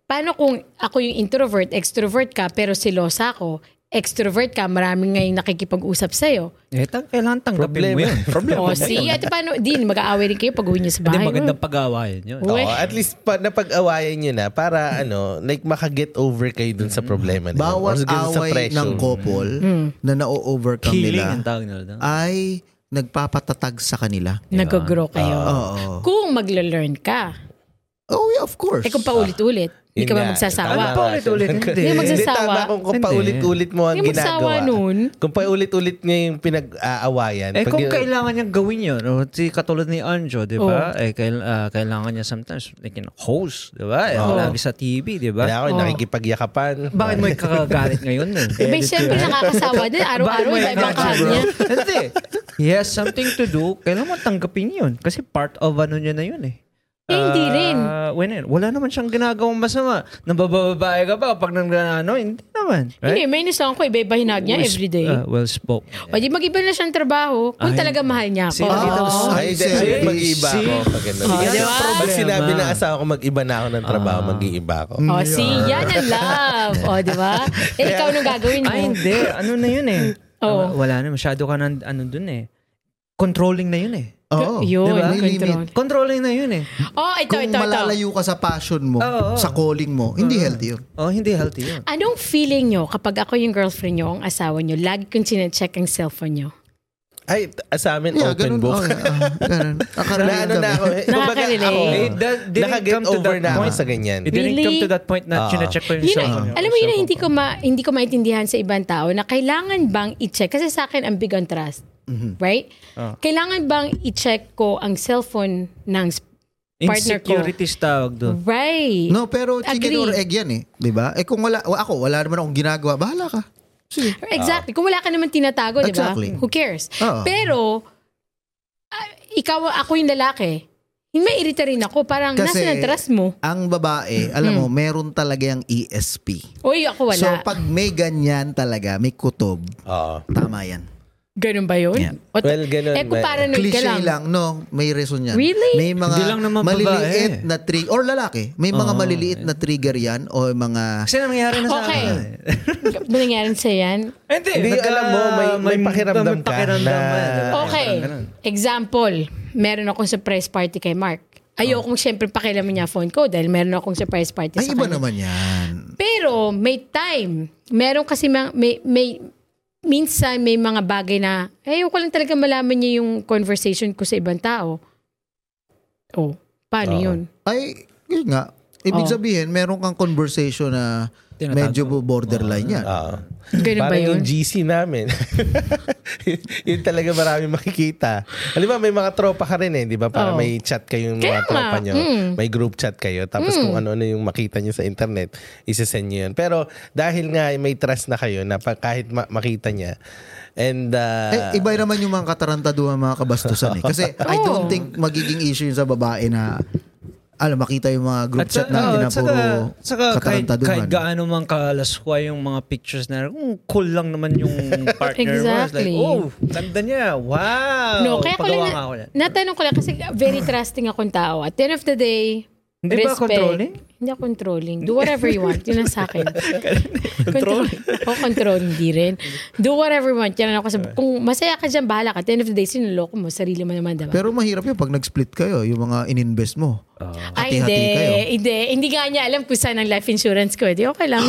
[SPEAKER 4] paano kung ako yung introvert, extrovert ka, pero silosa ako, extrovert ka, maraming ngayon nakikipag-usap sa'yo.
[SPEAKER 3] Eh, tang, kailangan tanggapin
[SPEAKER 1] Problema.
[SPEAKER 3] mo yun. Problema.
[SPEAKER 4] O, si, at paano, din, mag-aaway rin kayo pag uwi niyo sa
[SPEAKER 3] Hindi,
[SPEAKER 4] bahay.
[SPEAKER 3] magandang pag-aawayan yun.
[SPEAKER 4] Uy. Hmm.
[SPEAKER 1] Oo, at least pa, napag-awayan nyo na para ano, like maka-get over kayo dun sa
[SPEAKER 3] Diba?
[SPEAKER 1] problema nila. Or
[SPEAKER 2] Bawat
[SPEAKER 1] dun sa
[SPEAKER 2] away
[SPEAKER 1] pressure.
[SPEAKER 2] ng couple
[SPEAKER 4] Mm.
[SPEAKER 2] na na-overcome
[SPEAKER 3] Mm. Healing
[SPEAKER 2] nila
[SPEAKER 3] ang tawag nila.
[SPEAKER 2] ay nagpapatatag sa kanila.
[SPEAKER 4] Nag-grow kayo.
[SPEAKER 2] Oo.
[SPEAKER 4] kung maglo-learn ka.
[SPEAKER 2] Oh, yeah, of course.
[SPEAKER 4] Eh kung paulit-ulit, hindi
[SPEAKER 1] Yun
[SPEAKER 4] ka ba
[SPEAKER 1] nga.
[SPEAKER 4] magsasawa?
[SPEAKER 1] Tama
[SPEAKER 3] Pa
[SPEAKER 1] nga.
[SPEAKER 3] ulit-ulit, hindi.
[SPEAKER 4] Hindi magsasawa.
[SPEAKER 1] Hindi, tama kung, kung
[SPEAKER 3] Hindi.
[SPEAKER 1] paulit-ulit mo ang
[SPEAKER 4] Hindi magsawa
[SPEAKER 1] ginagawa.
[SPEAKER 4] nun.
[SPEAKER 1] Kung paulit-ulit niya yung pinag-aawayan.
[SPEAKER 3] Eh
[SPEAKER 1] pag
[SPEAKER 3] kung
[SPEAKER 1] yun-
[SPEAKER 3] kailangan niyang gawin yun, o, si katulad ni Anjo, di ba?
[SPEAKER 4] Oo.
[SPEAKER 3] Eh kail- ah, kailangan niya sometimes like, you know, host, di ba? Eh,
[SPEAKER 4] Oh.
[SPEAKER 3] lagi sa TV, di ba?
[SPEAKER 1] Kailangan ko,
[SPEAKER 4] Oo.
[SPEAKER 1] nakikipagyakapan.
[SPEAKER 3] Bakit mo ikakagalit ngayon eh? nun?
[SPEAKER 4] Diba, siyempre nakakasawa din.
[SPEAKER 3] Bakit
[SPEAKER 4] Araw-araw,
[SPEAKER 3] may
[SPEAKER 4] iba-ibang
[SPEAKER 3] energy,
[SPEAKER 4] kahal
[SPEAKER 3] bro?
[SPEAKER 4] niya.
[SPEAKER 3] Hindi. He has something to do. Kailangan mo tanggapin yun. Kasi part of ano niya na yun eh.
[SPEAKER 4] Eh, hindi
[SPEAKER 3] Ah,
[SPEAKER 4] rin.
[SPEAKER 3] when it- wala naman siyang ginagawang masama. Nabababae ka ba kapag nang ano? Hindi naman. Right?
[SPEAKER 4] Hindi, may nilang ko, iba-iba hinag niya everyday.
[SPEAKER 3] Ah, well spoke.
[SPEAKER 4] O di mag-iba na siyang trabaho kung
[SPEAKER 3] Ay.
[SPEAKER 4] talaga mahal niya ako.
[SPEAKER 3] Sige,
[SPEAKER 4] Oo.
[SPEAKER 3] tapos-
[SPEAKER 2] Oh,
[SPEAKER 1] Ah, Ay, hindi.
[SPEAKER 2] see,
[SPEAKER 1] Ay, mag-iiba
[SPEAKER 3] see.
[SPEAKER 1] ako. Pag ganun.
[SPEAKER 4] Oh,
[SPEAKER 1] Yan
[SPEAKER 4] di
[SPEAKER 1] ang
[SPEAKER 4] ba?
[SPEAKER 1] problema. sinabi ng
[SPEAKER 3] Ah.
[SPEAKER 1] asawa ko, mag-iba na ako ng trabaho, mag-iiba ako.
[SPEAKER 4] O, si yan ang love. O, di ba? Eh, ikaw nung gagawin mo.
[SPEAKER 3] Ay, hindi. Ano na yun eh.
[SPEAKER 4] *laughs*
[SPEAKER 3] Ah,
[SPEAKER 4] Oo.
[SPEAKER 3] Wala na. Masyado ka na ano dun eh. Controlling na yun eh.
[SPEAKER 2] Oo.
[SPEAKER 4] Yun,
[SPEAKER 2] Diba? May
[SPEAKER 4] control.
[SPEAKER 2] limit.
[SPEAKER 3] Controlling na yun eh.
[SPEAKER 4] Oh, ito,
[SPEAKER 2] Kung
[SPEAKER 4] ito, ito.
[SPEAKER 2] malalayo ka sa passion mo,
[SPEAKER 3] Oo, oo.
[SPEAKER 2] sa calling mo, hindi healthy yun.
[SPEAKER 3] Oh, hindi healthy yun.
[SPEAKER 4] Anong feeling nyo kapag ako yung girlfriend nyo, ang asawa nyo, lagi kong sinecheck ang cellphone nyo?
[SPEAKER 1] Ay, t- sa amin,
[SPEAKER 2] Yeah,
[SPEAKER 1] open
[SPEAKER 2] ganun.
[SPEAKER 1] book.
[SPEAKER 2] Oh, yeah, ah, ganun.
[SPEAKER 1] na
[SPEAKER 2] Nakarelate
[SPEAKER 1] ano na
[SPEAKER 2] kami.
[SPEAKER 1] ako. eh. Kumbaga,
[SPEAKER 4] Nakaka-relate.
[SPEAKER 1] ako,
[SPEAKER 4] Eh,
[SPEAKER 3] that didn't
[SPEAKER 1] nakaget
[SPEAKER 3] come to
[SPEAKER 1] over
[SPEAKER 3] that
[SPEAKER 1] na ako
[SPEAKER 3] point.
[SPEAKER 1] sa ganyan.
[SPEAKER 3] It didn't
[SPEAKER 4] Really?
[SPEAKER 3] come to that point na
[SPEAKER 1] Ah.
[SPEAKER 3] chinecheck ko yung
[SPEAKER 4] Yun, eh.
[SPEAKER 3] cellphone.
[SPEAKER 2] ano,
[SPEAKER 4] alam mo yun na hindi ko ma, hindi ko maintindihan sa ibang tao na kailangan bang i-check kasi sa akin ang big on trust.
[SPEAKER 2] Mm-hmm.
[SPEAKER 4] Right?
[SPEAKER 2] Ah.
[SPEAKER 4] Kailangan bang i-check ko ang cellphone ng sp- partner ko?
[SPEAKER 3] Insecurities tawag doon.
[SPEAKER 4] Right.
[SPEAKER 2] No, pero chicken
[SPEAKER 4] Agree.
[SPEAKER 2] or egg yan eh. Diba? Eh kung wala, wa- ako, wala naman akong ginagawa, bahala ka. Sige.
[SPEAKER 4] Exactly. Kung wala ka naman tinatago,
[SPEAKER 2] Exactly.
[SPEAKER 4] di ba? Who cares?
[SPEAKER 2] Oo.
[SPEAKER 4] Pero ah, ikaw ako yung lalaki. Maiirita rin ako. Parang
[SPEAKER 2] Kasi-
[SPEAKER 4] nasa trust mo.
[SPEAKER 2] Ang babae, alam mo, meron talaga yung E ESP.
[SPEAKER 4] Uy, ako wala.
[SPEAKER 2] So pag may ganyan talaga, may kutob,
[SPEAKER 1] Oo.
[SPEAKER 2] tama yan.
[SPEAKER 4] Ganun ba yun?
[SPEAKER 2] Yeah.
[SPEAKER 4] O-
[SPEAKER 1] Well, ganun,
[SPEAKER 4] Eh, kung
[SPEAKER 1] may-
[SPEAKER 4] paranoid ka
[SPEAKER 2] Cliche
[SPEAKER 4] lang.
[SPEAKER 2] lang. no? May reason yan.
[SPEAKER 4] Really?
[SPEAKER 2] May mga
[SPEAKER 3] Hindi lang naman
[SPEAKER 2] maliliit
[SPEAKER 3] babae.
[SPEAKER 2] na trigger, or lalaki, may mga maliliit na trigger yan, o mga...
[SPEAKER 3] Kasi nangyari na sa
[SPEAKER 4] Okay.
[SPEAKER 3] akin.
[SPEAKER 4] Ba nangyari sa yan?
[SPEAKER 3] Eh, Hindi,
[SPEAKER 1] Hindi,
[SPEAKER 3] nagka-
[SPEAKER 1] alam mo, may- may pakiramdam ka na-
[SPEAKER 3] eh, diba?
[SPEAKER 4] Okay.
[SPEAKER 3] Parang ganun.
[SPEAKER 4] Example, meron akong surprise party kay Mark. Ayokong siyempre pakialaman niya ang phone ko dahil meron akong surprise party
[SPEAKER 2] Ay,
[SPEAKER 4] sa
[SPEAKER 2] iba
[SPEAKER 4] kanya.
[SPEAKER 2] naman yan.
[SPEAKER 4] Pero may time. Meron kasi mga- may, may minsan may mga bagay na ayoko lang talaga malaman niya yung conversation ko sa ibang tao. Oh, paano
[SPEAKER 1] Oo.
[SPEAKER 4] yun?
[SPEAKER 2] Ay, yun nga.
[SPEAKER 3] Oh.
[SPEAKER 2] Ibig
[SPEAKER 4] Oo.
[SPEAKER 2] sabihin, meron kang conversation na
[SPEAKER 3] Tinatago.
[SPEAKER 2] medyo borderline yan.
[SPEAKER 1] Oo.
[SPEAKER 4] Ganun ba
[SPEAKER 1] Parang
[SPEAKER 4] yun?
[SPEAKER 1] yung GC namin. *laughs* yun, yun talaga marami makikita. Alam mo, may mga tropa ka rin eh, di ba? Para
[SPEAKER 4] Oo.
[SPEAKER 1] may chat kayo yung
[SPEAKER 4] Oh. Kaya
[SPEAKER 1] mga tropa
[SPEAKER 4] nga, Hmm.
[SPEAKER 1] nyo.
[SPEAKER 4] mm.
[SPEAKER 1] May group chat kayo. Tapos kung ano-ano yung makita nyo sa internet, isasend nyo yun. Pero dahil nga eh, may trust na kayo na pa- kahit ma- makita niya, and uh,
[SPEAKER 2] eh, iba naman yung mga katarantaduhan, mga kabastusan eh. Kasi
[SPEAKER 3] *laughs*
[SPEAKER 2] I don't
[SPEAKER 4] Oo.
[SPEAKER 3] Oh.
[SPEAKER 2] think magiging issue yun sa babae na alam, makita yung mga group
[SPEAKER 3] At
[SPEAKER 2] chat
[SPEAKER 3] sa- oo,
[SPEAKER 2] natin na
[SPEAKER 3] at saka-
[SPEAKER 2] puro
[SPEAKER 3] saka kahit, kahit
[SPEAKER 2] katarantaduhan.
[SPEAKER 3] gaano man kalaswa yung mga pictures na mm, cool lang naman
[SPEAKER 4] *laughs*
[SPEAKER 3] yung partner
[SPEAKER 4] Exactly.
[SPEAKER 3] mo. It's like, oh, ganda niya. Wow.
[SPEAKER 4] No, kaya ko lang,
[SPEAKER 3] Pagawa
[SPEAKER 4] na-
[SPEAKER 3] nga ako yan.
[SPEAKER 4] natanong ko lang kasi very trusting akong tao. At the end of the day,
[SPEAKER 3] Hindi ba
[SPEAKER 4] respect.
[SPEAKER 3] controlling?
[SPEAKER 4] Hindi ako controlling. Do whatever you want. Yun ang sa akin. control? Oh, control. Hindi rin. Do whatever you want. Yan ang ako sa, kung masaya ka dyan, bahala ka. At the end of the day, sinuloko mo. Sarili mo naman, diba?
[SPEAKER 2] Pero mahirap yun pag nag-split kayo, yung mga in-invest mo. hati-hati
[SPEAKER 4] Ay, hindi.
[SPEAKER 2] kayo.
[SPEAKER 4] Hindi. Hindi nga niya alam kung saan ang life insurance ko. Di okay lang.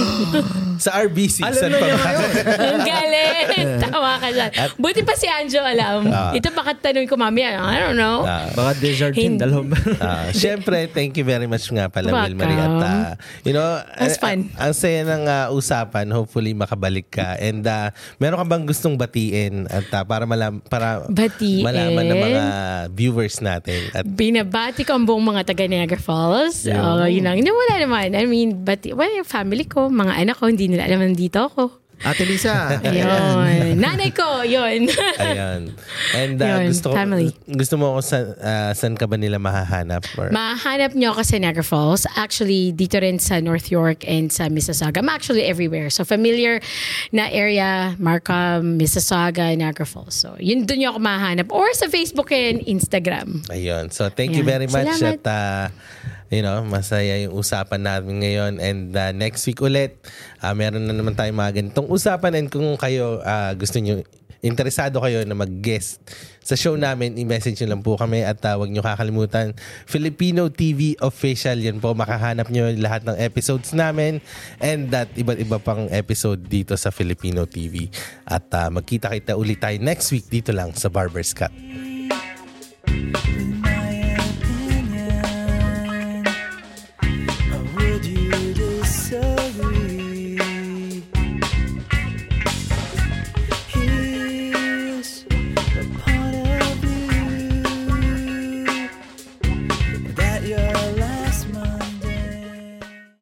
[SPEAKER 1] sa RBC,
[SPEAKER 3] Alam
[SPEAKER 1] saan
[SPEAKER 3] na
[SPEAKER 1] pa
[SPEAKER 3] niya
[SPEAKER 1] ba?
[SPEAKER 3] ngayon. *laughs*
[SPEAKER 4] Ang galing. Tama ka dyan. Buti pa si Anjo alam.
[SPEAKER 1] Ah.
[SPEAKER 4] Ito baka tanong ko mamaya. I don't know.
[SPEAKER 1] Ah.
[SPEAKER 3] Baka desert yun,
[SPEAKER 4] Hindi.
[SPEAKER 3] dalawang *laughs*
[SPEAKER 1] Ah, syempre, thank you very much nga pala,
[SPEAKER 4] Welcome.
[SPEAKER 1] Wilmarie. At, ah, you know, ah,
[SPEAKER 4] That's fun.
[SPEAKER 1] ah, ang saya ng ah, usapan. Hopefully, makabalik ka. And ah, meron ka bang gustong batiin at ah, para, malam, para
[SPEAKER 4] Batiin?
[SPEAKER 1] malaman ng mga viewers natin? At
[SPEAKER 4] binabati ko ang buong mga taga Niagara Falls. Oh, yun lang. Hindi, wala naman. I mean, bati, well, yung family ko, mga anak ko, hindi nila alam nandito ako.
[SPEAKER 2] Ate Lisa, ayan.
[SPEAKER 4] Yun. Nanay ko, yun.
[SPEAKER 1] ayan. And ah,
[SPEAKER 4] Yun,
[SPEAKER 1] gusto, ko,
[SPEAKER 4] family.
[SPEAKER 1] gusto mo ako sa, ah, saan ka ba nila mahahanap? Or,
[SPEAKER 4] Mahanap niyo ako sa Niagara Falls. Actually, dito rin sa North York and sa Mississauga. I'm actually everywhere. So, familiar na area, Markham, Mississauga, Niagara Falls. So, yun doon niyo ako mahanap. Or sa Facebook and Instagram.
[SPEAKER 1] Ayun. So, thank you very
[SPEAKER 4] Ayan.
[SPEAKER 1] much. At,
[SPEAKER 4] Salamat.
[SPEAKER 1] ah, you know, masaya yung usapan namin ngayon. And ah, next week ulit, ah, meron na naman tayong mga ganitong usapan. And kung kayo ah, gusto nyo, interesado kayo na mag-guest sa show namin, i-message nyo lang po kami at ah, huwag nyo kakalimutan. Filipino TV Official, yun po. Makahanap nyo lahat ng episodes namin and that iba't iba pang episode dito sa Filipino TV. At ah, magkita kita ulit tayo next week dito lang sa Barber's Cut.